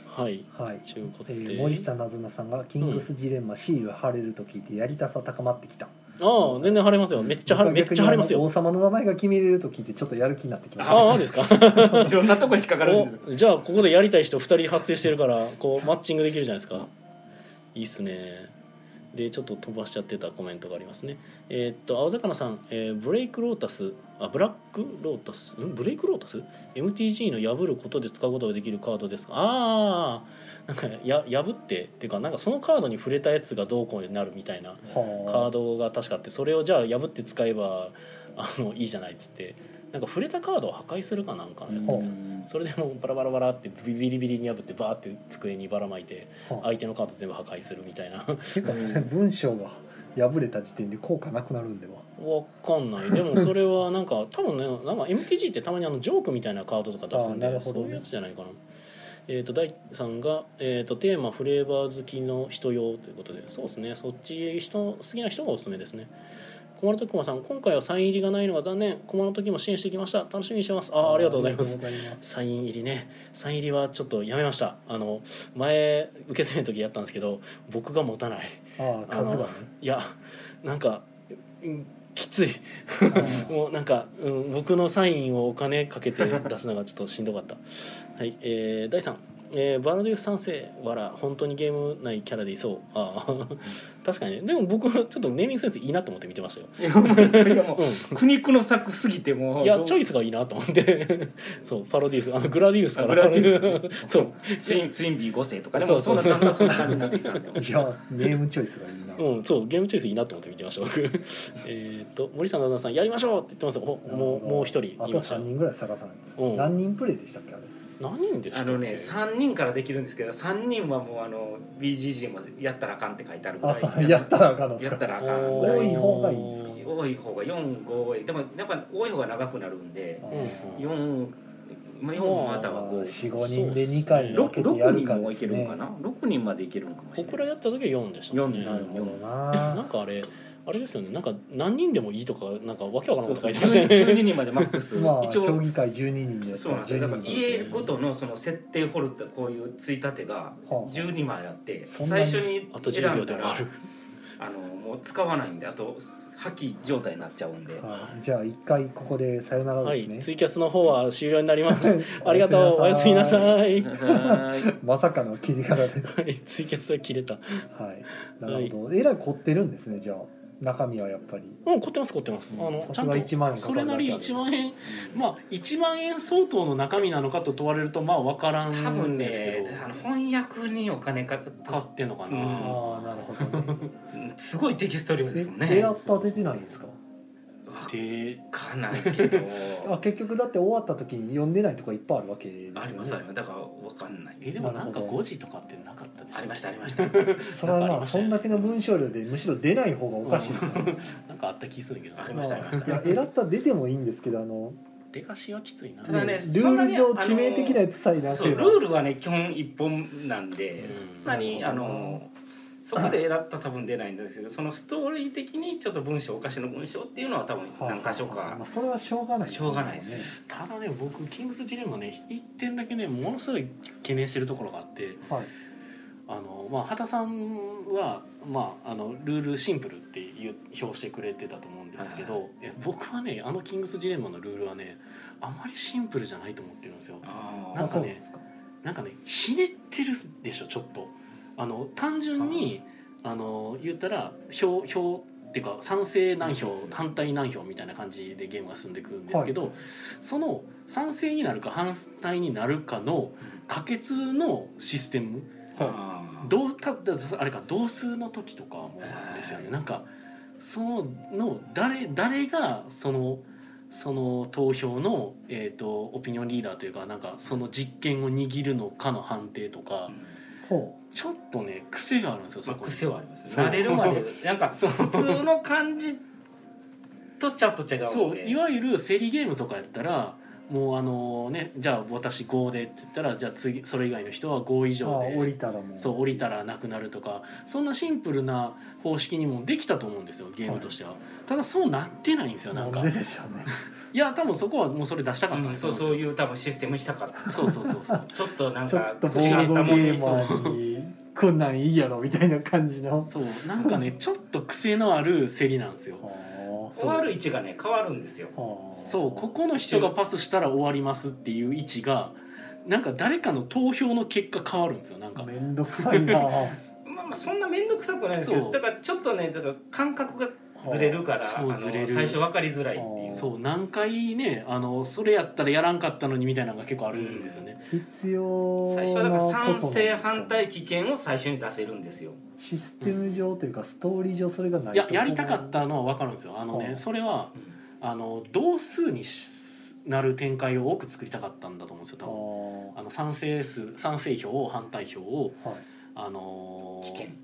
[SPEAKER 1] はい
[SPEAKER 2] はい
[SPEAKER 1] 中古
[SPEAKER 2] え
[SPEAKER 1] で、
[SPEAKER 2] ー、森下なずなさんが「キングスジレンマシール貼れる」と聞いてやりたさ高まってきた
[SPEAKER 1] ああ全然晴れますよめっちゃ晴れめっちゃ晴れますよ
[SPEAKER 2] 王様の名前が決めれると聞いてちょっとやる気になってきまし
[SPEAKER 1] ああ
[SPEAKER 2] た
[SPEAKER 1] マジで すか
[SPEAKER 3] いろんなとこに引っかかるんです
[SPEAKER 1] おじゃあここでやりたい人2人発生してるからこうマッチングできるじゃないですかいいっすねでちょっと飛ばしちゃってたコメントがありますねえーっと青魚さん、えーブレイクロータスあブラックロータスんブレイクロータス MTG の破ることで使うことができるカードですかああなんかや破ってっていうかなんかそのカードに触れたやつがどうこうになるみたいなカー
[SPEAKER 2] は
[SPEAKER 1] ドが確かあってそれをじゃあ破って使えばあのいいじゃないっつってなんか触れたカードを破壊するかなんかやってた
[SPEAKER 2] ほう
[SPEAKER 1] それでもうバラバラバラってビリビリに破ってバーって机にばらまいて
[SPEAKER 2] あはあ
[SPEAKER 1] 相手のカード全部破壊するみたいなわ
[SPEAKER 2] てかそれ文章が破れた時点で効果なくなるんでは
[SPEAKER 1] かんないでもそれはなんか 多分ねなんか MTG ってたまにあのジョークみたいなカードとか出すん
[SPEAKER 2] あーな
[SPEAKER 1] で
[SPEAKER 2] るほ
[SPEAKER 1] そう
[SPEAKER 2] どね
[SPEAKER 1] いうやつじゃないかな。えー、と第3が、えー、とテーマ「フレーバー好きの人用」ということでそうですねそっち人好きな人がおすすめですね駒の時駒さん今回はサイン入りがないのは残念駒の時も支援してきました楽しみにしてますあーありがとうございます
[SPEAKER 2] ありがとうございます
[SPEAKER 1] サイン入りねサイン入りはちょっとやめましたあの前受け攻めの時やったんですけど僕が持たない
[SPEAKER 2] ああ数がね
[SPEAKER 1] いやなんかうんきつい もうなんか、うん、僕のサインをお金かけて出すのがちょっとしんどかった。 はい、えー、第三、えー、バラデュース三世わら本当にゲーム内キャラでいそう。ああ、 確かにね。でも僕ちょっとネーミングセンスいいなと思って見てましたよ。
[SPEAKER 4] いやもうそれがもう
[SPEAKER 1] う
[SPEAKER 4] 苦肉の策すぎても
[SPEAKER 1] ん。
[SPEAKER 4] う
[SPEAKER 1] いや
[SPEAKER 4] どう
[SPEAKER 1] チョイスがいいなと思って。 そうパロディウスあのグラディウスから。
[SPEAKER 4] あグラディウ
[SPEAKER 1] そう。
[SPEAKER 4] ツインツインビー5世とかね
[SPEAKER 1] そ
[SPEAKER 4] も
[SPEAKER 1] う
[SPEAKER 4] う
[SPEAKER 1] そう
[SPEAKER 4] そ
[SPEAKER 1] ん
[SPEAKER 4] なだんだんそんな感じになってきたんで
[SPEAKER 2] いやネームチョイスがいいな、
[SPEAKER 1] うん、そうゲームチョイスいいなと思って見てました僕 えっと森さん旦那さんやりましょうって言ってますよおもうもう一人い
[SPEAKER 2] あ
[SPEAKER 1] ま
[SPEAKER 2] と
[SPEAKER 1] した
[SPEAKER 2] 三
[SPEAKER 1] よ
[SPEAKER 2] 人ぐらい探さないと、
[SPEAKER 1] うん
[SPEAKER 2] 何人プレイでしたっけあれ
[SPEAKER 1] 何人でした
[SPEAKER 4] あ
[SPEAKER 1] っけ
[SPEAKER 4] のね3人からできるんですけど3人はもうあの BGG もやったらあかんって書いてあるぐ
[SPEAKER 2] あ
[SPEAKER 4] らい
[SPEAKER 2] そうやったらあかんのです
[SPEAKER 4] や
[SPEAKER 2] か
[SPEAKER 4] ったらあかん
[SPEAKER 1] お
[SPEAKER 4] ぐ
[SPEAKER 1] ー
[SPEAKER 4] ら
[SPEAKER 2] 多
[SPEAKER 4] い
[SPEAKER 2] い方がいいんですか
[SPEAKER 4] 多い方が458でもやっぱ多い方が長くなるんで
[SPEAKER 2] あ
[SPEAKER 1] うんうん
[SPEAKER 4] 4まあ4または
[SPEAKER 2] ー
[SPEAKER 4] 5
[SPEAKER 2] 45人で2回に分
[SPEAKER 4] 六
[SPEAKER 2] けて
[SPEAKER 4] 六
[SPEAKER 2] やる
[SPEAKER 4] 人
[SPEAKER 2] か
[SPEAKER 4] も
[SPEAKER 2] で
[SPEAKER 4] い
[SPEAKER 2] す
[SPEAKER 4] けるん
[SPEAKER 2] ね
[SPEAKER 4] かな六人までいけるんかもしれない
[SPEAKER 1] 僕らやった時は4でしたもんね
[SPEAKER 4] 四
[SPEAKER 2] なるほど
[SPEAKER 1] なん
[SPEAKER 2] な
[SPEAKER 1] かあれあれですよねなんか何人でもいいとかなんかわけわからん
[SPEAKER 4] そ
[SPEAKER 1] こと書
[SPEAKER 4] うそう
[SPEAKER 1] いてましたよね
[SPEAKER 4] 12人までマック ス
[SPEAKER 2] まあ
[SPEAKER 4] 一
[SPEAKER 2] 評
[SPEAKER 4] 応
[SPEAKER 2] 議会12人でやった
[SPEAKER 4] そうなん
[SPEAKER 2] ら
[SPEAKER 4] ですよだから
[SPEAKER 2] 12人
[SPEAKER 4] 家ごとのその設定フォルダこういうついたてが
[SPEAKER 2] はあ
[SPEAKER 4] 12枚あって
[SPEAKER 2] そんなに
[SPEAKER 4] 最初に
[SPEAKER 1] あと
[SPEAKER 4] 選
[SPEAKER 1] 10秒
[SPEAKER 4] ん
[SPEAKER 1] で
[SPEAKER 4] だ
[SPEAKER 1] 終わ
[SPEAKER 4] ら
[SPEAKER 1] る
[SPEAKER 4] あのもう使わないんであと破棄状態になっちゃうんで
[SPEAKER 2] はい、じゃあ一回ここでさよなら
[SPEAKER 1] は
[SPEAKER 2] です
[SPEAKER 1] い
[SPEAKER 2] ね、
[SPEAKER 1] ツイキャスの方は終了になります ありがとう
[SPEAKER 2] お
[SPEAKER 1] お
[SPEAKER 2] や
[SPEAKER 1] や
[SPEAKER 2] す
[SPEAKER 1] す
[SPEAKER 2] み
[SPEAKER 1] み
[SPEAKER 2] な
[SPEAKER 1] な
[SPEAKER 2] さい
[SPEAKER 1] さい
[SPEAKER 2] まさかの切り方で
[SPEAKER 1] はいツイキャスは切れた
[SPEAKER 2] はいなるほど、えらい凝ってるんですねじゃあ中身はやっぱり
[SPEAKER 1] うん凝ってます凝ってますあの
[SPEAKER 2] さ
[SPEAKER 1] ち
[SPEAKER 2] す
[SPEAKER 1] ゃ
[SPEAKER 2] が
[SPEAKER 1] んと
[SPEAKER 2] 1万円かか
[SPEAKER 1] そ
[SPEAKER 2] る
[SPEAKER 1] れ
[SPEAKER 2] だけあ
[SPEAKER 1] な
[SPEAKER 2] る
[SPEAKER 1] り1万円まあ1万円相当の中身なのかと問われるとまあ分から
[SPEAKER 4] 多
[SPEAKER 1] ん
[SPEAKER 4] 分
[SPEAKER 1] ですけ
[SPEAKER 4] ね
[SPEAKER 1] ど
[SPEAKER 4] あの翻訳にお金かか
[SPEAKER 1] 買ってんのかな、
[SPEAKER 4] うん
[SPEAKER 2] ああなるほどね
[SPEAKER 4] すごいテキスト量ですもんね
[SPEAKER 2] えエラッパ出てないんですか
[SPEAKER 1] で
[SPEAKER 4] わかんないけど
[SPEAKER 2] あ結局だって終わった時に読んでないとかいっぱいあるわけですよね
[SPEAKER 4] ありますありますだからわかんない
[SPEAKER 1] えでもなんか
[SPEAKER 2] なるほ
[SPEAKER 1] 5
[SPEAKER 2] ど
[SPEAKER 1] 時とかってなかったで
[SPEAKER 4] ありましたありましたた
[SPEAKER 2] それ は
[SPEAKER 1] なんかあり
[SPEAKER 2] まあ
[SPEAKER 1] ました
[SPEAKER 2] そ
[SPEAKER 1] よ
[SPEAKER 2] ん
[SPEAKER 1] ね
[SPEAKER 2] だけの文章量でむしろ出ない方がおかしいですよね
[SPEAKER 1] なんかあった気するけど
[SPEAKER 4] あり
[SPEAKER 2] まあ
[SPEAKER 4] ました
[SPEAKER 2] い
[SPEAKER 4] ありました
[SPEAKER 2] やエラッパ出てもいいんですけどあの、
[SPEAKER 1] レガシーはきついな
[SPEAKER 4] ただね
[SPEAKER 2] ねル
[SPEAKER 4] そんな
[SPEAKER 2] ール
[SPEAKER 4] に
[SPEAKER 2] 上
[SPEAKER 4] あの
[SPEAKER 2] 致命的なやつさえなけ
[SPEAKER 4] そう
[SPEAKER 2] れ
[SPEAKER 4] ル
[SPEAKER 2] ば
[SPEAKER 4] ールはね基本一本なん
[SPEAKER 1] う
[SPEAKER 4] で
[SPEAKER 1] ん
[SPEAKER 4] そんなにあのそこで選った多分出ないんですけどそのストーリー的にちょっと文章おかしの文章っていうのは多分何箇所か
[SPEAKER 2] まあ、それはしょうがないですね、
[SPEAKER 4] しょうがないですね
[SPEAKER 1] ただね僕キングスジレンマね一点だけねものすごい懸念してるところがあって
[SPEAKER 2] はい
[SPEAKER 1] あのまあ畑さんは、まあ、あのルールシンプルっていう表してくれてたと思うんですけ
[SPEAKER 4] はい
[SPEAKER 1] ど、え僕はねあのキングスジレンマのルールはねあまりシンプルじゃないと思ってるんですよ
[SPEAKER 4] あ
[SPEAKER 1] なん
[SPEAKER 4] ー
[SPEAKER 1] かね
[SPEAKER 2] あそうですか
[SPEAKER 1] なんかねひねってるでしょちょっとあの単純にあの言ったら票票っていうか賛成何票反対何票みたいな感じでゲームが進んでいくんですけど、その賛成になるか反対になるかの可決のシステム
[SPEAKER 4] あー
[SPEAKER 1] 同ただあれか同数の時とかもですよね、
[SPEAKER 4] はい
[SPEAKER 1] なんかそのの誰誰がそのその投票の、えー、とオピニオンリーダーというかなんかその実権を握るのかの判定とか
[SPEAKER 2] ほ
[SPEAKER 1] ちょっとね癖があるんですよ
[SPEAKER 4] ま
[SPEAKER 1] そ
[SPEAKER 4] あ
[SPEAKER 1] こに。
[SPEAKER 4] 癖はあります
[SPEAKER 1] そう
[SPEAKER 4] ね慣れるまでなん か
[SPEAKER 1] そう
[SPEAKER 4] 普通の感じとちょっと違う
[SPEAKER 1] そ
[SPEAKER 4] ん
[SPEAKER 1] う
[SPEAKER 4] で
[SPEAKER 1] いわゆる競りゲームとかやったらもうあのねじゃあ私5でって言ったらじゃあ次それ以外の人は5以
[SPEAKER 2] う
[SPEAKER 1] 上
[SPEAKER 2] ああ
[SPEAKER 1] で
[SPEAKER 2] 降りたらもう
[SPEAKER 1] そう降りたらなくなるとかそんなシンプルな方式にもできたと思うんですよゲームとしては、ただそうなってないんですよなんか
[SPEAKER 2] なんででしょうね
[SPEAKER 1] いや多分そこはもうそれ出したかったん
[SPEAKER 4] う
[SPEAKER 1] で
[SPEAKER 4] ん
[SPEAKER 1] すよ、
[SPEAKER 4] そうそういう多分システムにしたかった
[SPEAKER 1] そうそうそうそう
[SPEAKER 4] ちょっとなん
[SPEAKER 2] ちょ
[SPEAKER 4] か
[SPEAKER 2] っとボードゲーマ
[SPEAKER 4] そう
[SPEAKER 2] ーにこんなんいいやろみたいな感じの
[SPEAKER 1] そうなんかねちょっと癖のある競りなんですよ
[SPEAKER 2] は
[SPEAKER 4] 終わる位置がね変わるんですよ
[SPEAKER 2] あはあ
[SPEAKER 1] そうここの人がパスしたら終わりますっていう位置がなんか誰かの投票の結果変わるんですよなんか
[SPEAKER 2] めんどくさい な
[SPEAKER 4] まあまあそんな面倒くさくないですけ
[SPEAKER 1] そう
[SPEAKER 4] どだからちょっとねだから感覚がずれるから
[SPEAKER 1] そ
[SPEAKER 4] あ
[SPEAKER 1] う
[SPEAKER 4] の
[SPEAKER 1] ずれる
[SPEAKER 4] 最初分かりづらいっていう
[SPEAKER 1] そう何回ねあのそれやったらやらんかったのにみたいなのが結構あるんですよね、
[SPEAKER 2] 必要な
[SPEAKER 4] 最初はだから賛
[SPEAKER 2] ことなんです
[SPEAKER 4] 成
[SPEAKER 2] かね
[SPEAKER 4] 反対棄権を最初に出せるんですよ
[SPEAKER 2] システム上というかストーリー上それがない
[SPEAKER 1] いややりたかったのは分かるんですよあの
[SPEAKER 2] う
[SPEAKER 1] ね
[SPEAKER 2] ん
[SPEAKER 1] それはあの同数にしなる展開を多く作りたかったんだと思うんですよ
[SPEAKER 2] あ
[SPEAKER 1] 多分
[SPEAKER 2] あ
[SPEAKER 1] あの賛成数賛成票を反対票を
[SPEAKER 2] はい
[SPEAKER 1] あのー
[SPEAKER 4] 棄権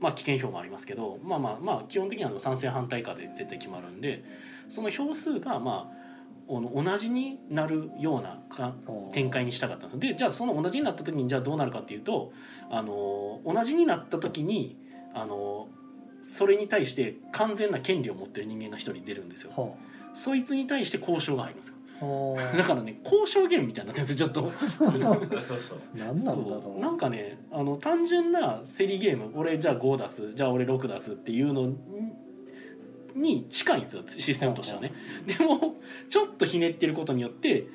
[SPEAKER 1] まあ棄権票もありますけどまあまあまあ基本的にはあの賛成反対かで絶対決まるんでその票数がまあおの同じになるようなか展開にしたかったんですでじゃあその同じになった時にじゃあどうなるかっていうとあの同じになった時にあのそれに対して完全な権利を持ってる人間が一人出るんですよ
[SPEAKER 2] は
[SPEAKER 1] そいつに対して交渉が入るんですよ
[SPEAKER 2] あは
[SPEAKER 1] だからね交渉ゲームみたいになってるんですよちょっと
[SPEAKER 4] そうそう
[SPEAKER 2] あ何なんだろ
[SPEAKER 1] そううなんかねあの単純な競りゲーム俺じゃあ5出すじゃあ俺6出すっていうのにに近いんですよシステムとしてはね でもちょっとひねってることによって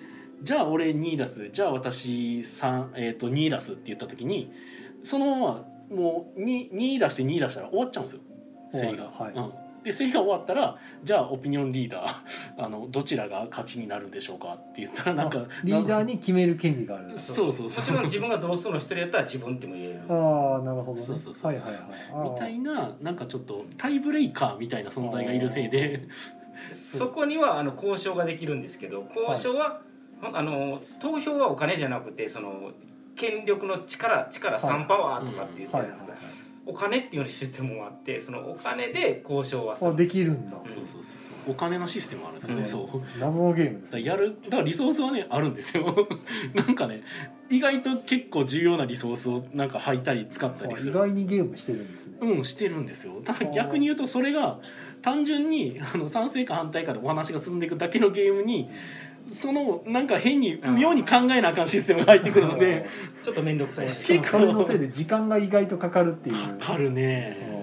[SPEAKER 1] じゃあ俺2出すじゃあ私3、えー、と2出すって言った時にそのままもう 2, 2出して2出したら終わっちゃうんですよ競りが。
[SPEAKER 2] はい
[SPEAKER 1] うんで競りが終わったらじゃあオピニオンリーダーあのどちらが勝ちになるんでしょうかって言ったらなんか
[SPEAKER 2] リーダー
[SPEAKER 1] に
[SPEAKER 2] に決める権利がある
[SPEAKER 1] そうそうそう
[SPEAKER 4] もちろん自分が同数の一人やったら自分っても言える
[SPEAKER 2] ああなるほどね
[SPEAKER 1] そうそうそうそう
[SPEAKER 2] はいはいはい
[SPEAKER 1] みたいななんかちょっとタイブレイカーみたいな存在がいるせいで
[SPEAKER 4] そこにはあの交渉ができるんですけど交渉は、あの投票はお金じゃなくてその権力の力力
[SPEAKER 2] はい
[SPEAKER 4] 3パワーとかって言って
[SPEAKER 2] は
[SPEAKER 4] る
[SPEAKER 2] い
[SPEAKER 4] ん
[SPEAKER 2] は
[SPEAKER 4] ですか、
[SPEAKER 2] い
[SPEAKER 4] お金っていうシステムもあってそのお金で交渉はす
[SPEAKER 2] はいあ
[SPEAKER 4] る
[SPEAKER 2] できるんだ
[SPEAKER 4] うん
[SPEAKER 1] そうそうそうそうお金のシステムあるんですよね、
[SPEAKER 4] うん
[SPEAKER 1] そうだか
[SPEAKER 2] 謎のゲームです
[SPEAKER 1] らやるだからリソースはねあるんですよ なんかね意外と結構重要なリソースをなんか履いたり使ったりす
[SPEAKER 2] 意
[SPEAKER 1] る
[SPEAKER 2] 外にゲームしてるんですね、
[SPEAKER 1] うんしてるんですよただ逆に言うとそれが単純にあの賛成か反対かでお話が進んでいくだけのゲームにそのなんか変に
[SPEAKER 4] うん
[SPEAKER 1] 妙に考えなあかんシステムが入ってくるので
[SPEAKER 4] ちょっと面倒くさい
[SPEAKER 2] し
[SPEAKER 4] し
[SPEAKER 2] かもそれのせいで時間が意外とかかるっていう
[SPEAKER 1] かかるね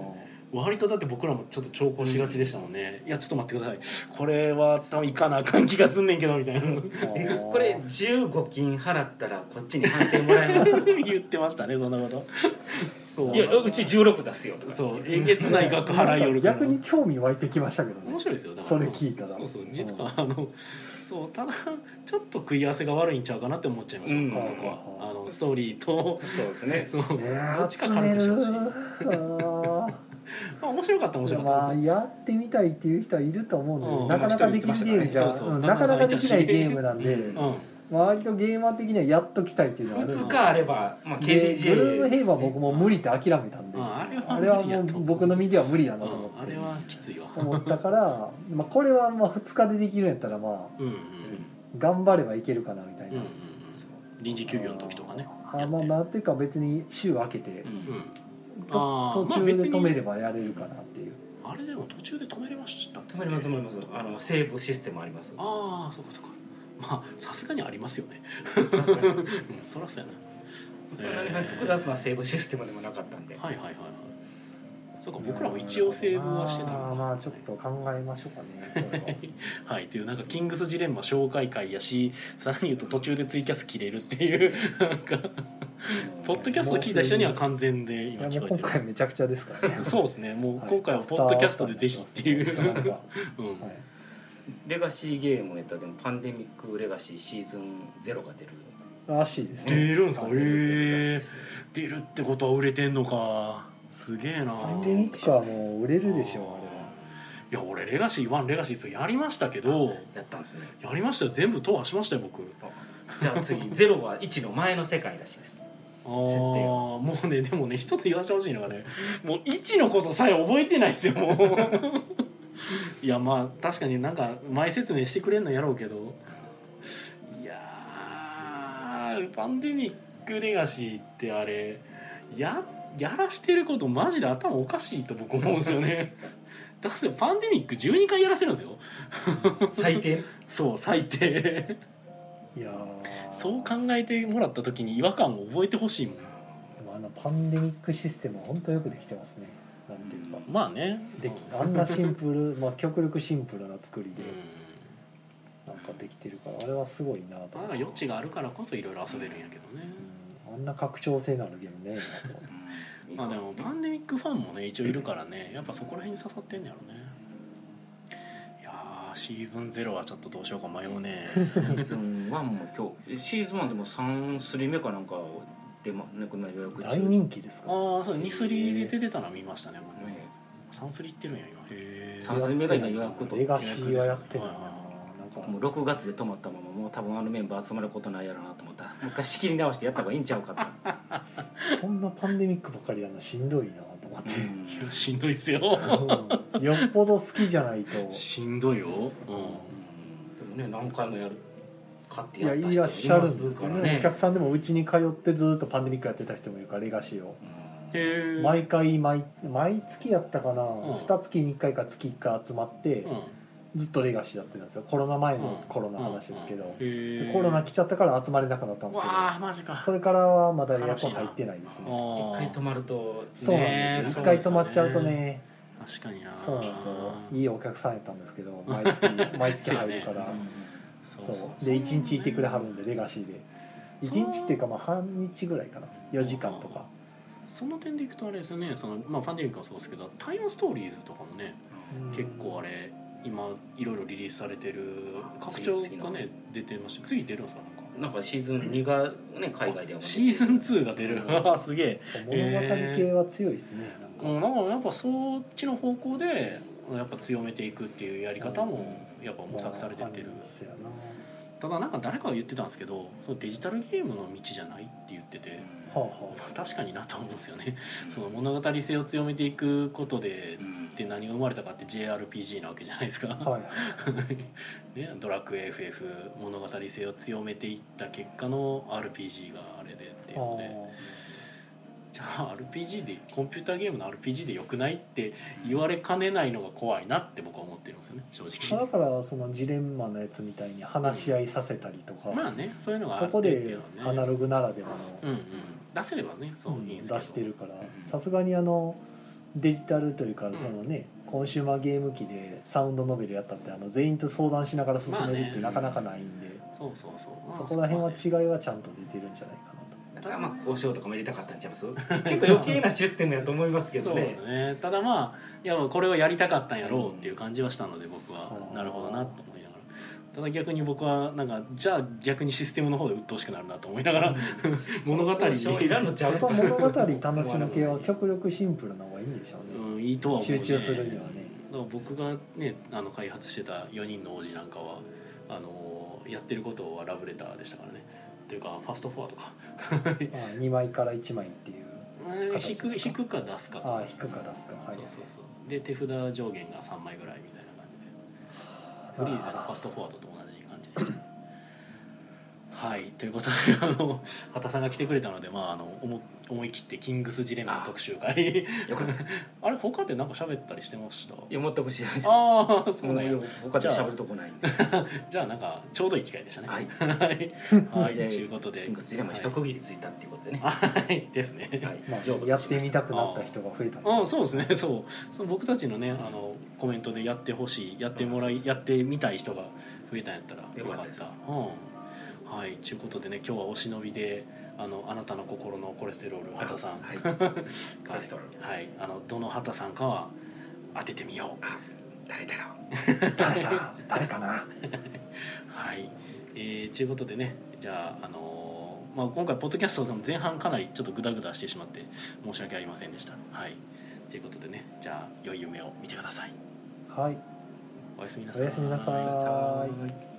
[SPEAKER 1] 割とだって僕らもちょっと調校しがちでしたもんね、いやちょっと待ってくださいこれは多分いかなあかん気がすんねんけどみたいな
[SPEAKER 2] うんあー
[SPEAKER 4] これ15金払ったらこっちに判定もらえます
[SPEAKER 1] 言ってましたねそんなことそう
[SPEAKER 4] いやうち16出すよとか
[SPEAKER 1] そうえげつない額払いよるから
[SPEAKER 2] 逆に興味湧いてきましたけどね
[SPEAKER 1] 面白いですよだか
[SPEAKER 2] そ
[SPEAKER 1] ら
[SPEAKER 2] れ聞いたら
[SPEAKER 1] そうそう実はあのそうただちょっと食い合わせが悪いんちゃうかなって思っちゃいました、
[SPEAKER 4] うん
[SPEAKER 1] あそこはあのストーリーと
[SPEAKER 4] そうですね
[SPEAKER 1] そう
[SPEAKER 2] いやー
[SPEAKER 1] どっちか軽くしてほしい
[SPEAKER 2] 集めるあー
[SPEAKER 1] まあ面白かった面白かった、
[SPEAKER 2] まあやってみたいっていう人はいると思うんで、
[SPEAKER 1] うん
[SPEAKER 2] なかなかできるゲームじゃ、
[SPEAKER 1] まあ一人言ってましたからねそ
[SPEAKER 2] うん
[SPEAKER 1] うそう
[SPEAKER 2] なかなかできないゲームなんで、
[SPEAKER 4] うん
[SPEAKER 1] うん
[SPEAKER 2] 周りとゲーマー的にはやっときたいっていうのはある
[SPEAKER 4] 2日あれば、まあ、
[SPEAKER 2] でブルー
[SPEAKER 4] KDJ
[SPEAKER 2] ム
[SPEAKER 4] で
[SPEAKER 2] ヘイ
[SPEAKER 4] す
[SPEAKER 2] は僕も無理って諦めたんで、
[SPEAKER 1] うんあれは
[SPEAKER 2] あれは
[SPEAKER 1] 無理
[SPEAKER 2] も
[SPEAKER 1] や
[SPEAKER 2] う
[SPEAKER 1] と
[SPEAKER 2] 僕の身では無理だ
[SPEAKER 1] う
[SPEAKER 2] なと思って、
[SPEAKER 1] んあれはきついわ
[SPEAKER 2] 思ったから、まあ、これはまあ2日でできるんやったらまあ
[SPEAKER 1] うんうん
[SPEAKER 2] 頑張ればいけるかなみたい
[SPEAKER 1] うんう
[SPEAKER 2] な、
[SPEAKER 1] んうん臨時休業の時とかね
[SPEAKER 2] あ
[SPEAKER 1] やっ
[SPEAKER 2] ー
[SPEAKER 1] て
[SPEAKER 2] まあまあっていうか別に週明けて、
[SPEAKER 4] うん
[SPEAKER 1] うん
[SPEAKER 2] と
[SPEAKER 1] あー
[SPEAKER 2] 途
[SPEAKER 1] まあ
[SPEAKER 2] 中で
[SPEAKER 1] 別に
[SPEAKER 2] 止めればやれるかなっていう、
[SPEAKER 1] あれでも途中で止めれました
[SPEAKER 4] 止まります止まりますあのセーブシステムあります
[SPEAKER 1] ああそうかそうかまあさすがにありますよね
[SPEAKER 4] さすがに
[SPEAKER 1] うんそらそうやな、
[SPEAKER 4] そんなに複雑なセーブシステムでもなかったんで、
[SPEAKER 1] はいはいはいはいそうか僕らも一応セーブはしてた
[SPEAKER 2] ま
[SPEAKER 1] の
[SPEAKER 2] あ
[SPEAKER 1] か
[SPEAKER 2] まあちょっと考えましょうかねそれは
[SPEAKER 1] はいというなんかキングスジレンマ紹介会やしさらに言うと途中でツイキャス切れるっていうなんかポッドキャスト聞いた人には完全で
[SPEAKER 2] い
[SPEAKER 1] 今
[SPEAKER 2] やも
[SPEAKER 1] 聞
[SPEAKER 2] う
[SPEAKER 1] こ
[SPEAKER 2] 今
[SPEAKER 1] えて
[SPEAKER 2] 回めちゃくちゃですからね
[SPEAKER 1] るそうですねもう今回はポ
[SPEAKER 2] い
[SPEAKER 1] ッドキャストでぜひっていう、
[SPEAKER 2] そうなんかは
[SPEAKER 1] うん
[SPEAKER 4] レガシーゲームやったらでもパンデミックレガシーシーズン0が出る
[SPEAKER 2] いらしいですね
[SPEAKER 1] 出るんすか
[SPEAKER 4] パン
[SPEAKER 1] へ
[SPEAKER 4] デミック出るらしい
[SPEAKER 1] え
[SPEAKER 4] ですよ
[SPEAKER 1] 出るってことは売れてんのかすげえな
[SPEAKER 2] パンデミックはもう売れるでしょうあれはい
[SPEAKER 1] や俺レガシー1レガシー2やりましたけど
[SPEAKER 4] やったんですね
[SPEAKER 1] やりましたよ全部踏破しましたよ僕
[SPEAKER 4] じゃあ次0は1の前の世界らしいです
[SPEAKER 1] ああもうねでもね一つ言わせてほしいのがねもう1のことさえ覚えてないですよもう いやまあ確かになんか前説明してくれんのやろうけどいやーパンデミックレガシーってあれややらしてることマジで頭おかしいと僕思うんですよね だってパンデミック12回やらせるんですよ
[SPEAKER 4] 最低
[SPEAKER 1] そう最低
[SPEAKER 2] いやー
[SPEAKER 1] そう考えてもらった時に違和感を覚えてほしいもん
[SPEAKER 2] でもあのパンデミックシステムは本当よくできてますねなんていうか、
[SPEAKER 1] まあね
[SPEAKER 2] できあんなシンプル まあ極力シンプルな作り
[SPEAKER 1] う
[SPEAKER 2] で
[SPEAKER 1] ん
[SPEAKER 2] なんかできてるからあれはすごいな
[SPEAKER 1] まあ、
[SPEAKER 2] と
[SPEAKER 1] なんか余地があるからこそいろいろ遊べるんやけどね、
[SPEAKER 2] うんあんな拡張性のあるゲームねえなと思って
[SPEAKER 1] まあでもパンデミックファンもね一応いるからねやっぱそこら辺に刺さってんねやろねいやーシーズン0はちょっとどうしようか迷うね
[SPEAKER 4] シーズン1も今日シーズン1でも3スリ目かなんかでまなんか今予約中
[SPEAKER 2] 大人気ですか ら
[SPEAKER 1] ああそう23で出てたの見ましたね僕ね
[SPEAKER 4] ね
[SPEAKER 1] 33行ってるんや今へ
[SPEAKER 4] 三スリ目が今予約と
[SPEAKER 2] レガシーはやってるな
[SPEAKER 1] はい
[SPEAKER 2] なん
[SPEAKER 4] もう
[SPEAKER 2] か
[SPEAKER 4] 6月で止まったままもう多分あのメンバー集まることないやろなと思ったもう一回仕切り直してやった方がいいんちゃうかと思 って
[SPEAKER 2] そんなパンデミックばかりやのしんどいなと思って
[SPEAKER 1] いやしんどいっすよ
[SPEAKER 2] うんよっぽど好きじゃないと
[SPEAKER 1] しんどいよ、う
[SPEAKER 4] うんでもね何回もやる買って
[SPEAKER 2] いや
[SPEAKER 4] やった人
[SPEAKER 2] いらっしゃるん
[SPEAKER 4] い
[SPEAKER 2] で
[SPEAKER 4] ます
[SPEAKER 2] け
[SPEAKER 4] すか
[SPEAKER 2] ど
[SPEAKER 4] ら
[SPEAKER 2] ねお客さんでもうちに通ってずっとパンデミックやってた人もいるからレガシーを
[SPEAKER 4] うん
[SPEAKER 1] へえ
[SPEAKER 2] 毎回毎毎月やったかな、
[SPEAKER 1] ん
[SPEAKER 2] 二月に1回か月1回集まって、
[SPEAKER 1] うん
[SPEAKER 2] ずっとレガシーやってるんですよコロナ前のコロナ話ですけど、
[SPEAKER 1] へえ
[SPEAKER 2] コロナ来ちゃったから集まれなくなったんですけど
[SPEAKER 1] わあマジか
[SPEAKER 2] それからはまだエア
[SPEAKER 1] 悲し
[SPEAKER 2] コ
[SPEAKER 1] い
[SPEAKER 2] ン
[SPEAKER 1] な
[SPEAKER 2] 入ってないですね
[SPEAKER 1] あ
[SPEAKER 4] 一
[SPEAKER 1] ー
[SPEAKER 4] 回止まると
[SPEAKER 2] そうなんですよ一、回止まっちゃうとね
[SPEAKER 1] 確かにな
[SPEAKER 2] そうなんですよいいお客さんやったんです けど毎月毎月入るからそうで1日いてくれはるんでレガシーで
[SPEAKER 1] そう
[SPEAKER 2] 1日っていうかまあ半日ぐらいかな4時間とか
[SPEAKER 1] その点でいくとあれですよねその、まあ、パンデミックもそうですけど「タイムストーリーズ」とかもね
[SPEAKER 2] うん
[SPEAKER 1] 結構あれ今いろいろリリースされてる拡張
[SPEAKER 4] 次
[SPEAKER 1] が
[SPEAKER 4] の
[SPEAKER 1] ね出てました次出るんですかなんか
[SPEAKER 4] なんかシーズン2がね海外では
[SPEAKER 1] シーズン2が出るあー すげえ
[SPEAKER 2] 物語系は強いですねなんか
[SPEAKER 1] うんなんかやっぱそっちの方向でやっぱ強めていくっていうやり方もやっぱ模索されてってる
[SPEAKER 2] まああんですよな
[SPEAKER 1] ただなんか誰かが言ってたんですけどそのデジタルゲームの道じゃないって言ってて
[SPEAKER 2] はあはあ
[SPEAKER 1] 確かになと思うんですよねその物語性を強めていくことで
[SPEAKER 4] うん
[SPEAKER 1] で何が生まれたかって JRPG なわけじゃないですか、
[SPEAKER 2] はい、
[SPEAKER 1] ね、ドラクエ FF 物語性を強めていった結果の RPG があれでっていうのでじゃあ RPG でコンピューターゲームの RPG でよくないって言われかねないのが怖いなって僕は思ってるんですよね正
[SPEAKER 2] あー
[SPEAKER 1] 直
[SPEAKER 2] だからそのジレンマのやつみたいに話し合いさせたりとか、
[SPEAKER 1] まあねそういうのがあ
[SPEAKER 2] そ
[SPEAKER 1] る
[SPEAKER 2] こ
[SPEAKER 1] ってい
[SPEAKER 2] で
[SPEAKER 1] うの
[SPEAKER 2] ア
[SPEAKER 1] はね
[SPEAKER 2] ナログならでは
[SPEAKER 1] うんうん出せればねそ
[SPEAKER 2] の、
[SPEAKER 1] ういいん
[SPEAKER 2] 出
[SPEAKER 1] ですけど
[SPEAKER 2] してるから
[SPEAKER 4] ん
[SPEAKER 2] さすがにあのデジタルというか
[SPEAKER 1] ん
[SPEAKER 2] そのね、コンシューマーゲーム機でサウンドノベルやったってあの全員と相談しながら進める
[SPEAKER 1] ま
[SPEAKER 2] っ
[SPEAKER 1] あ
[SPEAKER 2] て
[SPEAKER 1] ね
[SPEAKER 2] なかなかないんで、
[SPEAKER 1] そうそうそう、まあ
[SPEAKER 2] そこら辺は
[SPEAKER 1] そ
[SPEAKER 2] 違いはちゃんと出てるんじゃないかなと。
[SPEAKER 4] だからまあ交渉とかも入れたかったんちゃいます結構余計なシステムやと思いますけどね
[SPEAKER 1] そうですねただまあいやこれをやりたかったんやろうっていう感じはしたので僕は
[SPEAKER 2] うん
[SPEAKER 1] なるほどなと思いながらただ逆に僕はなんかじゃあ逆にシステムの方で鬱陶しくなるなと思いながら物語 に、
[SPEAKER 4] 交渉いらんのちゃ
[SPEAKER 2] や
[SPEAKER 4] う
[SPEAKER 2] っぱ物語楽しむ系は極力シンプルな方がいいんでしょうね、
[SPEAKER 1] うん、いいとは思う、ね、
[SPEAKER 2] 集中するにはね
[SPEAKER 1] だから僕がねあの開発してた4人の王子なんかはあのやってることはラブレターでしたからねというかファストフォワードか
[SPEAKER 2] まあ、2枚から1枚っていう
[SPEAKER 1] うん
[SPEAKER 2] 形
[SPEAKER 1] 引
[SPEAKER 2] ですか
[SPEAKER 1] く引くか出すかとか
[SPEAKER 2] ああ引くか出すかはい
[SPEAKER 1] そうそうそうで手札上限が3枚ぐらいみたいな感じでフリーザのファストフォワードと同じ感じでしたね。はいということであの畑さんが来てくれたので、まあ、あの思思い切って「キングスジレンマ」特集会
[SPEAKER 4] よかった
[SPEAKER 1] あれ他でなんか喋ったりしてました
[SPEAKER 4] いや全く知らないです
[SPEAKER 1] ああそう
[SPEAKER 4] もう
[SPEAKER 1] なんや
[SPEAKER 4] 他で喋るとこないんで
[SPEAKER 1] じゃあなんかちょうどいい機会でしたね
[SPEAKER 4] はい
[SPEAKER 1] はい、 はい、と
[SPEAKER 4] で
[SPEAKER 1] いうことで
[SPEAKER 4] キングスでも一区切りついたっていうことでね
[SPEAKER 1] はいですね、
[SPEAKER 4] はい
[SPEAKER 2] ま
[SPEAKER 4] 成
[SPEAKER 2] あ、
[SPEAKER 4] 仏
[SPEAKER 2] やって
[SPEAKER 4] し
[SPEAKER 2] み
[SPEAKER 4] ました
[SPEAKER 2] くなった人が増えた
[SPEAKER 1] ああそうですね そうその僕たちのねあのコメントでやってほしいやってもら
[SPEAKER 4] あそう
[SPEAKER 1] い
[SPEAKER 4] そう
[SPEAKER 1] やってみたい人が増えたんやったらよ
[SPEAKER 4] よ
[SPEAKER 1] か
[SPEAKER 4] か
[SPEAKER 1] っ
[SPEAKER 4] ったたです
[SPEAKER 1] うん、はいということでね今日はお忍びであのあなたの心のコレステロール
[SPEAKER 4] た
[SPEAKER 1] 畑さん
[SPEAKER 4] はいコレステロール
[SPEAKER 1] はい、あのどの畑さんかは当ててみよう
[SPEAKER 4] あ誰だろ
[SPEAKER 2] 誰か誰かな
[SPEAKER 1] はい、えー、ということでねじゃあ、あのーまあ、今回ポッドキャストでも前半かなりちょっとグダグダしてしまって申し訳ありませんでしたはいということでねじゃあ良い夢を見てください
[SPEAKER 2] はい
[SPEAKER 1] おやすみなさ
[SPEAKER 2] お
[SPEAKER 1] い
[SPEAKER 2] やすみな
[SPEAKER 4] う
[SPEAKER 2] さい
[SPEAKER 4] はい